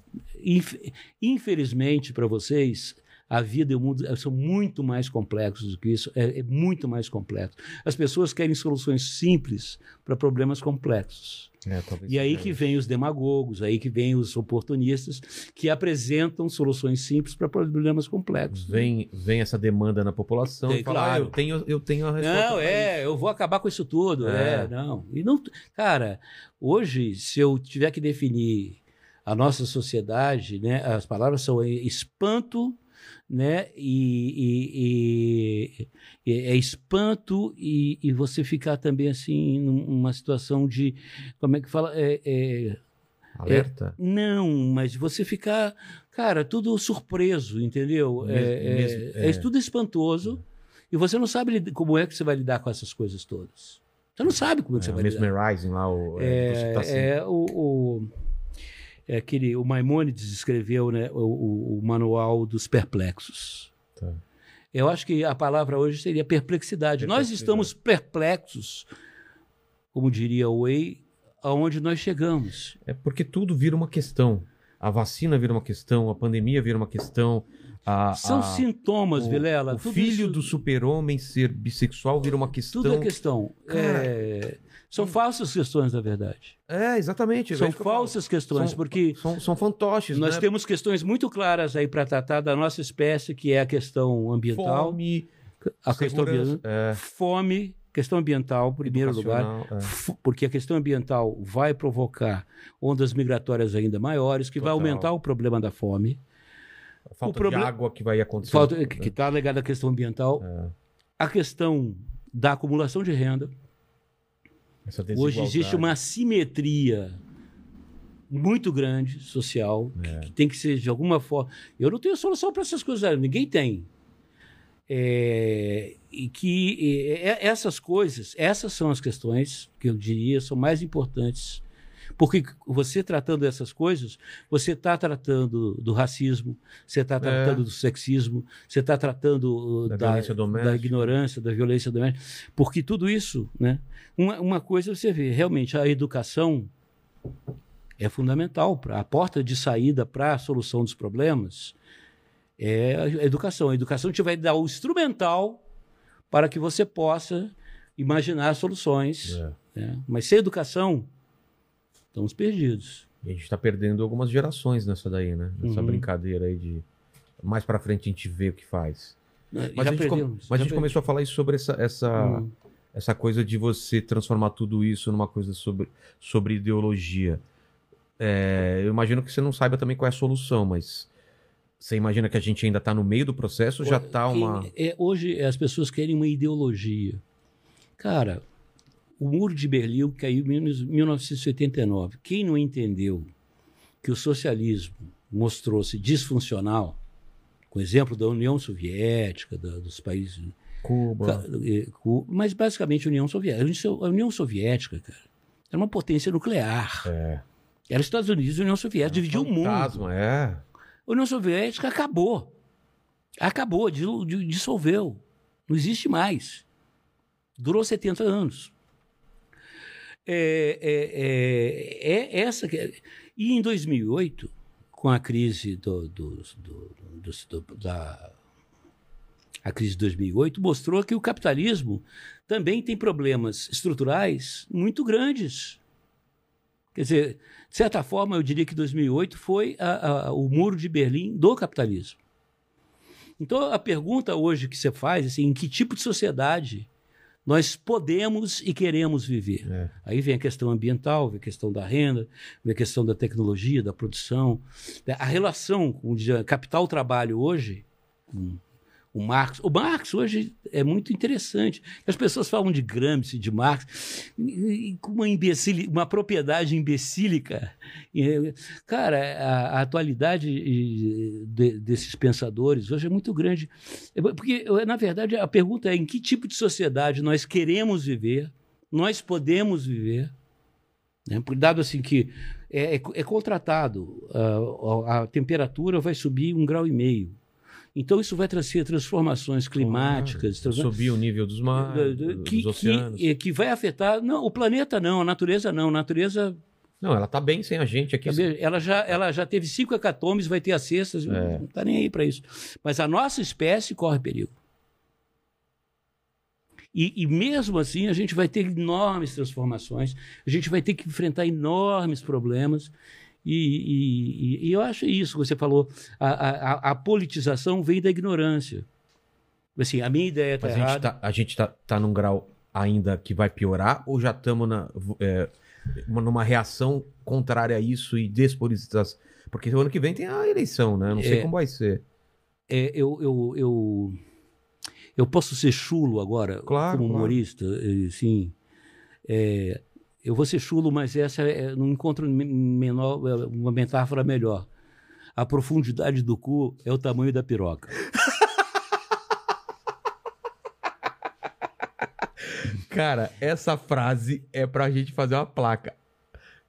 S1: inf- infelizmente para vocês a vida e o mundo eh, são muito mais complexos do que isso, é, é muito mais complexo. As pessoas querem soluções simples para problemas complexos.
S3: É, talvez
S1: E aí
S3: seja.
S1: que vem os demagogos, aí que vem os oportunistas que apresentam soluções simples para problemas complexos.
S3: Vem, vem essa demanda na população
S1: Tem,
S3: e fala,
S1: claro.
S3: ah, eu tenho, eu tenho a resposta.
S1: Não,
S3: pra isso.
S1: é, eu vou acabar com isso tudo. É,
S3: É.
S1: não. E não, cara, hoje, se eu tiver que definir a nossa sociedade, né, as palavras são espanto, né, e, e- e- e- é espanto e, e você ficar também assim num- numa situação de, como é que fala, É- é,
S3: Alerta.
S1: Não, mas você ficar, cara, tudo surpreso, entendeu?
S3: Mesmo-
S1: é, é-
S3: mesmo-
S1: é
S3: é.
S1: tudo espantoso e você não sabe lid- como é que você vai lidar com essas coisas todas. Você não sabe como é que
S3: É,
S1: você
S3: o
S1: vai lidar.
S3: mesmerizing lá, o, é, você tá assim,
S1: É, é o, o- é aquele, o Maimônides escreveu né, o, o- o manual dos perplexos.
S3: Tá.
S1: Eu acho que a palavra hoje seria perplexidade. Nós
S3: Perplexidade.
S1: estamos perplexos, como diria o Way, aonde nós chegamos.
S3: É porque tudo vira uma questão. A vacina vira uma questão, a pandemia vira uma questão. A,
S1: São
S3: a-
S1: sintomas,
S3: o-
S1: Vilela.
S3: O
S1: Tudo
S3: filho
S1: isso-
S3: do super-homem ser bissexual vira uma questão.
S1: Tudo é questão.
S3: Cara,
S1: É, São falsas questões, na verdade.
S3: É, exatamente. é
S1: São
S3: isso que eu falo.
S1: falsas questões,
S3: São-
S1: porque
S3: São, são fantoches,
S1: nós
S3: né?
S1: temos questões muito claras aí para tratar da nossa espécie, que é a questão ambiental,
S3: Fome,
S1: a questão
S3: segurança, é.
S1: ambiental, fome, questão ambiental, em primeiro lugar.
S3: educacional, é.
S1: F- porque a questão ambiental vai provocar ondas migratórias ainda maiores, que vai
S3: Total.
S1: aumentar o problema da fome,
S3: A falta
S1: problema-
S3: de água que vai acontecer. Né?
S1: falta- que está ligada à questão ambiental,
S3: É.
S1: a questão da acumulação de renda,
S3: Essa
S1: Hoje existe
S3: desigualdade.
S1: uma assimetria muito grande social
S3: É.
S1: que tem que ser de alguma forma. Eu não tenho solução para essas coisas, ninguém tem. É, e que é, é, essas coisas, essas são as questões que eu diria são mais importantes. Porque você tratando essas coisas, você está tratando do racismo, você está tratando do sexismo, você está tratando uh,
S3: É. Da
S1: da,
S3: violência doméstica.
S1: da ignorância, da violência doméstica. Porque tudo isso, né? Uma, uma coisa você vê, realmente, a educação é fundamental. Pra, a porta de saída para a solução dos problemas é a educação. A educação te vai dar o instrumental para que você possa imaginar soluções.
S3: É.
S1: né? Mas sem educação, estamos perdidos.
S3: E a gente tá perdendo algumas gerações nessa daí, né? Nessa
S1: Uhum.
S3: brincadeira aí de. Mais pra frente a gente vê o que faz. Mas
S1: Já
S3: a gente, com-
S1: perdemos,
S3: mas a
S1: já
S3: gente
S1: perdemos.
S3: começou a falar isso sobre essa, essa,
S1: Hum.
S3: essa coisa de você transformar tudo isso numa coisa sobre, sobre ideologia. É, eu imagino que você não saiba também qual é a solução, mas você imagina que a gente ainda tá no meio do processo, já tá
S1: Quem-
S3: uma.
S1: é, hoje as pessoas querem uma ideologia. Cara, o muro de Berlim caiu em mil- 1989. Quem não entendeu que o socialismo mostrou-se disfuncional com exemplo da União Soviética, da- dos países
S3: Cuba.
S1: Ca- eh, cu- Mas basicamente a União Soviética. A Uni- A União Soviética, cara, era uma potência nuclear.
S3: É. um
S1: Era Estados Unidos e União Soviética, dividiu o um mundo.
S3: Fantasma, é.
S1: A União Soviética acabou. Acabou, dil- di- dissolveu. Não existe mais. Durou 70 anos. É, é- é- é essa que é- E em 2008, com a crise do, do- do- do- do- da a crise de 2008 mostrou que o capitalismo também tem problemas estruturais muito grandes. Quer dizer, de certa forma, eu diria que 2008 foi a- a- o muro de Berlim do capitalismo. Então, a pergunta hoje que você faz, assim, em que tipo de sociedade nós podemos e queremos viver?
S3: É.
S1: Aí vem a questão ambiental, vem a questão da renda, vem a questão da tecnologia, da produção. né? A relação com o capital-trabalho hoje, com o Marx. O Marx hoje é muito interessante. As pessoas falam de Gramsci, de Marx, e- e com uma, imbecili, uma propriedade imbecílica. E, Cara, a, a atualidade e, de- desses pensadores hoje é muito grande. É Porque, eu, na verdade, a pergunta é em que tipo de sociedade nós queremos viver, nós podemos viver, né? Por- dado assim que é, é co- é contratado, ah, a, a temperatura vai subir um grau e meio. Então, isso vai trazer transformações climáticas,
S3: Ah,
S1: transforma-
S3: Subir o nível dos mares, dos
S1: que, é,
S3: oceanos.
S1: que, que vai afetar. Não, o planeta não, a natureza não. A natureza
S3: Não, ela tá bem sem a gente aqui.
S1: Sabe, Ela já, ela já teve cinco hecatomes, vai ter a sexta,
S3: É.
S1: não está nem aí para isso. Mas a nossa espécie corre perigo. E, e mesmo assim, a gente vai ter enormes transformações, a gente vai ter que enfrentar enormes problemas. E, e- e- e eu acho isso que você falou: a, a- a- a politização vem da ignorância. Assim, a minha ideia está
S3: Mas a gente,
S1: errada.
S3: tá, a gente tá, tá num grau ainda que vai piorar ou já estamos na, é, uma- numa reação contrária a isso e despolitização? Porque o ano que vem tem a eleição, né? Não sei
S1: É.
S3: como vai ser.
S1: É, eu, eu, eu, eu posso ser chulo agora,
S3: Claro,
S1: como
S3: claro.
S1: humorista, eh, sim. É, eu vou ser chulo, mas essa é, não encontro me- menor, eh, uma metáfora melhor. A profundidade do cu é o tamanho da piroca.
S3: Cara, essa frase é pra gente fazer uma placa.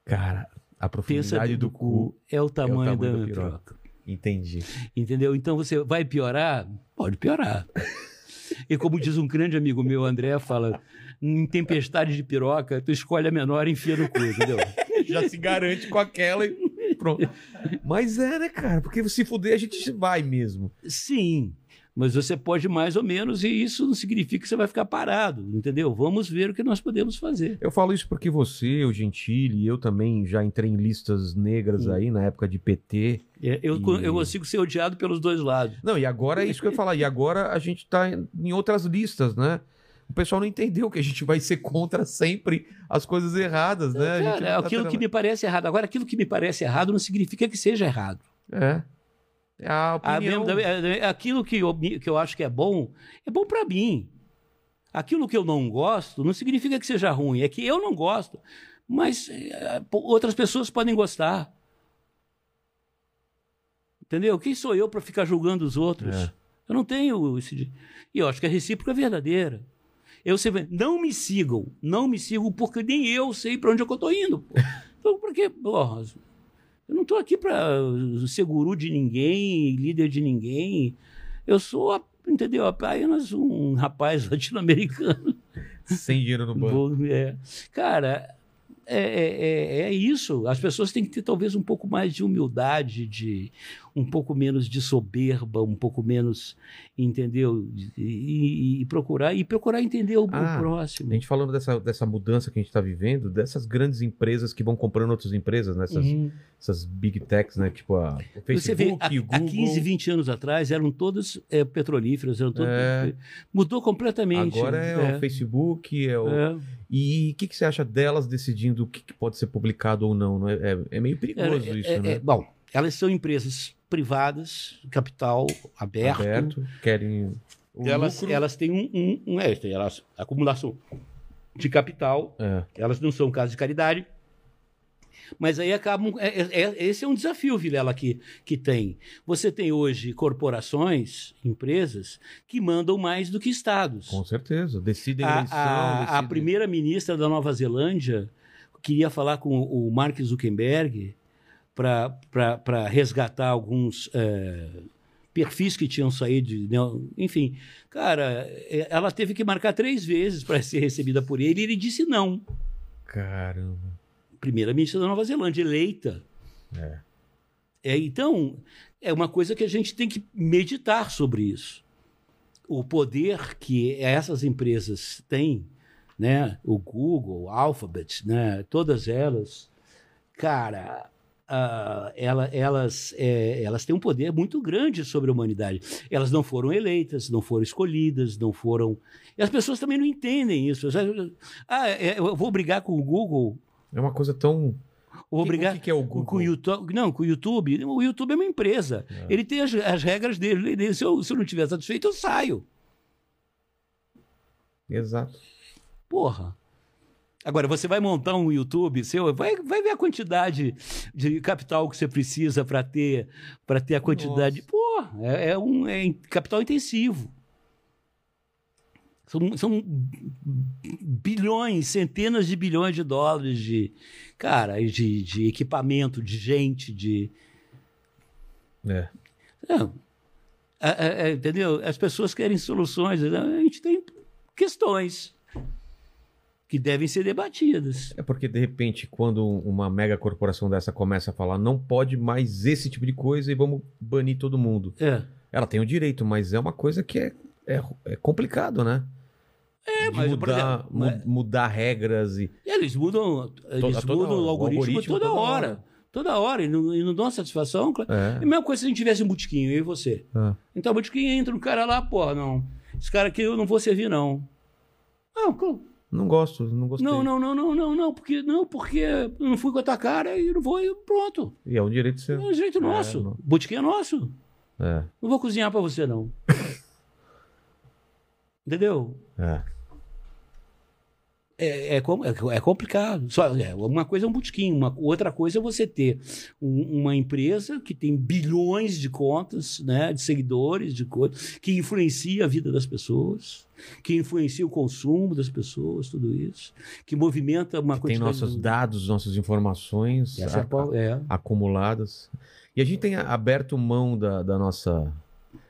S3: Cara, a
S1: Pensa
S3: profundidade do, cu.
S1: é o tamanho,
S3: tamanho
S1: da,
S3: da
S1: piroca.
S3: piroca. Entendi.
S1: Entendeu? Então você vai piorar? Pode piorar. (laughs) E como diz um grande amigo meu, André, fala: em tempestade de piroca, tu escolhe a menor e enfia no cu, entendeu?
S3: Já se garante com aquela e pronto. Mas é, né, cara? Porque se fuder, a gente vai mesmo.
S1: Sim, mas você pode mais ou menos, e isso não significa que você vai ficar parado, entendeu? Vamos ver o que nós podemos fazer.
S3: Eu falo isso porque você, o Gentili, eu também já entrei em listas negras
S1: Hum.
S3: aí na época de PT.
S1: É, Eu,
S3: E-
S1: eu consigo ser odiado pelos dois lados.
S3: Não, e agora é isso que eu ia falar. E agora a gente tá em outras listas, né? O pessoal não entendeu que a gente vai ser contra sempre as coisas erradas, né? A gente
S1: Cara,
S3: não tá
S1: É, aquilo que me parece errado. Agora, aquilo que me parece errado não significa que seja errado.
S3: É. É a
S1: A
S3: opinião.
S1: mesma- é- é- aquilo que eu, me- que eu acho que é bom, é bom pra mim. Aquilo que eu não gosto não significa que seja ruim, é que eu não gosto. Mas eh, pô, outras pessoas podem gostar. Entendeu? Quem sou eu para ficar julgando os outros?
S3: É.
S1: Eu não tenho esse. di- E eu acho que a recíproca é verdadeira. Eu sempre, não me sigam, não me sigam, porque nem eu sei para onde é que eu estou indo. pô. Então, por que, porra, eu não estou aqui para ser guru de ninguém, líder de ninguém. Eu sou, a- entendeu, apenas um rapaz (laughs) latino-americano.
S3: Sem dinheiro no banco.
S1: Vou- é. Cara, é, é- é- é isso. As pessoas têm que ter talvez um pouco mais de humildade, de um pouco menos de soberba, um pouco menos, entendeu? E, e- e procurar e procurar entender o, o
S3: Ah, A
S1: próximo.
S3: gente falando dessa, dessa mudança que a gente está vivendo, dessas grandes empresas que vão comprando outras empresas, né? Essas,
S1: Uhum.
S3: essas big techs, né? Tipo a o Facebook,
S1: Você vê, há,
S3: o
S1: há
S3: Google.
S1: 15, 20 anos atrás eram todas eh, petrolíferas, eram todas.
S3: É.
S1: Mudou completamente.
S3: Agora é, o Facebook, é o...
S1: né? É.
S3: E o que, que você acha delas decidindo o que, que pode ser publicado ou não? não é? É, é meio perigoso
S1: É,
S3: isso,
S1: é,
S3: né?
S1: é, bom, elas são empresas privadas, capital aberto.
S3: Aberto, querem o
S1: Elas,
S3: lucro.
S1: elas têm um, um, um é, tem elas, acumulação de capital,
S3: É,
S1: elas não são caso de caridade. Mas aí acabam. é- é- é- esse é um desafio, Vilela, que, que tem. Você tem hoje corporações, empresas, que mandam mais do que estados.
S3: Com certeza. Decidem
S1: A,
S3: eleição.
S1: a- a
S3: decidem-
S1: primeira-ministra da Nova Zelândia queria falar com o Mark Zuckerberg para resgatar alguns eh, perfis que tinham saído. de neo- enfim, cara, eh, ela teve que marcar três vezes para ser recebida por ele e ele disse não.
S3: Caramba.
S1: Primeira-ministra da Nova Zelândia, eleita. É, então, é uma coisa que a gente tem que meditar sobre isso. O poder que essas empresas têm, né? o Google, o Alphabet, né? todas elas, cara, ah, ela- elas, é, elas têm um poder muito grande sobre a humanidade. Elas não foram eleitas, não foram escolhidas, não foram. E as pessoas também não entendem isso. Ah, é, eu vou brigar com o Google,
S3: É uma coisa tão.
S1: eu vou brigar
S3: O que, que é o
S1: com-
S3: Google?
S1: Com o YouTube, não, com o YouTube. O YouTube é uma empresa. Ele tem as, as regras dele. Ele- Se eu, se eu não estiver satisfeito, eu saio.
S3: Exato.
S1: Porra. Agora, você vai montar um YouTube seu, vai, vai ver a quantidade de capital que você precisa para ter, pra ter a quantidade.
S3: Nossa.
S1: Porra, é, é um é in- capital intensivo. São, são bilhões, centenas de bilhões de dólares de, cara, de, de equipamento, de gente, de,
S3: É.
S1: Não. É, é, é, entendeu? As pessoas querem soluções. né? A gente tem questões que devem ser debatidas.
S3: É porque, de repente, quando uma mega corporação dessa começa a falar, não pode mais esse tipo de coisa e vamos banir todo mundo.
S1: É.
S3: Ela tem o direito, mas é uma coisa que é, é, é complicado, né? É,
S1: mas, por
S3: mudar,
S1: exemplo, né?
S3: mu-
S1: mas-
S3: mudar regras e.
S1: E eles mudam, eles
S3: toda
S1: mudam
S3: hora.
S1: o
S3: O
S1: algoritmo,
S3: algoritmo
S1: toda,
S3: toda
S1: hora.
S3: hora.
S1: Toda hora. E não, e não dão satisfação. claro. É a
S3: É,
S1: mesma coisa se a gente tivesse um botiquinho, eu e você.
S3: Ah.
S1: Então o botiquinho entra um cara lá, porra, não. Esse cara aqui eu não vou servir, não. Não, claro.
S3: não gosto, não gostei.
S1: não, não, não, não, não, não, porque não, porque eu não fui com a tua cara e não vou e pronto.
S3: E é um direito
S1: É
S3: seu.
S1: um jeito nosso.
S3: não.
S1: Botiquinho é nosso.
S3: É,
S1: Não vou cozinhar pra você, não. Entendeu?
S3: é.
S1: É, é, com- é- é complicado. Só, é, uma coisa é um botiquim, uma, outra coisa é você ter um- uma empresa que tem bilhões de contas, né, de seguidores, de coisas, que influencia a vida das pessoas, que influencia o consumo das pessoas, tudo isso, que movimenta uma
S3: Tem
S1: quantidade...
S3: nossos
S1: de-
S3: dados, nossas informações
S1: Essa é a
S3: a-
S1: qual- é.
S3: acumuladas. E a gente tem a- aberto mão da, da nossa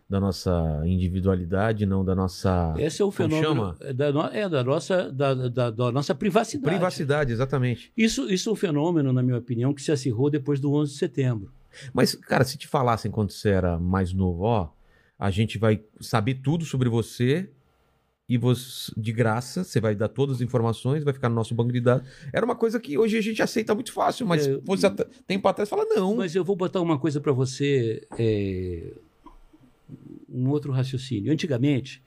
S3: da nossa individualidade, não da nossa
S1: Esse é o
S3: Ah. Como
S1: fenômeno
S3: chama?
S1: é da, no- é da nossa, da, da- da nossa privacidade.
S3: privacidade, exatamente.
S1: Isso, isso é um fenômeno, na minha opinião, que se acirrou depois do 11 de setembro.
S3: Mas, cara, se te falassem quando você era mais novo, ó, a gente vai saber tudo sobre você e você, de graça, você vai dar todas as informações, vai ficar no nosso banco de dados. Era uma coisa que hoje a gente aceita muito fácil, mas
S1: É,
S3: você até- tempo atrás fala, não.
S1: Mas eu vou botar uma coisa para você, é, um outro raciocínio. Antigamente,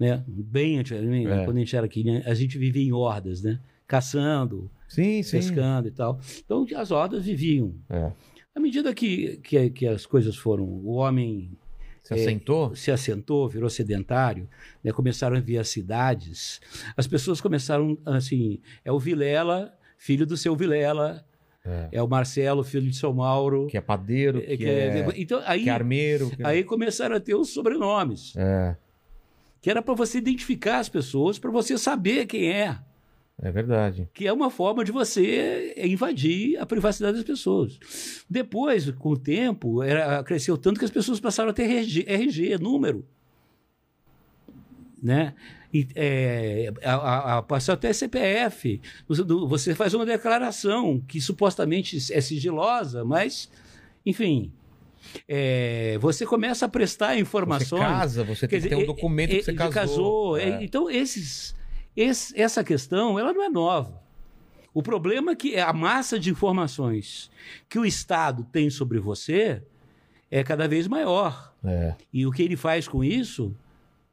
S1: né, bem antigamente,
S3: É.
S1: quando a gente era aqui, né, a gente vivia em hordas, né? Caçando,
S3: sim, sim.
S1: pescando e tal. Então as hordas viviam.
S3: É.
S1: À medida que, que, que as coisas foram, o homem
S3: Você assentou?
S1: se assentou, virou sedentário, né, começaram a vir as cidades, as pessoas começaram assim, é o Vilela, filho do seu Vilela,
S3: É.
S1: é o Marcelo, filho de São Mauro,
S3: Que é padeiro, que,
S1: é- que
S3: é,
S1: é- então aí,
S3: que é armeiro. que-
S1: aí começaram a ter os sobrenomes,
S3: É,
S1: que era para você identificar as pessoas, para você saber quem é,
S3: é verdade.
S1: que é uma forma de você invadir a privacidade das pessoas. Depois, com o tempo, era- cresceu tanto que as pessoas passaram a ter RG, RG, número. Né? E, é, a, a, a, passou até CPF. Você, do- você faz uma declaração que supostamente é sigilosa, mas, enfim, é, você começa a prestar
S3: Você
S1: informações.
S3: casa, você
S1: Quer
S3: tem que ter um
S1: dizer,
S3: documento
S1: é-
S3: que você
S1: de
S3: casou.
S1: é,
S3: É.
S1: Então, esses, esse- essa questão ela não é nova. O problema é que a massa de informações que o Estado tem sobre você é cada vez maior.
S3: É.
S1: E o que ele faz com isso,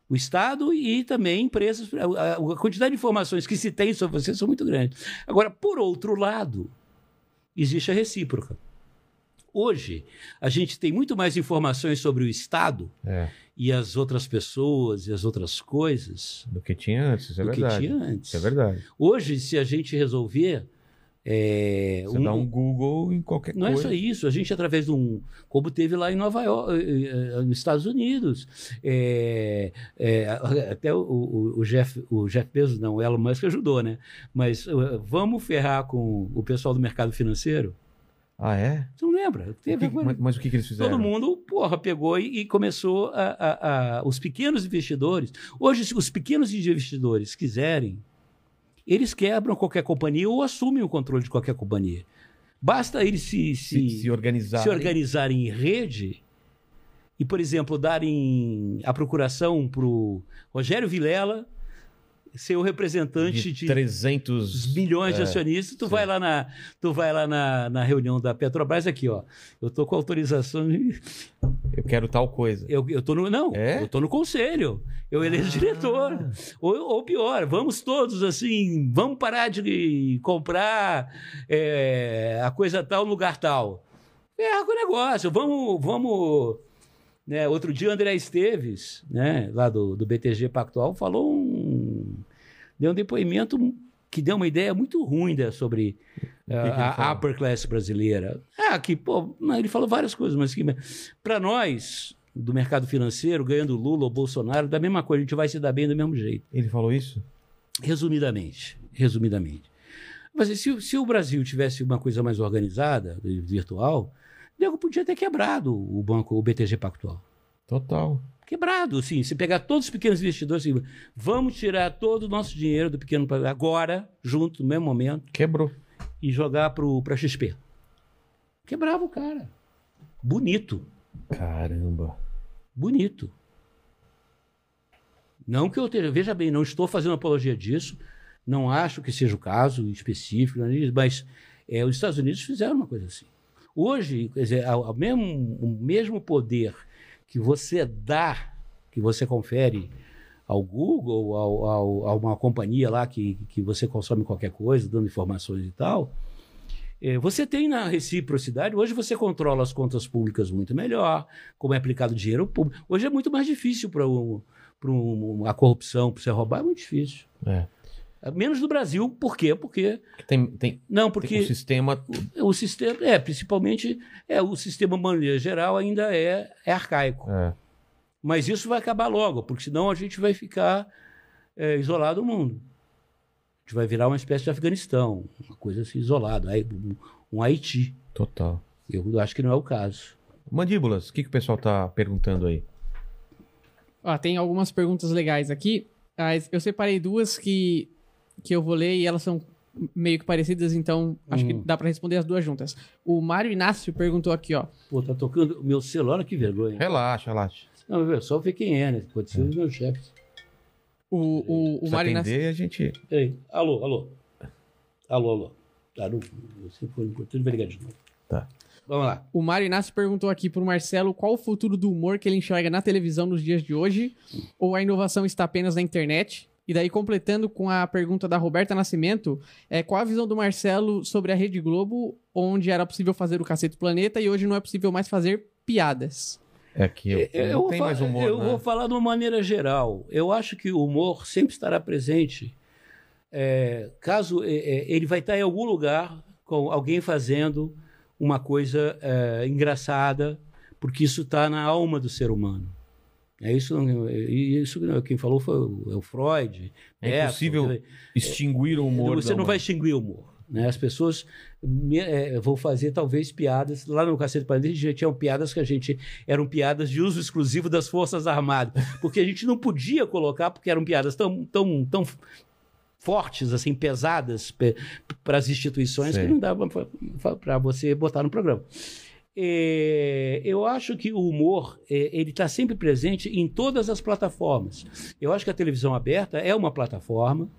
S1: o Estado e também empresas, a, a- a quantidade de informações que se tem sobre você são muito grandes. Agora, por outro lado, existe a recíproca. Hoje, a gente tem muito mais informações sobre o Estado
S3: É,
S1: e as outras pessoas e as outras coisas
S3: do que tinha antes, isso é
S1: do
S3: verdade.
S1: que tinha antes.
S3: Isso é verdade.
S1: Hoje, se a gente resolver é,
S3: Você
S1: um-
S3: dá um Google em qualquer
S1: não é
S3: coisa.
S1: só isso. A gente, através de um. Como teve lá em Nova York, eh, eh, nos Estados Unidos. É, é, a- até o, o, o Jeff, o Jeff Bezos, não, o Elon Musk ajudou, né? Mas eh, vamos ferrar com o pessoal do mercado financeiro?
S3: Ah, é?
S1: Você não lembra?
S3: O
S1: Teve
S3: que-
S1: agora.
S3: mas, mas o que, que eles fizeram?
S1: Todo mundo, porra, pegou e, e começou a, a- a- Os pequenos investidores. Hoje, se os pequenos investidores quiserem, eles quebram qualquer companhia ou assumem o controle de qualquer companhia. Basta eles se, se,
S3: se, se organizar.
S1: se organizarem em rede e, por exemplo, darem a procuração para o Rogério Vilela ser o representante
S3: de
S1: de,
S3: 300
S1: os milhões de
S3: É,
S1: acionistas, tu
S3: sim.
S1: vai lá na, tu vai lá na, na reunião da Petrobras aqui, ó. Eu tô com autorização, de-
S3: Eu quero tal coisa.
S1: eu, eu tô no não,
S3: É? Ah.
S1: eu tô no conselho. Eu elejo diretor. Ou, ou pior, vamos todos assim, vamos parar de comprar é, a coisa tal no lugar tal. É com o negócio, vamos, vamos né, Outro dia o André Esteves, né, lá do, do BTG Pactual, falou um deu um depoimento que deu uma ideia muito ruim da- sobre eh,
S3: ele
S1: a
S3: falou?
S1: upper class brasileira. Ah, que pô, não, ele falou várias coisas, mas que para nós do mercado financeiro, ganhando Lula ou Bolsonaro, da mesma coisa, a gente vai se dar bem do mesmo jeito.
S3: Ele falou isso?
S1: Resumidamente, resumidamente. Mas assim, se, o- se o Brasil tivesse uma coisa mais organizada, eh, virtual, o nego podia ter quebrado o banco, o BTG Pactual
S3: Total.
S1: quebrado, assim. Se pegar todos os pequenos investidores, assim, vamos tirar todo o nosso dinheiro do pequeno pa- agora, junto, no mesmo momento,
S3: Quebrou.
S1: e jogar para a XP. Quebrava o cara. Bonito,
S3: Caramba.
S1: bonito. Não que eu tenha, veja bem, não estou fazendo apologia disso, não acho que seja o caso específico, nada disso, mas é, os Estados Unidos fizeram uma coisa assim. Hoje, quer dizer, ao- ao mesmo- o mesmo poder que você dá, que você confere ao Google, ao- ao- a uma companhia lá que, que você consome qualquer coisa, dando informações e tal, é, você tem na reciprocidade, hoje você controla as contas públicas muito melhor, como é aplicado o dinheiro público. Hoje é muito mais difícil um, para um, a corrupção, para você roubar, é muito difícil.
S3: É.
S1: Menos no Brasil, por quê? Porque.
S3: Tem, tem,
S1: Não,
S3: tem um
S1: porque
S3: sistema.
S1: o sistema, é, principalmente, é, o sistema, de maneira geral, ainda é, é arcaico.
S3: É.
S1: Mas isso vai acabar logo, porque senão a gente vai ficar é, isolado do mundo. A gente vai virar uma espécie de Afeganistão, uma coisa assim, isolado, aí, um, um Haiti.
S3: Total.
S1: Eu acho que não é o caso.
S3: Mandíbulas, o que, que o pessoal tá perguntando aí?
S4: Ó, tem algumas perguntas legais aqui. Mas eu separei duas que, que eu vou ler e elas são meio que parecidas, então acho que
S1: Hum.
S4: dá pra responder as duas juntas. O Mário Inácio perguntou aqui, ó.
S1: Pô, tá tocando o meu celular, que vergonha.
S3: Relaxa, relaxa.
S1: Não, eu só ver quem é, né? Pode ser os meus chefes.
S4: O, o, o
S3: Se
S4: Mário Inácio.
S3: atender, a gente.
S1: Peraí. Alô, alô. Alô, alô. Ah, não. Você foi importante, vai ligar de novo.
S3: Tá.
S1: Vamos lá.
S4: O Mário Inácio perguntou aqui pro Marcelo qual o futuro do humor que ele enxerga na televisão nos dias de hoje, ou a inovação está apenas na internet? E daí, completando com a pergunta da Roberta Nascimento, é, qual a visão do Marcelo sobre a Rede Globo, onde era possível fazer o Cacete Planeta e hoje não é possível mais fazer piadas?
S3: É que eu, não
S1: vou
S3: tem
S1: fa-
S3: mais humor.
S1: eu
S3: né?
S1: vou falar de uma maneira geral. Eu acho que o humor sempre estará presente. É, caso é, é, ele vai estar em algum lugar com alguém fazendo uma coisa é, engraçada, porque isso está na alma do ser humano. É isso, não- é isso não, quem falou foi o, é o Freud.
S3: É
S1: Beckett,
S3: impossível Extinguir o humor.
S1: você
S3: da
S1: não vai
S3: humanidade.
S1: extinguir o humor. Né? As pessoas me- eh, vão fazer talvez piadas. Lá no Cacete do Planeta, a gente já tinha piadas que a gente eram piadas de uso exclusivo das Forças Armadas. Porque a gente não podia colocar, porque eram piadas tão, tão, tão fortes, assim, pesadas para as instituições
S3: Sei.
S1: que não dava para você botar no programa. Eh, eu acho que o humor eh, ele está sempre presente em todas as plataformas. Eu acho que a televisão aberta é uma plataforma,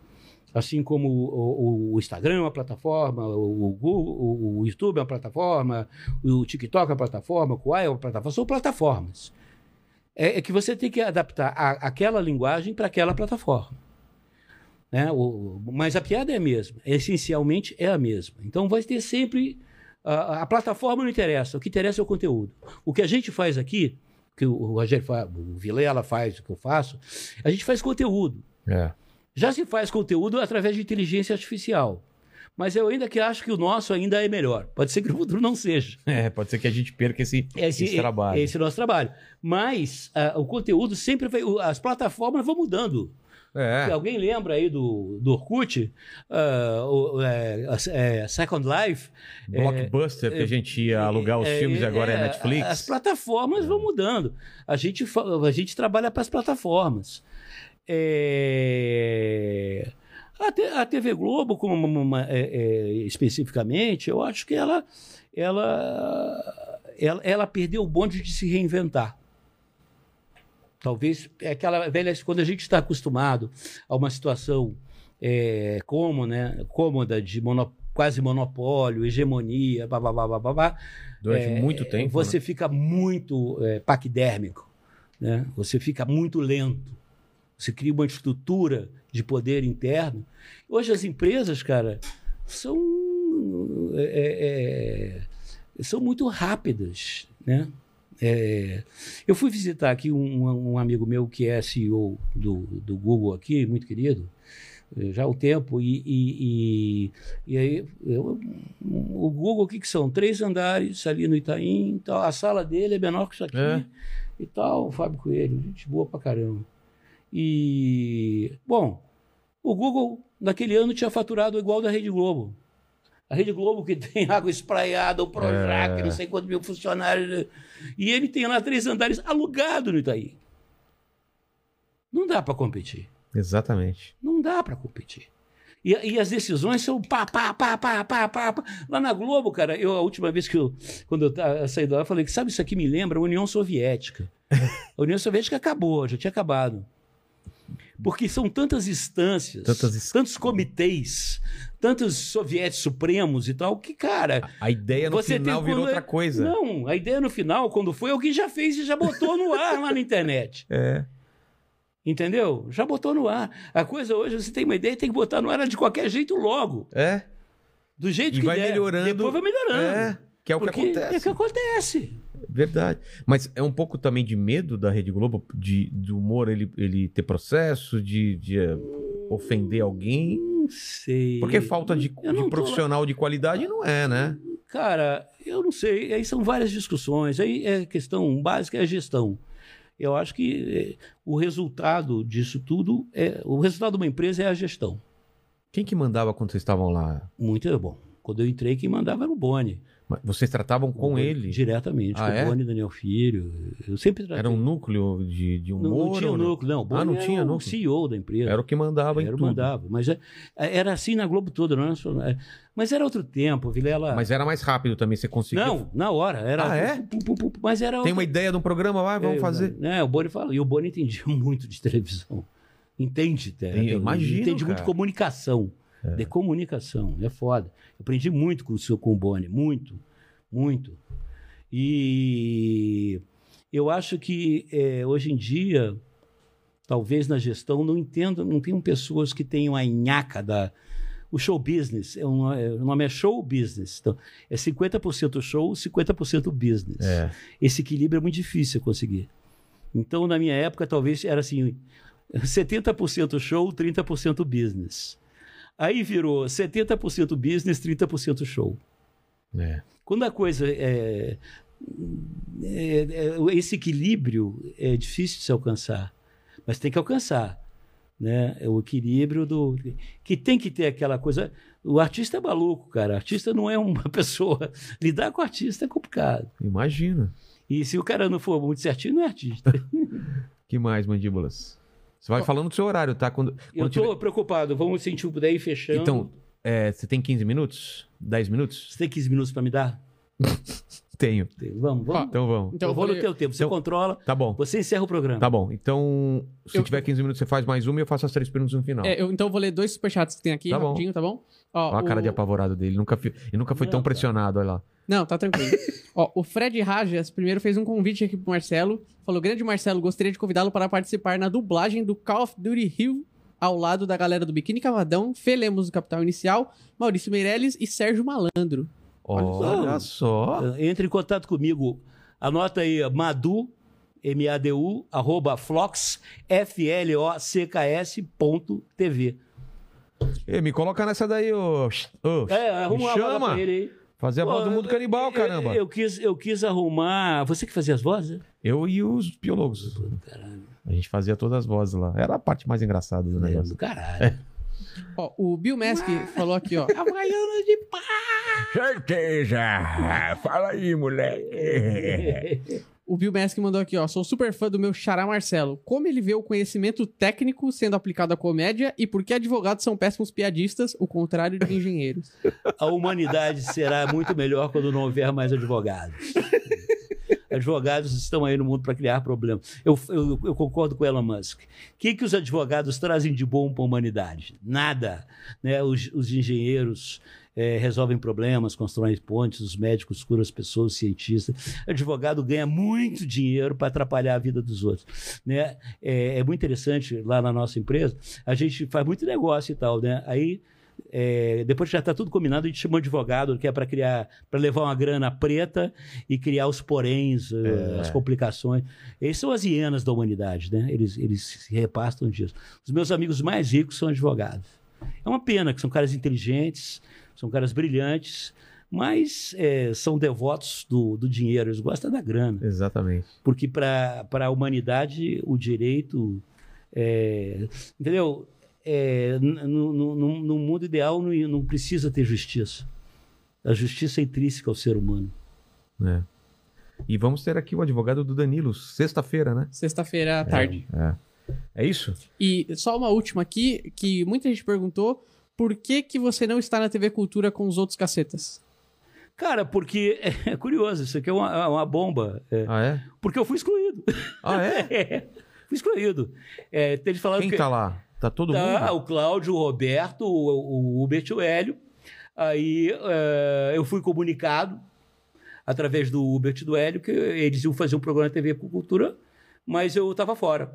S1: assim como o, o- o Instagram é uma plataforma, o, o Google, o, o YouTube é uma plataforma, o TikTok é uma plataforma, o Quai é uma plataforma, são plataformas. É, é que você tem que adaptar a- aquela linguagem para aquela plataforma. Né? O- mas a piada é a mesma, essencialmente é a mesma. Então vai ter sempre. A, a plataforma não interessa, o que interessa é o conteúdo. O que a gente faz aqui, que o, o Rogério fa- o Vilela faz, o que eu faço, a gente faz conteúdo.
S3: É. (laughs)
S1: Já se faz conteúdo através de inteligência artificial. Mas eu ainda que acho que o nosso ainda é melhor. Pode ser que no futuro não seja.
S3: É, pode ser que a gente perca esse, esse, trabalho.
S1: Esse nosso trabalho. Mas ah, o conteúdo sempre vai. o- As plataformas vão mudando.
S3: É.
S1: Alguém lembra aí do, do Orkut? Ah, o- é, a- é, Second Life?
S3: Blockbuster, que a gente ia alugar os
S1: É,
S3: filmes e agora é,
S1: é,
S3: Netflix.
S1: As plataformas vão mudando. A gente, fa- a gente trabalha para as plataformas. É, A, T- a TV Globo, como uma- uma- é, é, especificamente, eu acho que ela, ela, ela, ela perdeu o bonde de se reinventar. Talvez é aquela velha. Quando a gente está acostumado a uma situação é, como, né, cômoda de mono- quase monopólio, hegemonia, blá, blá, blá, blá, blá, blá,
S3: Durante
S1: é,
S3: muito
S1: é,
S3: tempo.
S1: Você
S3: né?
S1: fica muito é, paquidérmico, né? você fica muito lento. Você cria uma estrutura de poder interno. Hoje as empresas, cara, são, é, é, são muito rápidas. Né? É, eu fui visitar aqui um, um amigo meu que é CEO do, do Google aqui, muito querido, eh, já há um tempo, e, e, e, e aí eu- o Google, o que, que são? Três andares ali no Itaim, e tal. a sala dele é menor que isso aqui
S3: É.
S1: e tal, o Fábio Coelho, gente boa pra caramba. E, bom, o Google naquele ano tinha faturado igual da Rede Globo. A Rede Globo que (laughs) tem água espraiada, o Projac,
S3: É.
S1: não sei quantos mil funcionários. né? E ele tem lá três andares alugado no Itaí. Não dá para competir.
S3: Exatamente.
S1: Não dá para competir. E, e as decisões são pá, pá, pá, pá, pá, pá, pá. Lá na Globo, cara, eu a última vez que eu, quando eu, ta- eu saí de lá, eu falei que sabe isso aqui me lembra a União Soviética. A União Soviética acabou, já tinha acabado. Porque são tantas instâncias,
S3: Tantas instâncias.
S1: tantos comitês, tantos sovietes supremos e tal, que, cara,
S3: A ideia no
S1: Você tem
S3: final virou
S1: quando-
S3: outra coisa.
S1: não, a ideia no final, quando foi, alguém já fez e já botou no ar lá na internet.
S3: (laughs) É.
S1: Entendeu? Já botou no ar. A coisa hoje, você tem uma ideia, tem que botar no ar de qualquer jeito logo.
S3: É.
S1: Do jeito
S3: E
S1: que
S3: vai
S1: der.
S3: melhorando.
S1: Depois vai melhorando.
S3: É. Que é o
S1: Porque
S3: que acontece.
S1: É o que acontece.
S3: Verdade. Mas é um pouco também de medo da Rede Globo, de, do humor ele, ele ter processo, de, de, eh, ofender alguém.
S1: Não sei.
S3: Porque falta de,
S1: Eu não tô-
S3: de profissional de qualidade não é, né?
S1: Cara, eu não sei. Aí são várias discussões. Aí é questão básica é a gestão. Eu acho que eh, o resultado disso tudo é. O resultado de uma empresa é a gestão.
S3: Quem que mandava quando vocês estavam lá?
S1: Muito era bom. Quando eu entrei, quem mandava era o Boni.
S3: Mas Vocês tratavam
S1: O
S3: com
S1: Boni
S3: ele?
S1: Diretamente.
S3: Ah,
S1: com
S3: é?
S1: o Boni, Daniel Filho. Eu sempre tratei.
S3: Era um núcleo de, de humor?
S1: não, não tinha
S3: ou
S1: núcleo, não. O Boni
S3: Ah, não
S1: era
S3: tinha
S1: o
S3: núcleo?
S1: CEO da empresa.
S3: Era o que mandava em
S1: Era o
S3: tudo.
S1: mandava. Mas é- era assim na Globo toda. Não era só- é. Mas era outro tempo, Vilela.
S3: Mas era mais rápido também, você conseguia.
S1: Não, na hora. Era...
S3: Ah, é?
S1: Pum, pum, pum, pum, mas era
S3: Tem
S1: outro-
S3: uma ideia de um programa, vai, vamos
S1: É,
S3: fazer.
S1: Né, o Boni fala. E o Boni entendia (laughs) muito de televisão. Entende, até.
S3: Eu imagino,
S1: Entende muito
S3: cara. É.
S1: de comunicação. De comunicação. É foda. Eu aprendi muito com o seu com o Boni. Muito. Muito. E eu acho que é, hoje em dia, talvez na gestão, não entendam, não tenham pessoas que tenham a nhaca da. O show business, é um- é- o nome é show business. Então, é 50% show, 50% business
S3: É.
S1: esse equilíbrio é muito difícil conseguir. Então, na minha época, talvez era assim: (laughs) 70% show, 30% business. Aí virou 70% business, 30% show.
S3: é.
S1: Quando a coisa é, é- é- Esse equilíbrio é difícil de se alcançar, mas tem que alcançar. Né? É o equilíbrio do. Que tem que ter aquela coisa. O artista é maluco, cara. O artista não é uma (laughs) pessoa. Lidar com o artista é complicado.
S3: Imagina.
S1: E se o cara não for muito certinho, não é
S3: (laughs)
S1: artista.
S3: que mais, mandíbulas? Você vai falando do seu horário, tá? Quando,
S1: Eu
S3: quando
S1: tô preocupado. Vamos se a gente puder ir fechando.
S3: Então, é, você tem 15 minutos? 10 minutos?
S1: Você tem 15 minutos pra me dar?
S3: Tenho.
S1: Vamos, vamos.
S3: Então vamos.
S4: Então
S1: eu vou no
S4: falei-
S1: teu tempo. Você
S3: Então-
S1: controla,
S3: Tá bom.
S1: você encerra o programa.
S3: Tá bom. Então, se
S4: Eu-
S3: tiver 15 minutos, você faz mais uma e eu faço as três perguntas no final.
S4: É, eu- então eu vou ler dois superchats que tem aqui
S3: Tá bom.
S4: rapidinho, tá bom? Ó,
S3: Olha a cara
S4: o-
S3: de apavorado dele. Nunca fi- Ele nunca foi
S1: Não,
S3: tão
S1: cara.
S3: pressionado, olha lá.
S4: Não, tá tranquilo. Ó, o Fred Rajas primeiro fez um convite aqui pro Marcelo. Falou: Grande Marcelo, gostaria de convidá-lo para participar na dublagem do Call of Duty Hill ao lado da galera do Biquíni Cavadão, Felemos do Capital Inicial, Maurício Meirelles e Sérgio Malandro.
S3: Olha, só.
S1: Ah, Entre em contato comigo. Anota aí, madu, M-A-D-U, arroba flox, F-L-O-C-K-S ponto TV.
S3: Ei, me coloca nessa daí, ô. ô,
S1: É, arruma
S3: me
S1: uma
S3: chama.
S1: vaga pra ele aí.
S3: Fazer a voz do mundo canibal, caramba.
S1: Eu,
S3: Eu,
S1: eu quis, eu quis arrumar. Você que fazia as vozes? né?
S3: e os biólogos. A gente fazia todas as vozes lá. Era a parte mais engraçada do
S1: É, do
S3: negócio. (laughs)
S1: caralho.
S4: Ó, o Bill Mask falou aqui, ó.
S1: Havaiana de pá.
S3: Certeza! Fala aí,
S1: É.
S3: moleque!
S4: O Bill Mask mandou aqui, ó. Sou super fã do meu xará Marcelo. Como ele vê o conhecimento técnico sendo aplicado à comédia e por que advogados são péssimos piadistas, o contrário de engenheiros.
S1: A humanidade será muito melhor quando não houver mais advogados. Advogados estão aí no mundo para criar problemas. Eu, eu- eu concordo com o Elon Musk. O que, que os advogados trazem de bom para a humanidade? Nada. né? Os, os engenheiros eh, resolvem problemas, constroem pontes, os médicos curam as pessoas, os cientistas. Advogado ganha muito dinheiro para atrapalhar a vida dos outros. né? É, é muito interessante lá na nossa empresa. A gente faz muito negócio e tal. Né? Aí é, depois que já está tudo combinado, a gente chama um advogado que é para criar, para levar uma grana preta e criar os poréns, eh, as complicações. Eles são as hienas da humanidade, né? Eles, eles se repastam disso. Os meus amigos mais ricos são advogados. É uma pena que são caras inteligentes, são caras brilhantes, mas eh, são devotos do, do dinheiro, eles gostam da grana
S3: Exatamente.
S1: porque para a humanidade o direito é, entendeu É, n- no, no- no- no mundo ideal não, não precisa ter justiça a justiça é intrínseca ao ser humano
S3: É. E vamos ter aqui o advogado do Danilo, sexta-feira, né?
S4: Sexta-feira à tarde.
S3: É isso?
S4: E só uma última aqui, que muita gente perguntou por que, que você não está na TV Cultura com os outros cacetas?
S1: cara porque (laughs) é, curioso isso aqui é uma, é uma bomba é,
S3: Ah, é?
S1: porque eu fui excluído (laughs)
S3: Ah, é?
S1: fui excluído é, eles falaram
S3: Quem
S1: que
S3: tá lá? Tá todo
S1: Tá,
S3: mundo?
S1: o Cláudio, o Roberto, o, o Hubert e o Hélio. Aí eh, eu fui comunicado através do Hubert e do Hélio que eles iam fazer um programa na TV com Cultura, mas eu estava fora.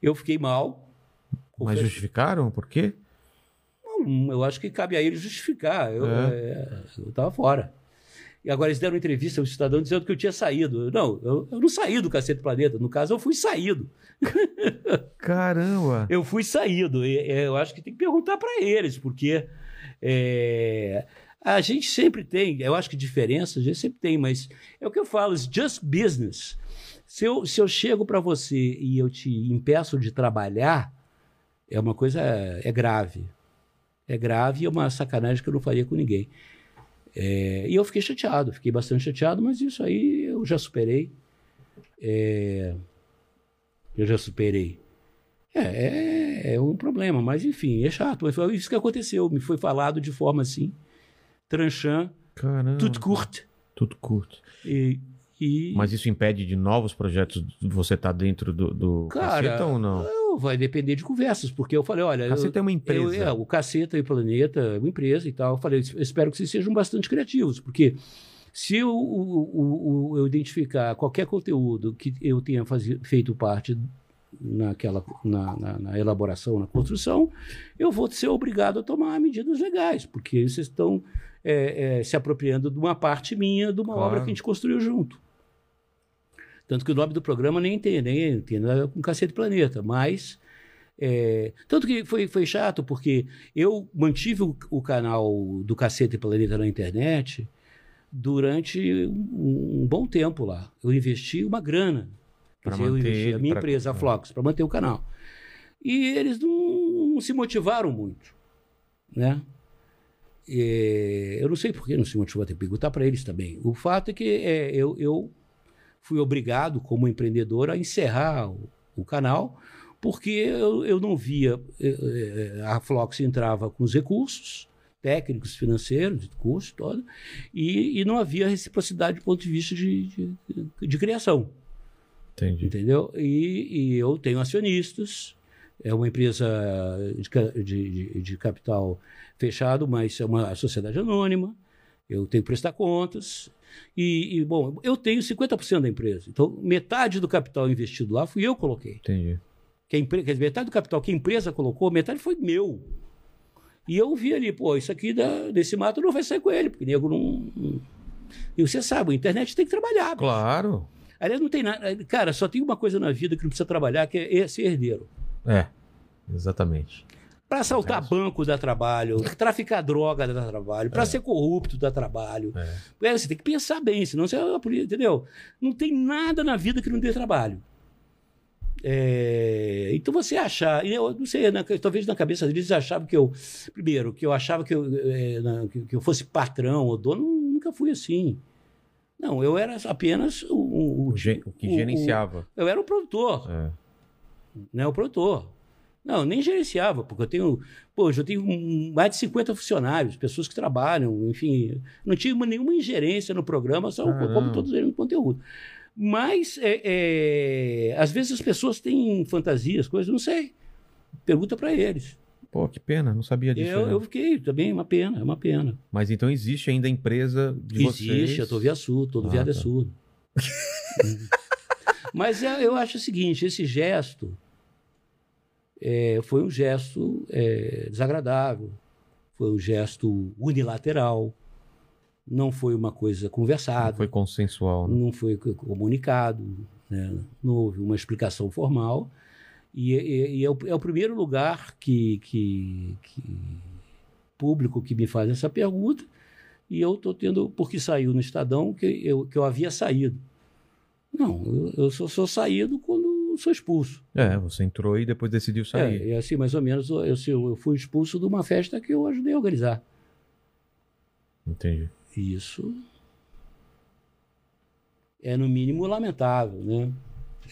S1: Eu fiquei mal.
S3: Mas
S1: Confesso-
S3: justificaram? Por quê?
S1: Hum, eu acho que cabe a eles justificar. Eu
S3: É.
S1: estava fora. E agora eles deram entrevista ao Estadão dizendo que eu tinha saído. Eu- Não, eu, eu não saí do Cacete Planeta. No caso, eu fui saído.
S3: Caramba!
S1: Eu fui saído. E, é, Eu acho que tem que perguntar para eles, porque é, a gente sempre tem, eu acho que diferença a gente sempre tem, mas é o que eu falo, it's just business. Se eu, se eu chego para você e eu te impeço de trabalhar, é uma coisa, é grave. É grave e é uma sacanagem que eu não faria com ninguém. É, e eu fiquei chateado, fiquei bastante chateado, mas isso aí eu já superei. É, eu já superei. É, é, é um problema, mas enfim, é chato. Mas Foi isso que aconteceu. Me foi falado de forma assim, tranchant,
S3: Caramba!
S1: tudo curto.
S3: Tudo curto.
S1: E, e-
S3: Hum. Mas isso impede de novos projetos de você estar dentro do, do
S1: Cara,
S3: caceta ou não?
S1: Não, vai depender de conversas, porque eu falei, olha, eu-
S3: Caceta é uma empresa.
S1: Eu, é, o Caceta e o Planeta, é uma empresa e tal. Eu falei, "Es- espero que vocês sejam bastante criativos, porque se eu, o- o- o- eu identificar qualquer conteúdo que eu tenha fazi- feito parte naquela na, na- na elaboração, na construção, eu vou ser obrigado a tomar medidas legais, porque vocês estão é, é, se apropriando de uma parte minha, de uma
S3: Claro.
S1: obra que a gente construiu junto. Tanto que o nome do programa nem tem, nem tem nada com Cacete Planeta, mas. é, tanto que foi, foi chato, porque eu mantive o, o canal do Cacete Planeta na internet durante um, um bom tempo lá. Eu investi uma grana. Quer
S3: Pra
S1: dizer, eu
S3: manter
S1: investi a
S3: ele,
S1: minha
S3: pra- é.
S1: empresa, a Flox, para manter o canal. E eles não, não se motivaram muito, né? É, eu não sei por que não se motivou a ter que perguntar para eles também. O fato é que é, eu, eu fui obrigado, como empreendedor, a encerrar o, o canal, porque eu, eu não via. eh, eh, A Flox entrava com os recursos técnicos, financeiros, de custo, todo, e, e não havia reciprocidade do ponto de vista de, de, de criação,
S3: Entendi.
S1: entendeu? E, e eu tenho acionistas, é uma empresa de, ca- de, de- de capital fechado, mas é uma sociedade anônima, eu tenho que prestar contas, e, e, bom, eu tenho 50% da empresa, então metade do capital investido lá fui eu que coloquei.
S3: Entendi.
S1: Que a empre- quer dizer, metade do capital que a empresa colocou, metade foi meu. E eu vi ali, pô, isso aqui da- desse mato não vai sair com ele, porque nego não. não- E você sabe, a internet tem que trabalhar.
S3: Claro.
S1: Aliás, não tem nada. Cara, só tem uma coisa na vida que não precisa trabalhar, que é ser herdeiro.
S3: É. Exatamente.
S1: Para assaltar banco dá trabalho, traficar droga dá trabalho, para ser corrupto dá trabalho. É, você tem que pensar bem, senão você é a polícia, entendeu? Não tem nada na vida que não dê trabalho. É, então você achar, e eu não sei, na- talvez na cabeça deles eles achavam que eu, primeiro, que eu achava que eu, é, na- que- que eu fosse patrão ou dono, nunca fui assim. Não, eu era apenas o, o-
S3: O, gen- o que
S1: o- o-
S3: gerenciava.
S1: eu era o produtor
S3: É.
S1: né? O produtor. Não, nem gerenciava, porque eu tenho. Pô, hoje eu tenho um- mais de 50 funcionários, pessoas que trabalham, enfim. Não tive uma- nenhuma ingerência no programa, só eu
S3: Caramba.
S1: como todos eles no conteúdo. Mas, é, é, às vezes as pessoas têm fantasias, coisas, não sei. Pergunta para eles.
S3: Pô, que pena, não sabia disso.
S1: Eu,
S3: né?
S1: eu fiquei também, é uma pena, é uma pena.
S3: Mas então existe ainda a empresa de
S1: Existe,
S3: vocês.
S1: eu tô via sul, todo
S3: Ah,
S1: viado é
S3: tá. (laughs)
S1: surdo. Hum. Mas é, eu, eu acho o seguinte, esse gesto é, foi um gesto é, desagradável, foi um gesto unilateral, não foi uma coisa
S3: Não
S1: conversada,
S3: Foi consensual. né?
S1: não foi co- comunicado, né? não houve uma explicação formal. E, e- e é, o, é o primeiro lugar que, que- que- público que me faz essa pergunta. E eu estou tendo, porque saiu no Estadão, que eu, que eu havia saído. Não, eu, eu só sou saído quando sou expulso.
S3: É, você entrou e depois decidiu sair.
S1: Hum. É, e assim, mais ou menos, eu, eu- eu fui expulso de uma festa que eu ajudei a organizar.
S3: Entendi.
S1: Isso é, no mínimo, lamentável, né?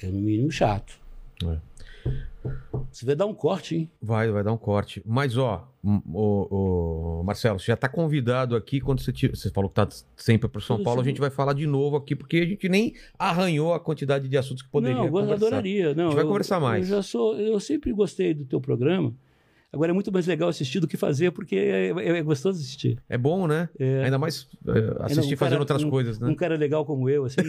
S1: É, no mínimo, chato.
S3: É.
S1: Você vai dar um corte, hein?
S3: Vai, vai dar um corte. Mas, ó, m- o, o Marcelo, você já tá convidado aqui quando você tiver. Você falou que tá sempre pro São
S1: Tudo
S3: Paulo, a
S1: isso-
S3: gente vai falar de novo aqui, porque a gente nem arranhou a quantidade de assuntos que poderia
S1: não, eu
S3: conversar.
S1: adoraria. Não,
S3: A gente vai
S1: eu-
S3: conversar mais.
S1: Eu, já sou, eu sempre gostei do teu programa. Agora é muito mais legal assistir do que fazer, porque é, é- é gostoso assistir.
S3: É bom, né? Ainda mais é, assistir
S1: um cara-
S3: fazendo outras coisas,
S1: (laughs)
S3: né?
S1: Um cara legal como eu,
S3: (laughs)
S1: assim.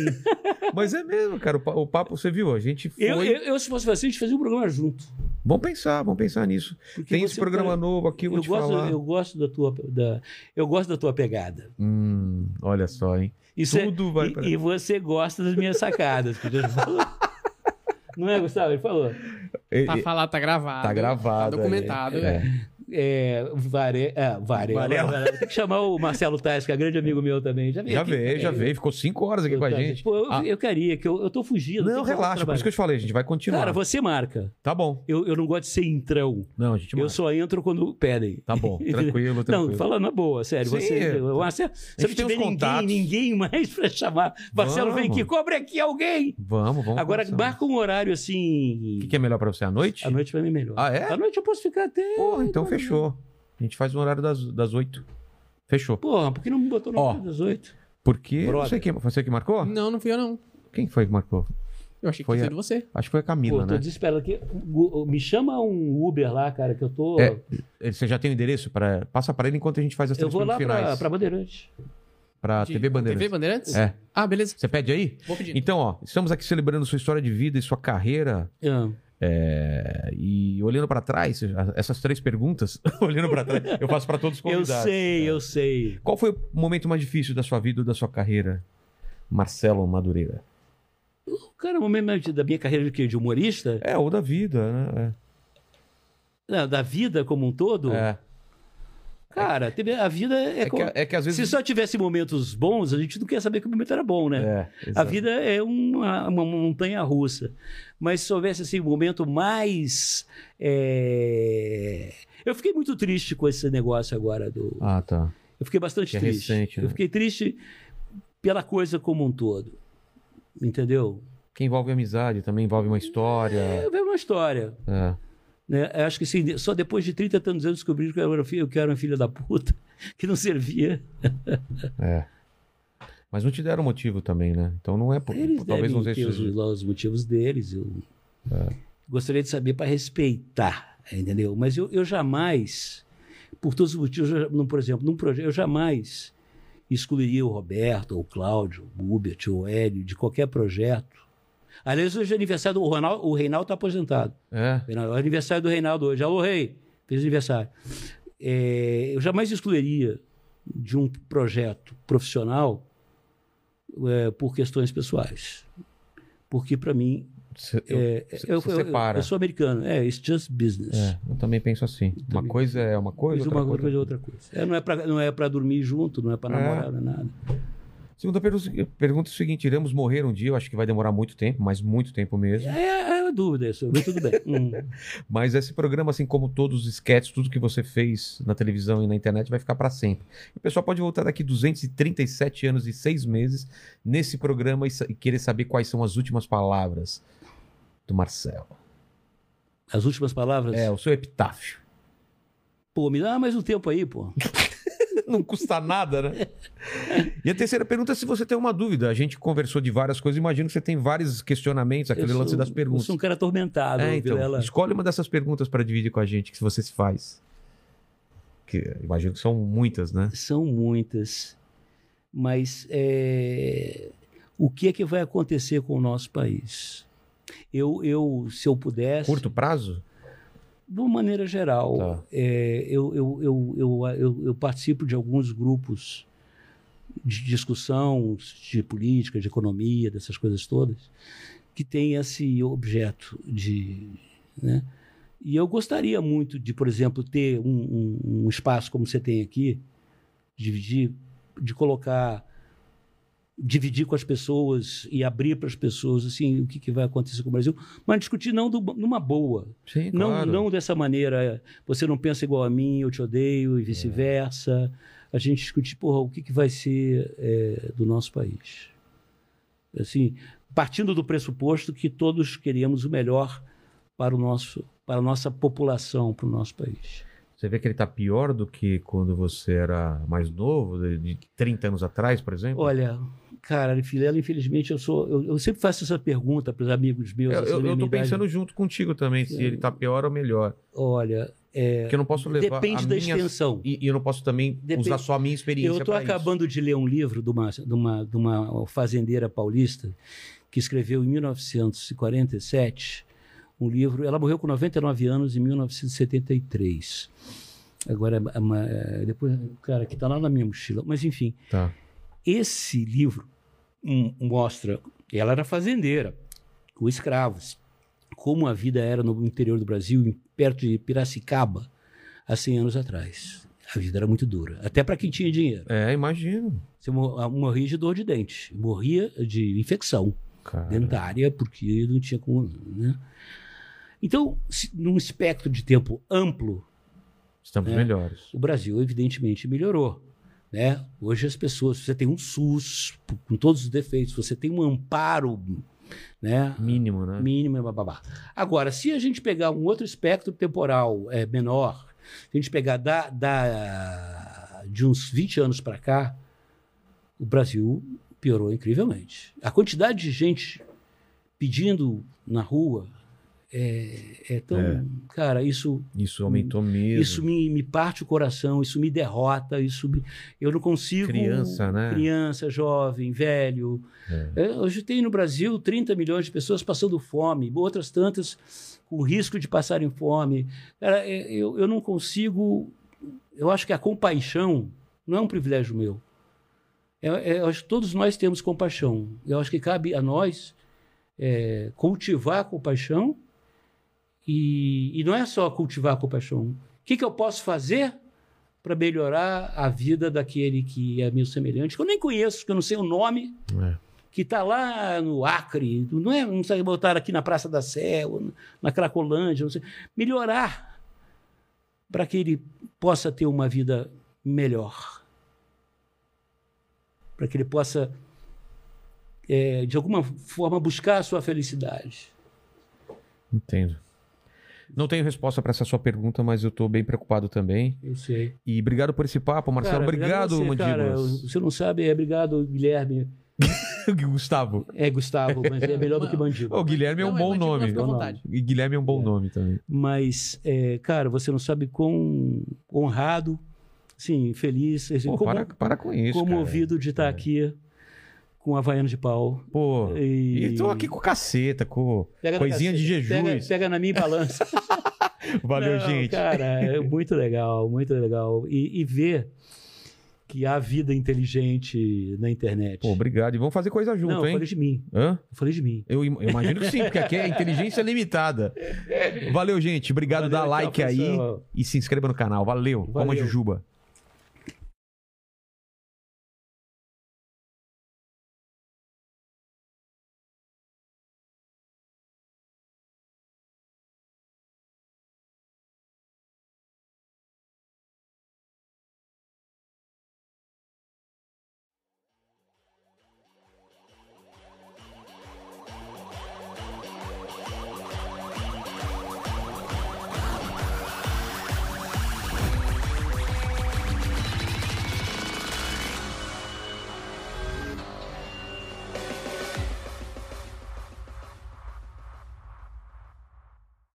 S3: Mas é mesmo, cara. O pa- o papo, você viu, a gente foi.
S1: eu, eu, eu, se fosse você, a gente fazia um programa junto.
S3: Vamos pensar, vamos pensar nisso.
S1: Porque
S3: Tem
S1: você é
S3: esse
S1: um
S3: programa
S1: cara-
S3: novo aqui, eu vou
S1: eu
S3: te
S1: gosto,
S3: falar.
S1: eu gosto da tua da, eu gosto da tua pegada.
S3: Hum, olha só, hein?
S1: Isso é-
S3: Tudo vai
S1: e-
S3: pra-
S1: e, você gosta das minhas sacadas, que o Deus falou. Não é, Gustavo? Ele falou.
S3: E-
S4: Tá
S3: e-
S4: falado, tá gravado.
S3: Tá gravado.
S4: Tá documentado.
S3: aí. É.
S1: É, Vare... ah, Varela.
S3: Varela.
S1: Varela. Tem que chamar o Marcelo Tais, que é grande amigo meu também. Já veio,
S3: Já
S1: aqui
S3: veio, já
S1: também.
S3: veio. Ficou cinco horas aqui com a
S1: Tá,
S3: gente.
S1: Pô, eu,
S3: Ah,
S1: eu queria, que eu, eu tô fugindo. tem
S3: não,
S1: que
S3: relaxa, por
S1: falar
S3: isso que eu te falei, a gente vai
S1: trabalho.
S3: continuar.
S1: Cara, você marca.
S3: Tá bom.
S1: Eu, eu não gosto de ser entrão.
S3: Não, a gente
S1: Eu
S3: marca.
S1: só entro quando pedem. (laughs)
S3: Tá bom, tranquilo, tranquilo.
S1: Não, falando na boa, sério.
S3: Sim,
S1: você,
S3: eu-
S1: Marcelo, você não
S3: tem os
S1: tiver ninguém,
S3: contatos.
S1: ninguém mais pra chamar. Marcelo, vem
S3: Vamos.
S1: aqui, cobre aqui alguém.
S3: Vamos, vamos.
S1: Agora,
S3: conversar.
S1: marca um horário assim.
S3: O que, que é melhor pra você? À noite?
S1: A noite pra mim é melhor.
S3: Ah, é?
S1: A noite eu posso ficar até.
S3: Porra, então fechou. A gente faz no horário das, das 8. Fechou.
S1: Porra, por que não me botou
S3: Ó.
S1: no das 18?
S3: Porque. Não
S1: Brother.
S3: sei quem. Foi você que marcou?
S4: Não, não fui eu, não.
S3: Quem foi que marcou?
S4: Eu achei
S3: Foi
S4: que
S3: a-
S4: tinha sido você.
S3: Acho que foi a
S1: Pô,
S3: Camila,
S1: tô
S3: né?
S1: desesperado aqui. Gu- Me chama um Uber lá, cara, que eu tô.
S3: É, Ele- Você já tem o endereço? Pra... Passa pra ele enquanto a gente faz as
S1: eu vou
S3: transmissões
S1: lá pra,
S3: finais.
S1: pra Bandeirantes.
S3: Pra
S4: De-
S3: TV Bandeirantes.
S4: TV Bandeirantes?
S3: É.
S4: Ah, beleza.
S3: Você pede aí?
S4: Vou pedir.
S3: Então, ó, estamos aqui celebrando sua história de vida e sua carreira.
S1: Ah.
S3: É, e olhando pra trás, a- essas três perguntas, (laughs) olhando pra trás, eu faço pra todos
S1: (laughs)
S3: os
S1: Eu
S3: convidados.
S1: sei, eu sei.
S3: Qual foi o momento mais difícil da sua vida ou da sua carreira, Marcelo Madureira?
S1: Cara, o momento mais- da minha carreira de, quê? de humorista,
S3: É, ou da vida, né?
S1: Não, da vida como um todo,
S3: É.
S1: cara, teve- a vida é.
S3: É, que,
S1: como-
S3: é que às
S1: Se
S3: vezes.
S1: só tivesse momentos bons, a gente não quer saber que o momento era bom, né?
S3: É,
S1: a
S3: exato.
S1: vida é uma, uma montanha russa. Mas se houvesse assim, um momento mais. é, Eu fiquei muito triste com esse negócio agora do.
S3: Ah, tá.
S1: Eu fiquei bastante
S3: Que é
S1: triste.
S3: recente, né?
S1: Eu fiquei triste pela coisa como um todo. Entendeu?
S3: Que envolve amizade também, envolve uma história.
S1: Eu vejo uma história.
S3: É.
S1: né? Eu Acho que assim, só depois de 30 tantos anos descobriram que eu era, filho, que eu era uma filha da puta, (laughs) que não servia.
S3: é. Mas não te deram motivo também, né? Então não é por.
S1: Eles
S3: talvez não
S1: devem
S3: seja. É.
S1: ter os, lá os motivos deles. Eu gostaria de saber para respeitar, entendeu? Mas eu, eu jamais, por todos os motivos, eu já- não, por exemplo, num projeto, eu jamais excluiria o Roberto, ou o Cláudio, o Gubert, ou o Hélio, de qualquer projeto. Aliás, hoje é aniversário do Ronaldo, o Reinaldo está aposentado.
S3: É.
S1: É o aniversário do Reinaldo hoje. Alô, Rei! Feliz aniversário. É, eu jamais excluiria de um projeto profissional é, por questões pessoais. Porque, para mim,
S3: se- eu,
S1: É,
S3: se-
S1: eu,
S3: se
S1: eu-
S3: separa.
S1: eu sou americano. É, it's just business.
S3: É, eu também penso assim. Uma
S1: Também.
S3: coisa é uma coisa,
S1: Isso
S3: outra
S1: uma
S3: coisa.
S1: coisa, é outra coisa. É, não é pra não é para dormir junto, não é para
S3: É.
S1: namorar, não é nada.
S3: Segunda pergunta, pergunta é o seguinte: iremos morrer um dia? Eu acho que vai demorar muito tempo, mas muito tempo mesmo.
S1: É, é uma dúvida isso, mas tudo
S3: (laughs)
S1: bem. Hum.
S3: Mas esse programa, assim como todos os sketches, tudo que você fez na televisão e na internet vai ficar para sempre. E o pessoal pode voltar daqui 237 anos e 6 meses nesse programa e, sa- e querer saber quais são as últimas palavras do Marcelo.
S1: As últimas palavras.
S3: É, o seu epitáfio. (laughs)
S1: Pô, me dá mais um tempo aí, pô.
S3: Não custa
S1: (laughs)
S3: nada, né? E a terceira pergunta é se você tem uma dúvida. A gente conversou de várias coisas, imagino que você tem vários questionamentos,
S1: Eu
S3: aquele
S1: sou-
S3: lance das
S1: Eu
S3: perguntas.
S1: sou um cara atormentado,
S3: É, então,
S1: Vilela.
S3: escolhe uma dessas perguntas para dividir com a gente que você se faz. Que imagino que são muitas, né?
S1: São muitas. Mas é, o que é que vai acontecer com o nosso país? Eu, eu se eu pudesse,
S3: Curto prazo?
S1: de uma maneira geral,
S3: Tá.
S1: é, eu, eu, eu, eu, eu- eu participo de alguns grupos de discussão de política, de economia, dessas coisas todas, que tem esse objeto de. né? E eu gostaria muito de, por exemplo, ter um, um- um espaço como você tem aqui, dividir, de colocar, dividir com as pessoas e abrir para as pessoas assim o que, que vai acontecer com o Brasil, mas discutir não do- numa boa,
S3: Sim,
S1: não, não dessa maneira, é, você não pensa igual a mim, eu te odeio e vice-versa.
S3: É.
S1: A gente discute, porra, o que, que vai ser é, do nosso país. Assim, partindo do pressuposto que todos queríamos o melhor para, o nosso, para a nossa população, para o nosso país.
S3: Você vê que ele tá pior do que quando você era mais novo, de de 30 anos atrás, por exemplo?
S1: Olha, cara, Filela, infelizmente eu sou. Eu, eu sempre faço essa pergunta para os amigos meus.
S3: É, eu,
S1: assim,
S3: eu,
S1: da
S3: eu tô
S1: minha idade.
S3: pensando junto contigo também, se ele tá pior ou melhor.
S1: Olha,
S3: Porque eu não posso levar
S1: É. depende
S3: a
S1: da
S3: minha...
S1: extensão.
S3: E, e eu não posso também
S1: Depende-
S3: usar só a minha experiência
S1: Eu estou
S3: pra isso.
S1: acabando de ler um livro de uma, de, uma, de uma fazendeira paulista que escreveu em 1947 um livro. Ela morreu com 99 anos em 1973. Agora, é uma- é, depois, cara, que está lá na minha mochila. Mas, enfim,
S3: Tá.
S1: esse livro hum, mostra. Ela era fazendeira, com escravos, como a vida era no interior do Brasil, em- perto de Piracicaba, há 100 anos atrás. A vida era muito dura, até para quem tinha dinheiro.
S3: É, imagino.
S1: Você mor- morria de dor de dente, morria de infecção
S3: Cara.
S1: dentária, porque não tinha como. Né? Então, se- num espectro de tempo amplo,
S3: Estamos
S1: É.
S3: melhores.
S1: o Brasil evidentemente melhorou. Né? Hoje as pessoas, você tem um SUS p- com todos os defeitos, você tem um amparo né?
S3: Mínimo, né?
S1: mínimo e bababá. Agora, se a gente pegar um outro espectro temporal é, menor, se a gente pegar da, da- de uns 20 anos para cá, o Brasil piorou incrivelmente. A quantidade de gente pedindo na rua é, é tão.
S3: É.
S1: Cara, isso
S3: Isso aumentou mesmo.
S1: isso me, me parte o coração, isso me derrota, isso me- eu não consigo.
S3: Criança, né?
S1: Criança, jovem, velho. É, hoje tem no Brasil 30 milhões de pessoas passando fome, outras tantas com risco de passarem fome. Cara, é, eu, eu não consigo. Eu acho que a compaixão não é um privilégio meu. É- é, eu acho que todos nós temos compaixão. Eu acho que cabe a nós é, cultivar a compaixão e, e não é só cultivar a compaixão. O que, que eu posso fazer para melhorar a vida daquele que é meu semelhante, que eu nem conheço, que eu não sei o nome,
S3: É.
S1: que está lá no Acre, não é, não sei botar aqui na Praça da Sé, ou na Cracolândia, não sei. Melhorar para que ele possa ter uma vida melhor. Para que ele possa, eh, de alguma forma, buscar a sua felicidade.
S3: Entendo. Não tenho resposta para essa sua pergunta, mas eu tô bem preocupado também.
S1: Eu sei.
S3: E obrigado por esse papo, Marcelo.
S1: Cara,
S3: obrigado,
S1: você, cara.
S3: Mandíbulas.
S1: Você não sabe, é obrigado, Guilherme.
S3: (laughs) Gustavo.
S1: É Gustavo, mas é melhor do (laughs) que bandido.
S3: O Guilherme é um
S4: Não, é
S3: bom
S4: Mandíbulas,
S3: nome.
S4: fica à vontade.
S3: E Guilherme é um bom nome também.
S1: Mas, é, cara, você não sabe quão honrado, sim, feliz, assim,
S3: Pô,
S1: como-
S3: para, para com isso.
S1: comovido de estar aqui com a Havaiano de pau.
S3: Cara. Pô.
S1: E,
S3: E tô aqui com caceta, com
S1: Pega na
S3: coisinha de
S1: cacete,
S3: jejum.
S1: Pega, pega na minha e balança.
S3: (laughs) Valeu,
S1: Não,
S3: gente.
S1: Cara, é muito legal, muito legal. E, e ver que há vida inteligente na internet.
S3: Pô, obrigado. E vamos fazer coisa junto,
S1: não, eu
S3: hein?
S1: falei de mim.
S3: Hã?
S1: Eu falei de mim.
S3: Eu im- eu imagino que sim, porque aqui é inteligência limitada. Valeu, gente. Obrigado. Dá
S1: Valeu,
S3: like
S1: tchau,
S3: aí
S1: pessoal.
S3: e se inscreva no canal. Valeu. Valeu. Como a
S1: Valeu.
S3: Jujuba.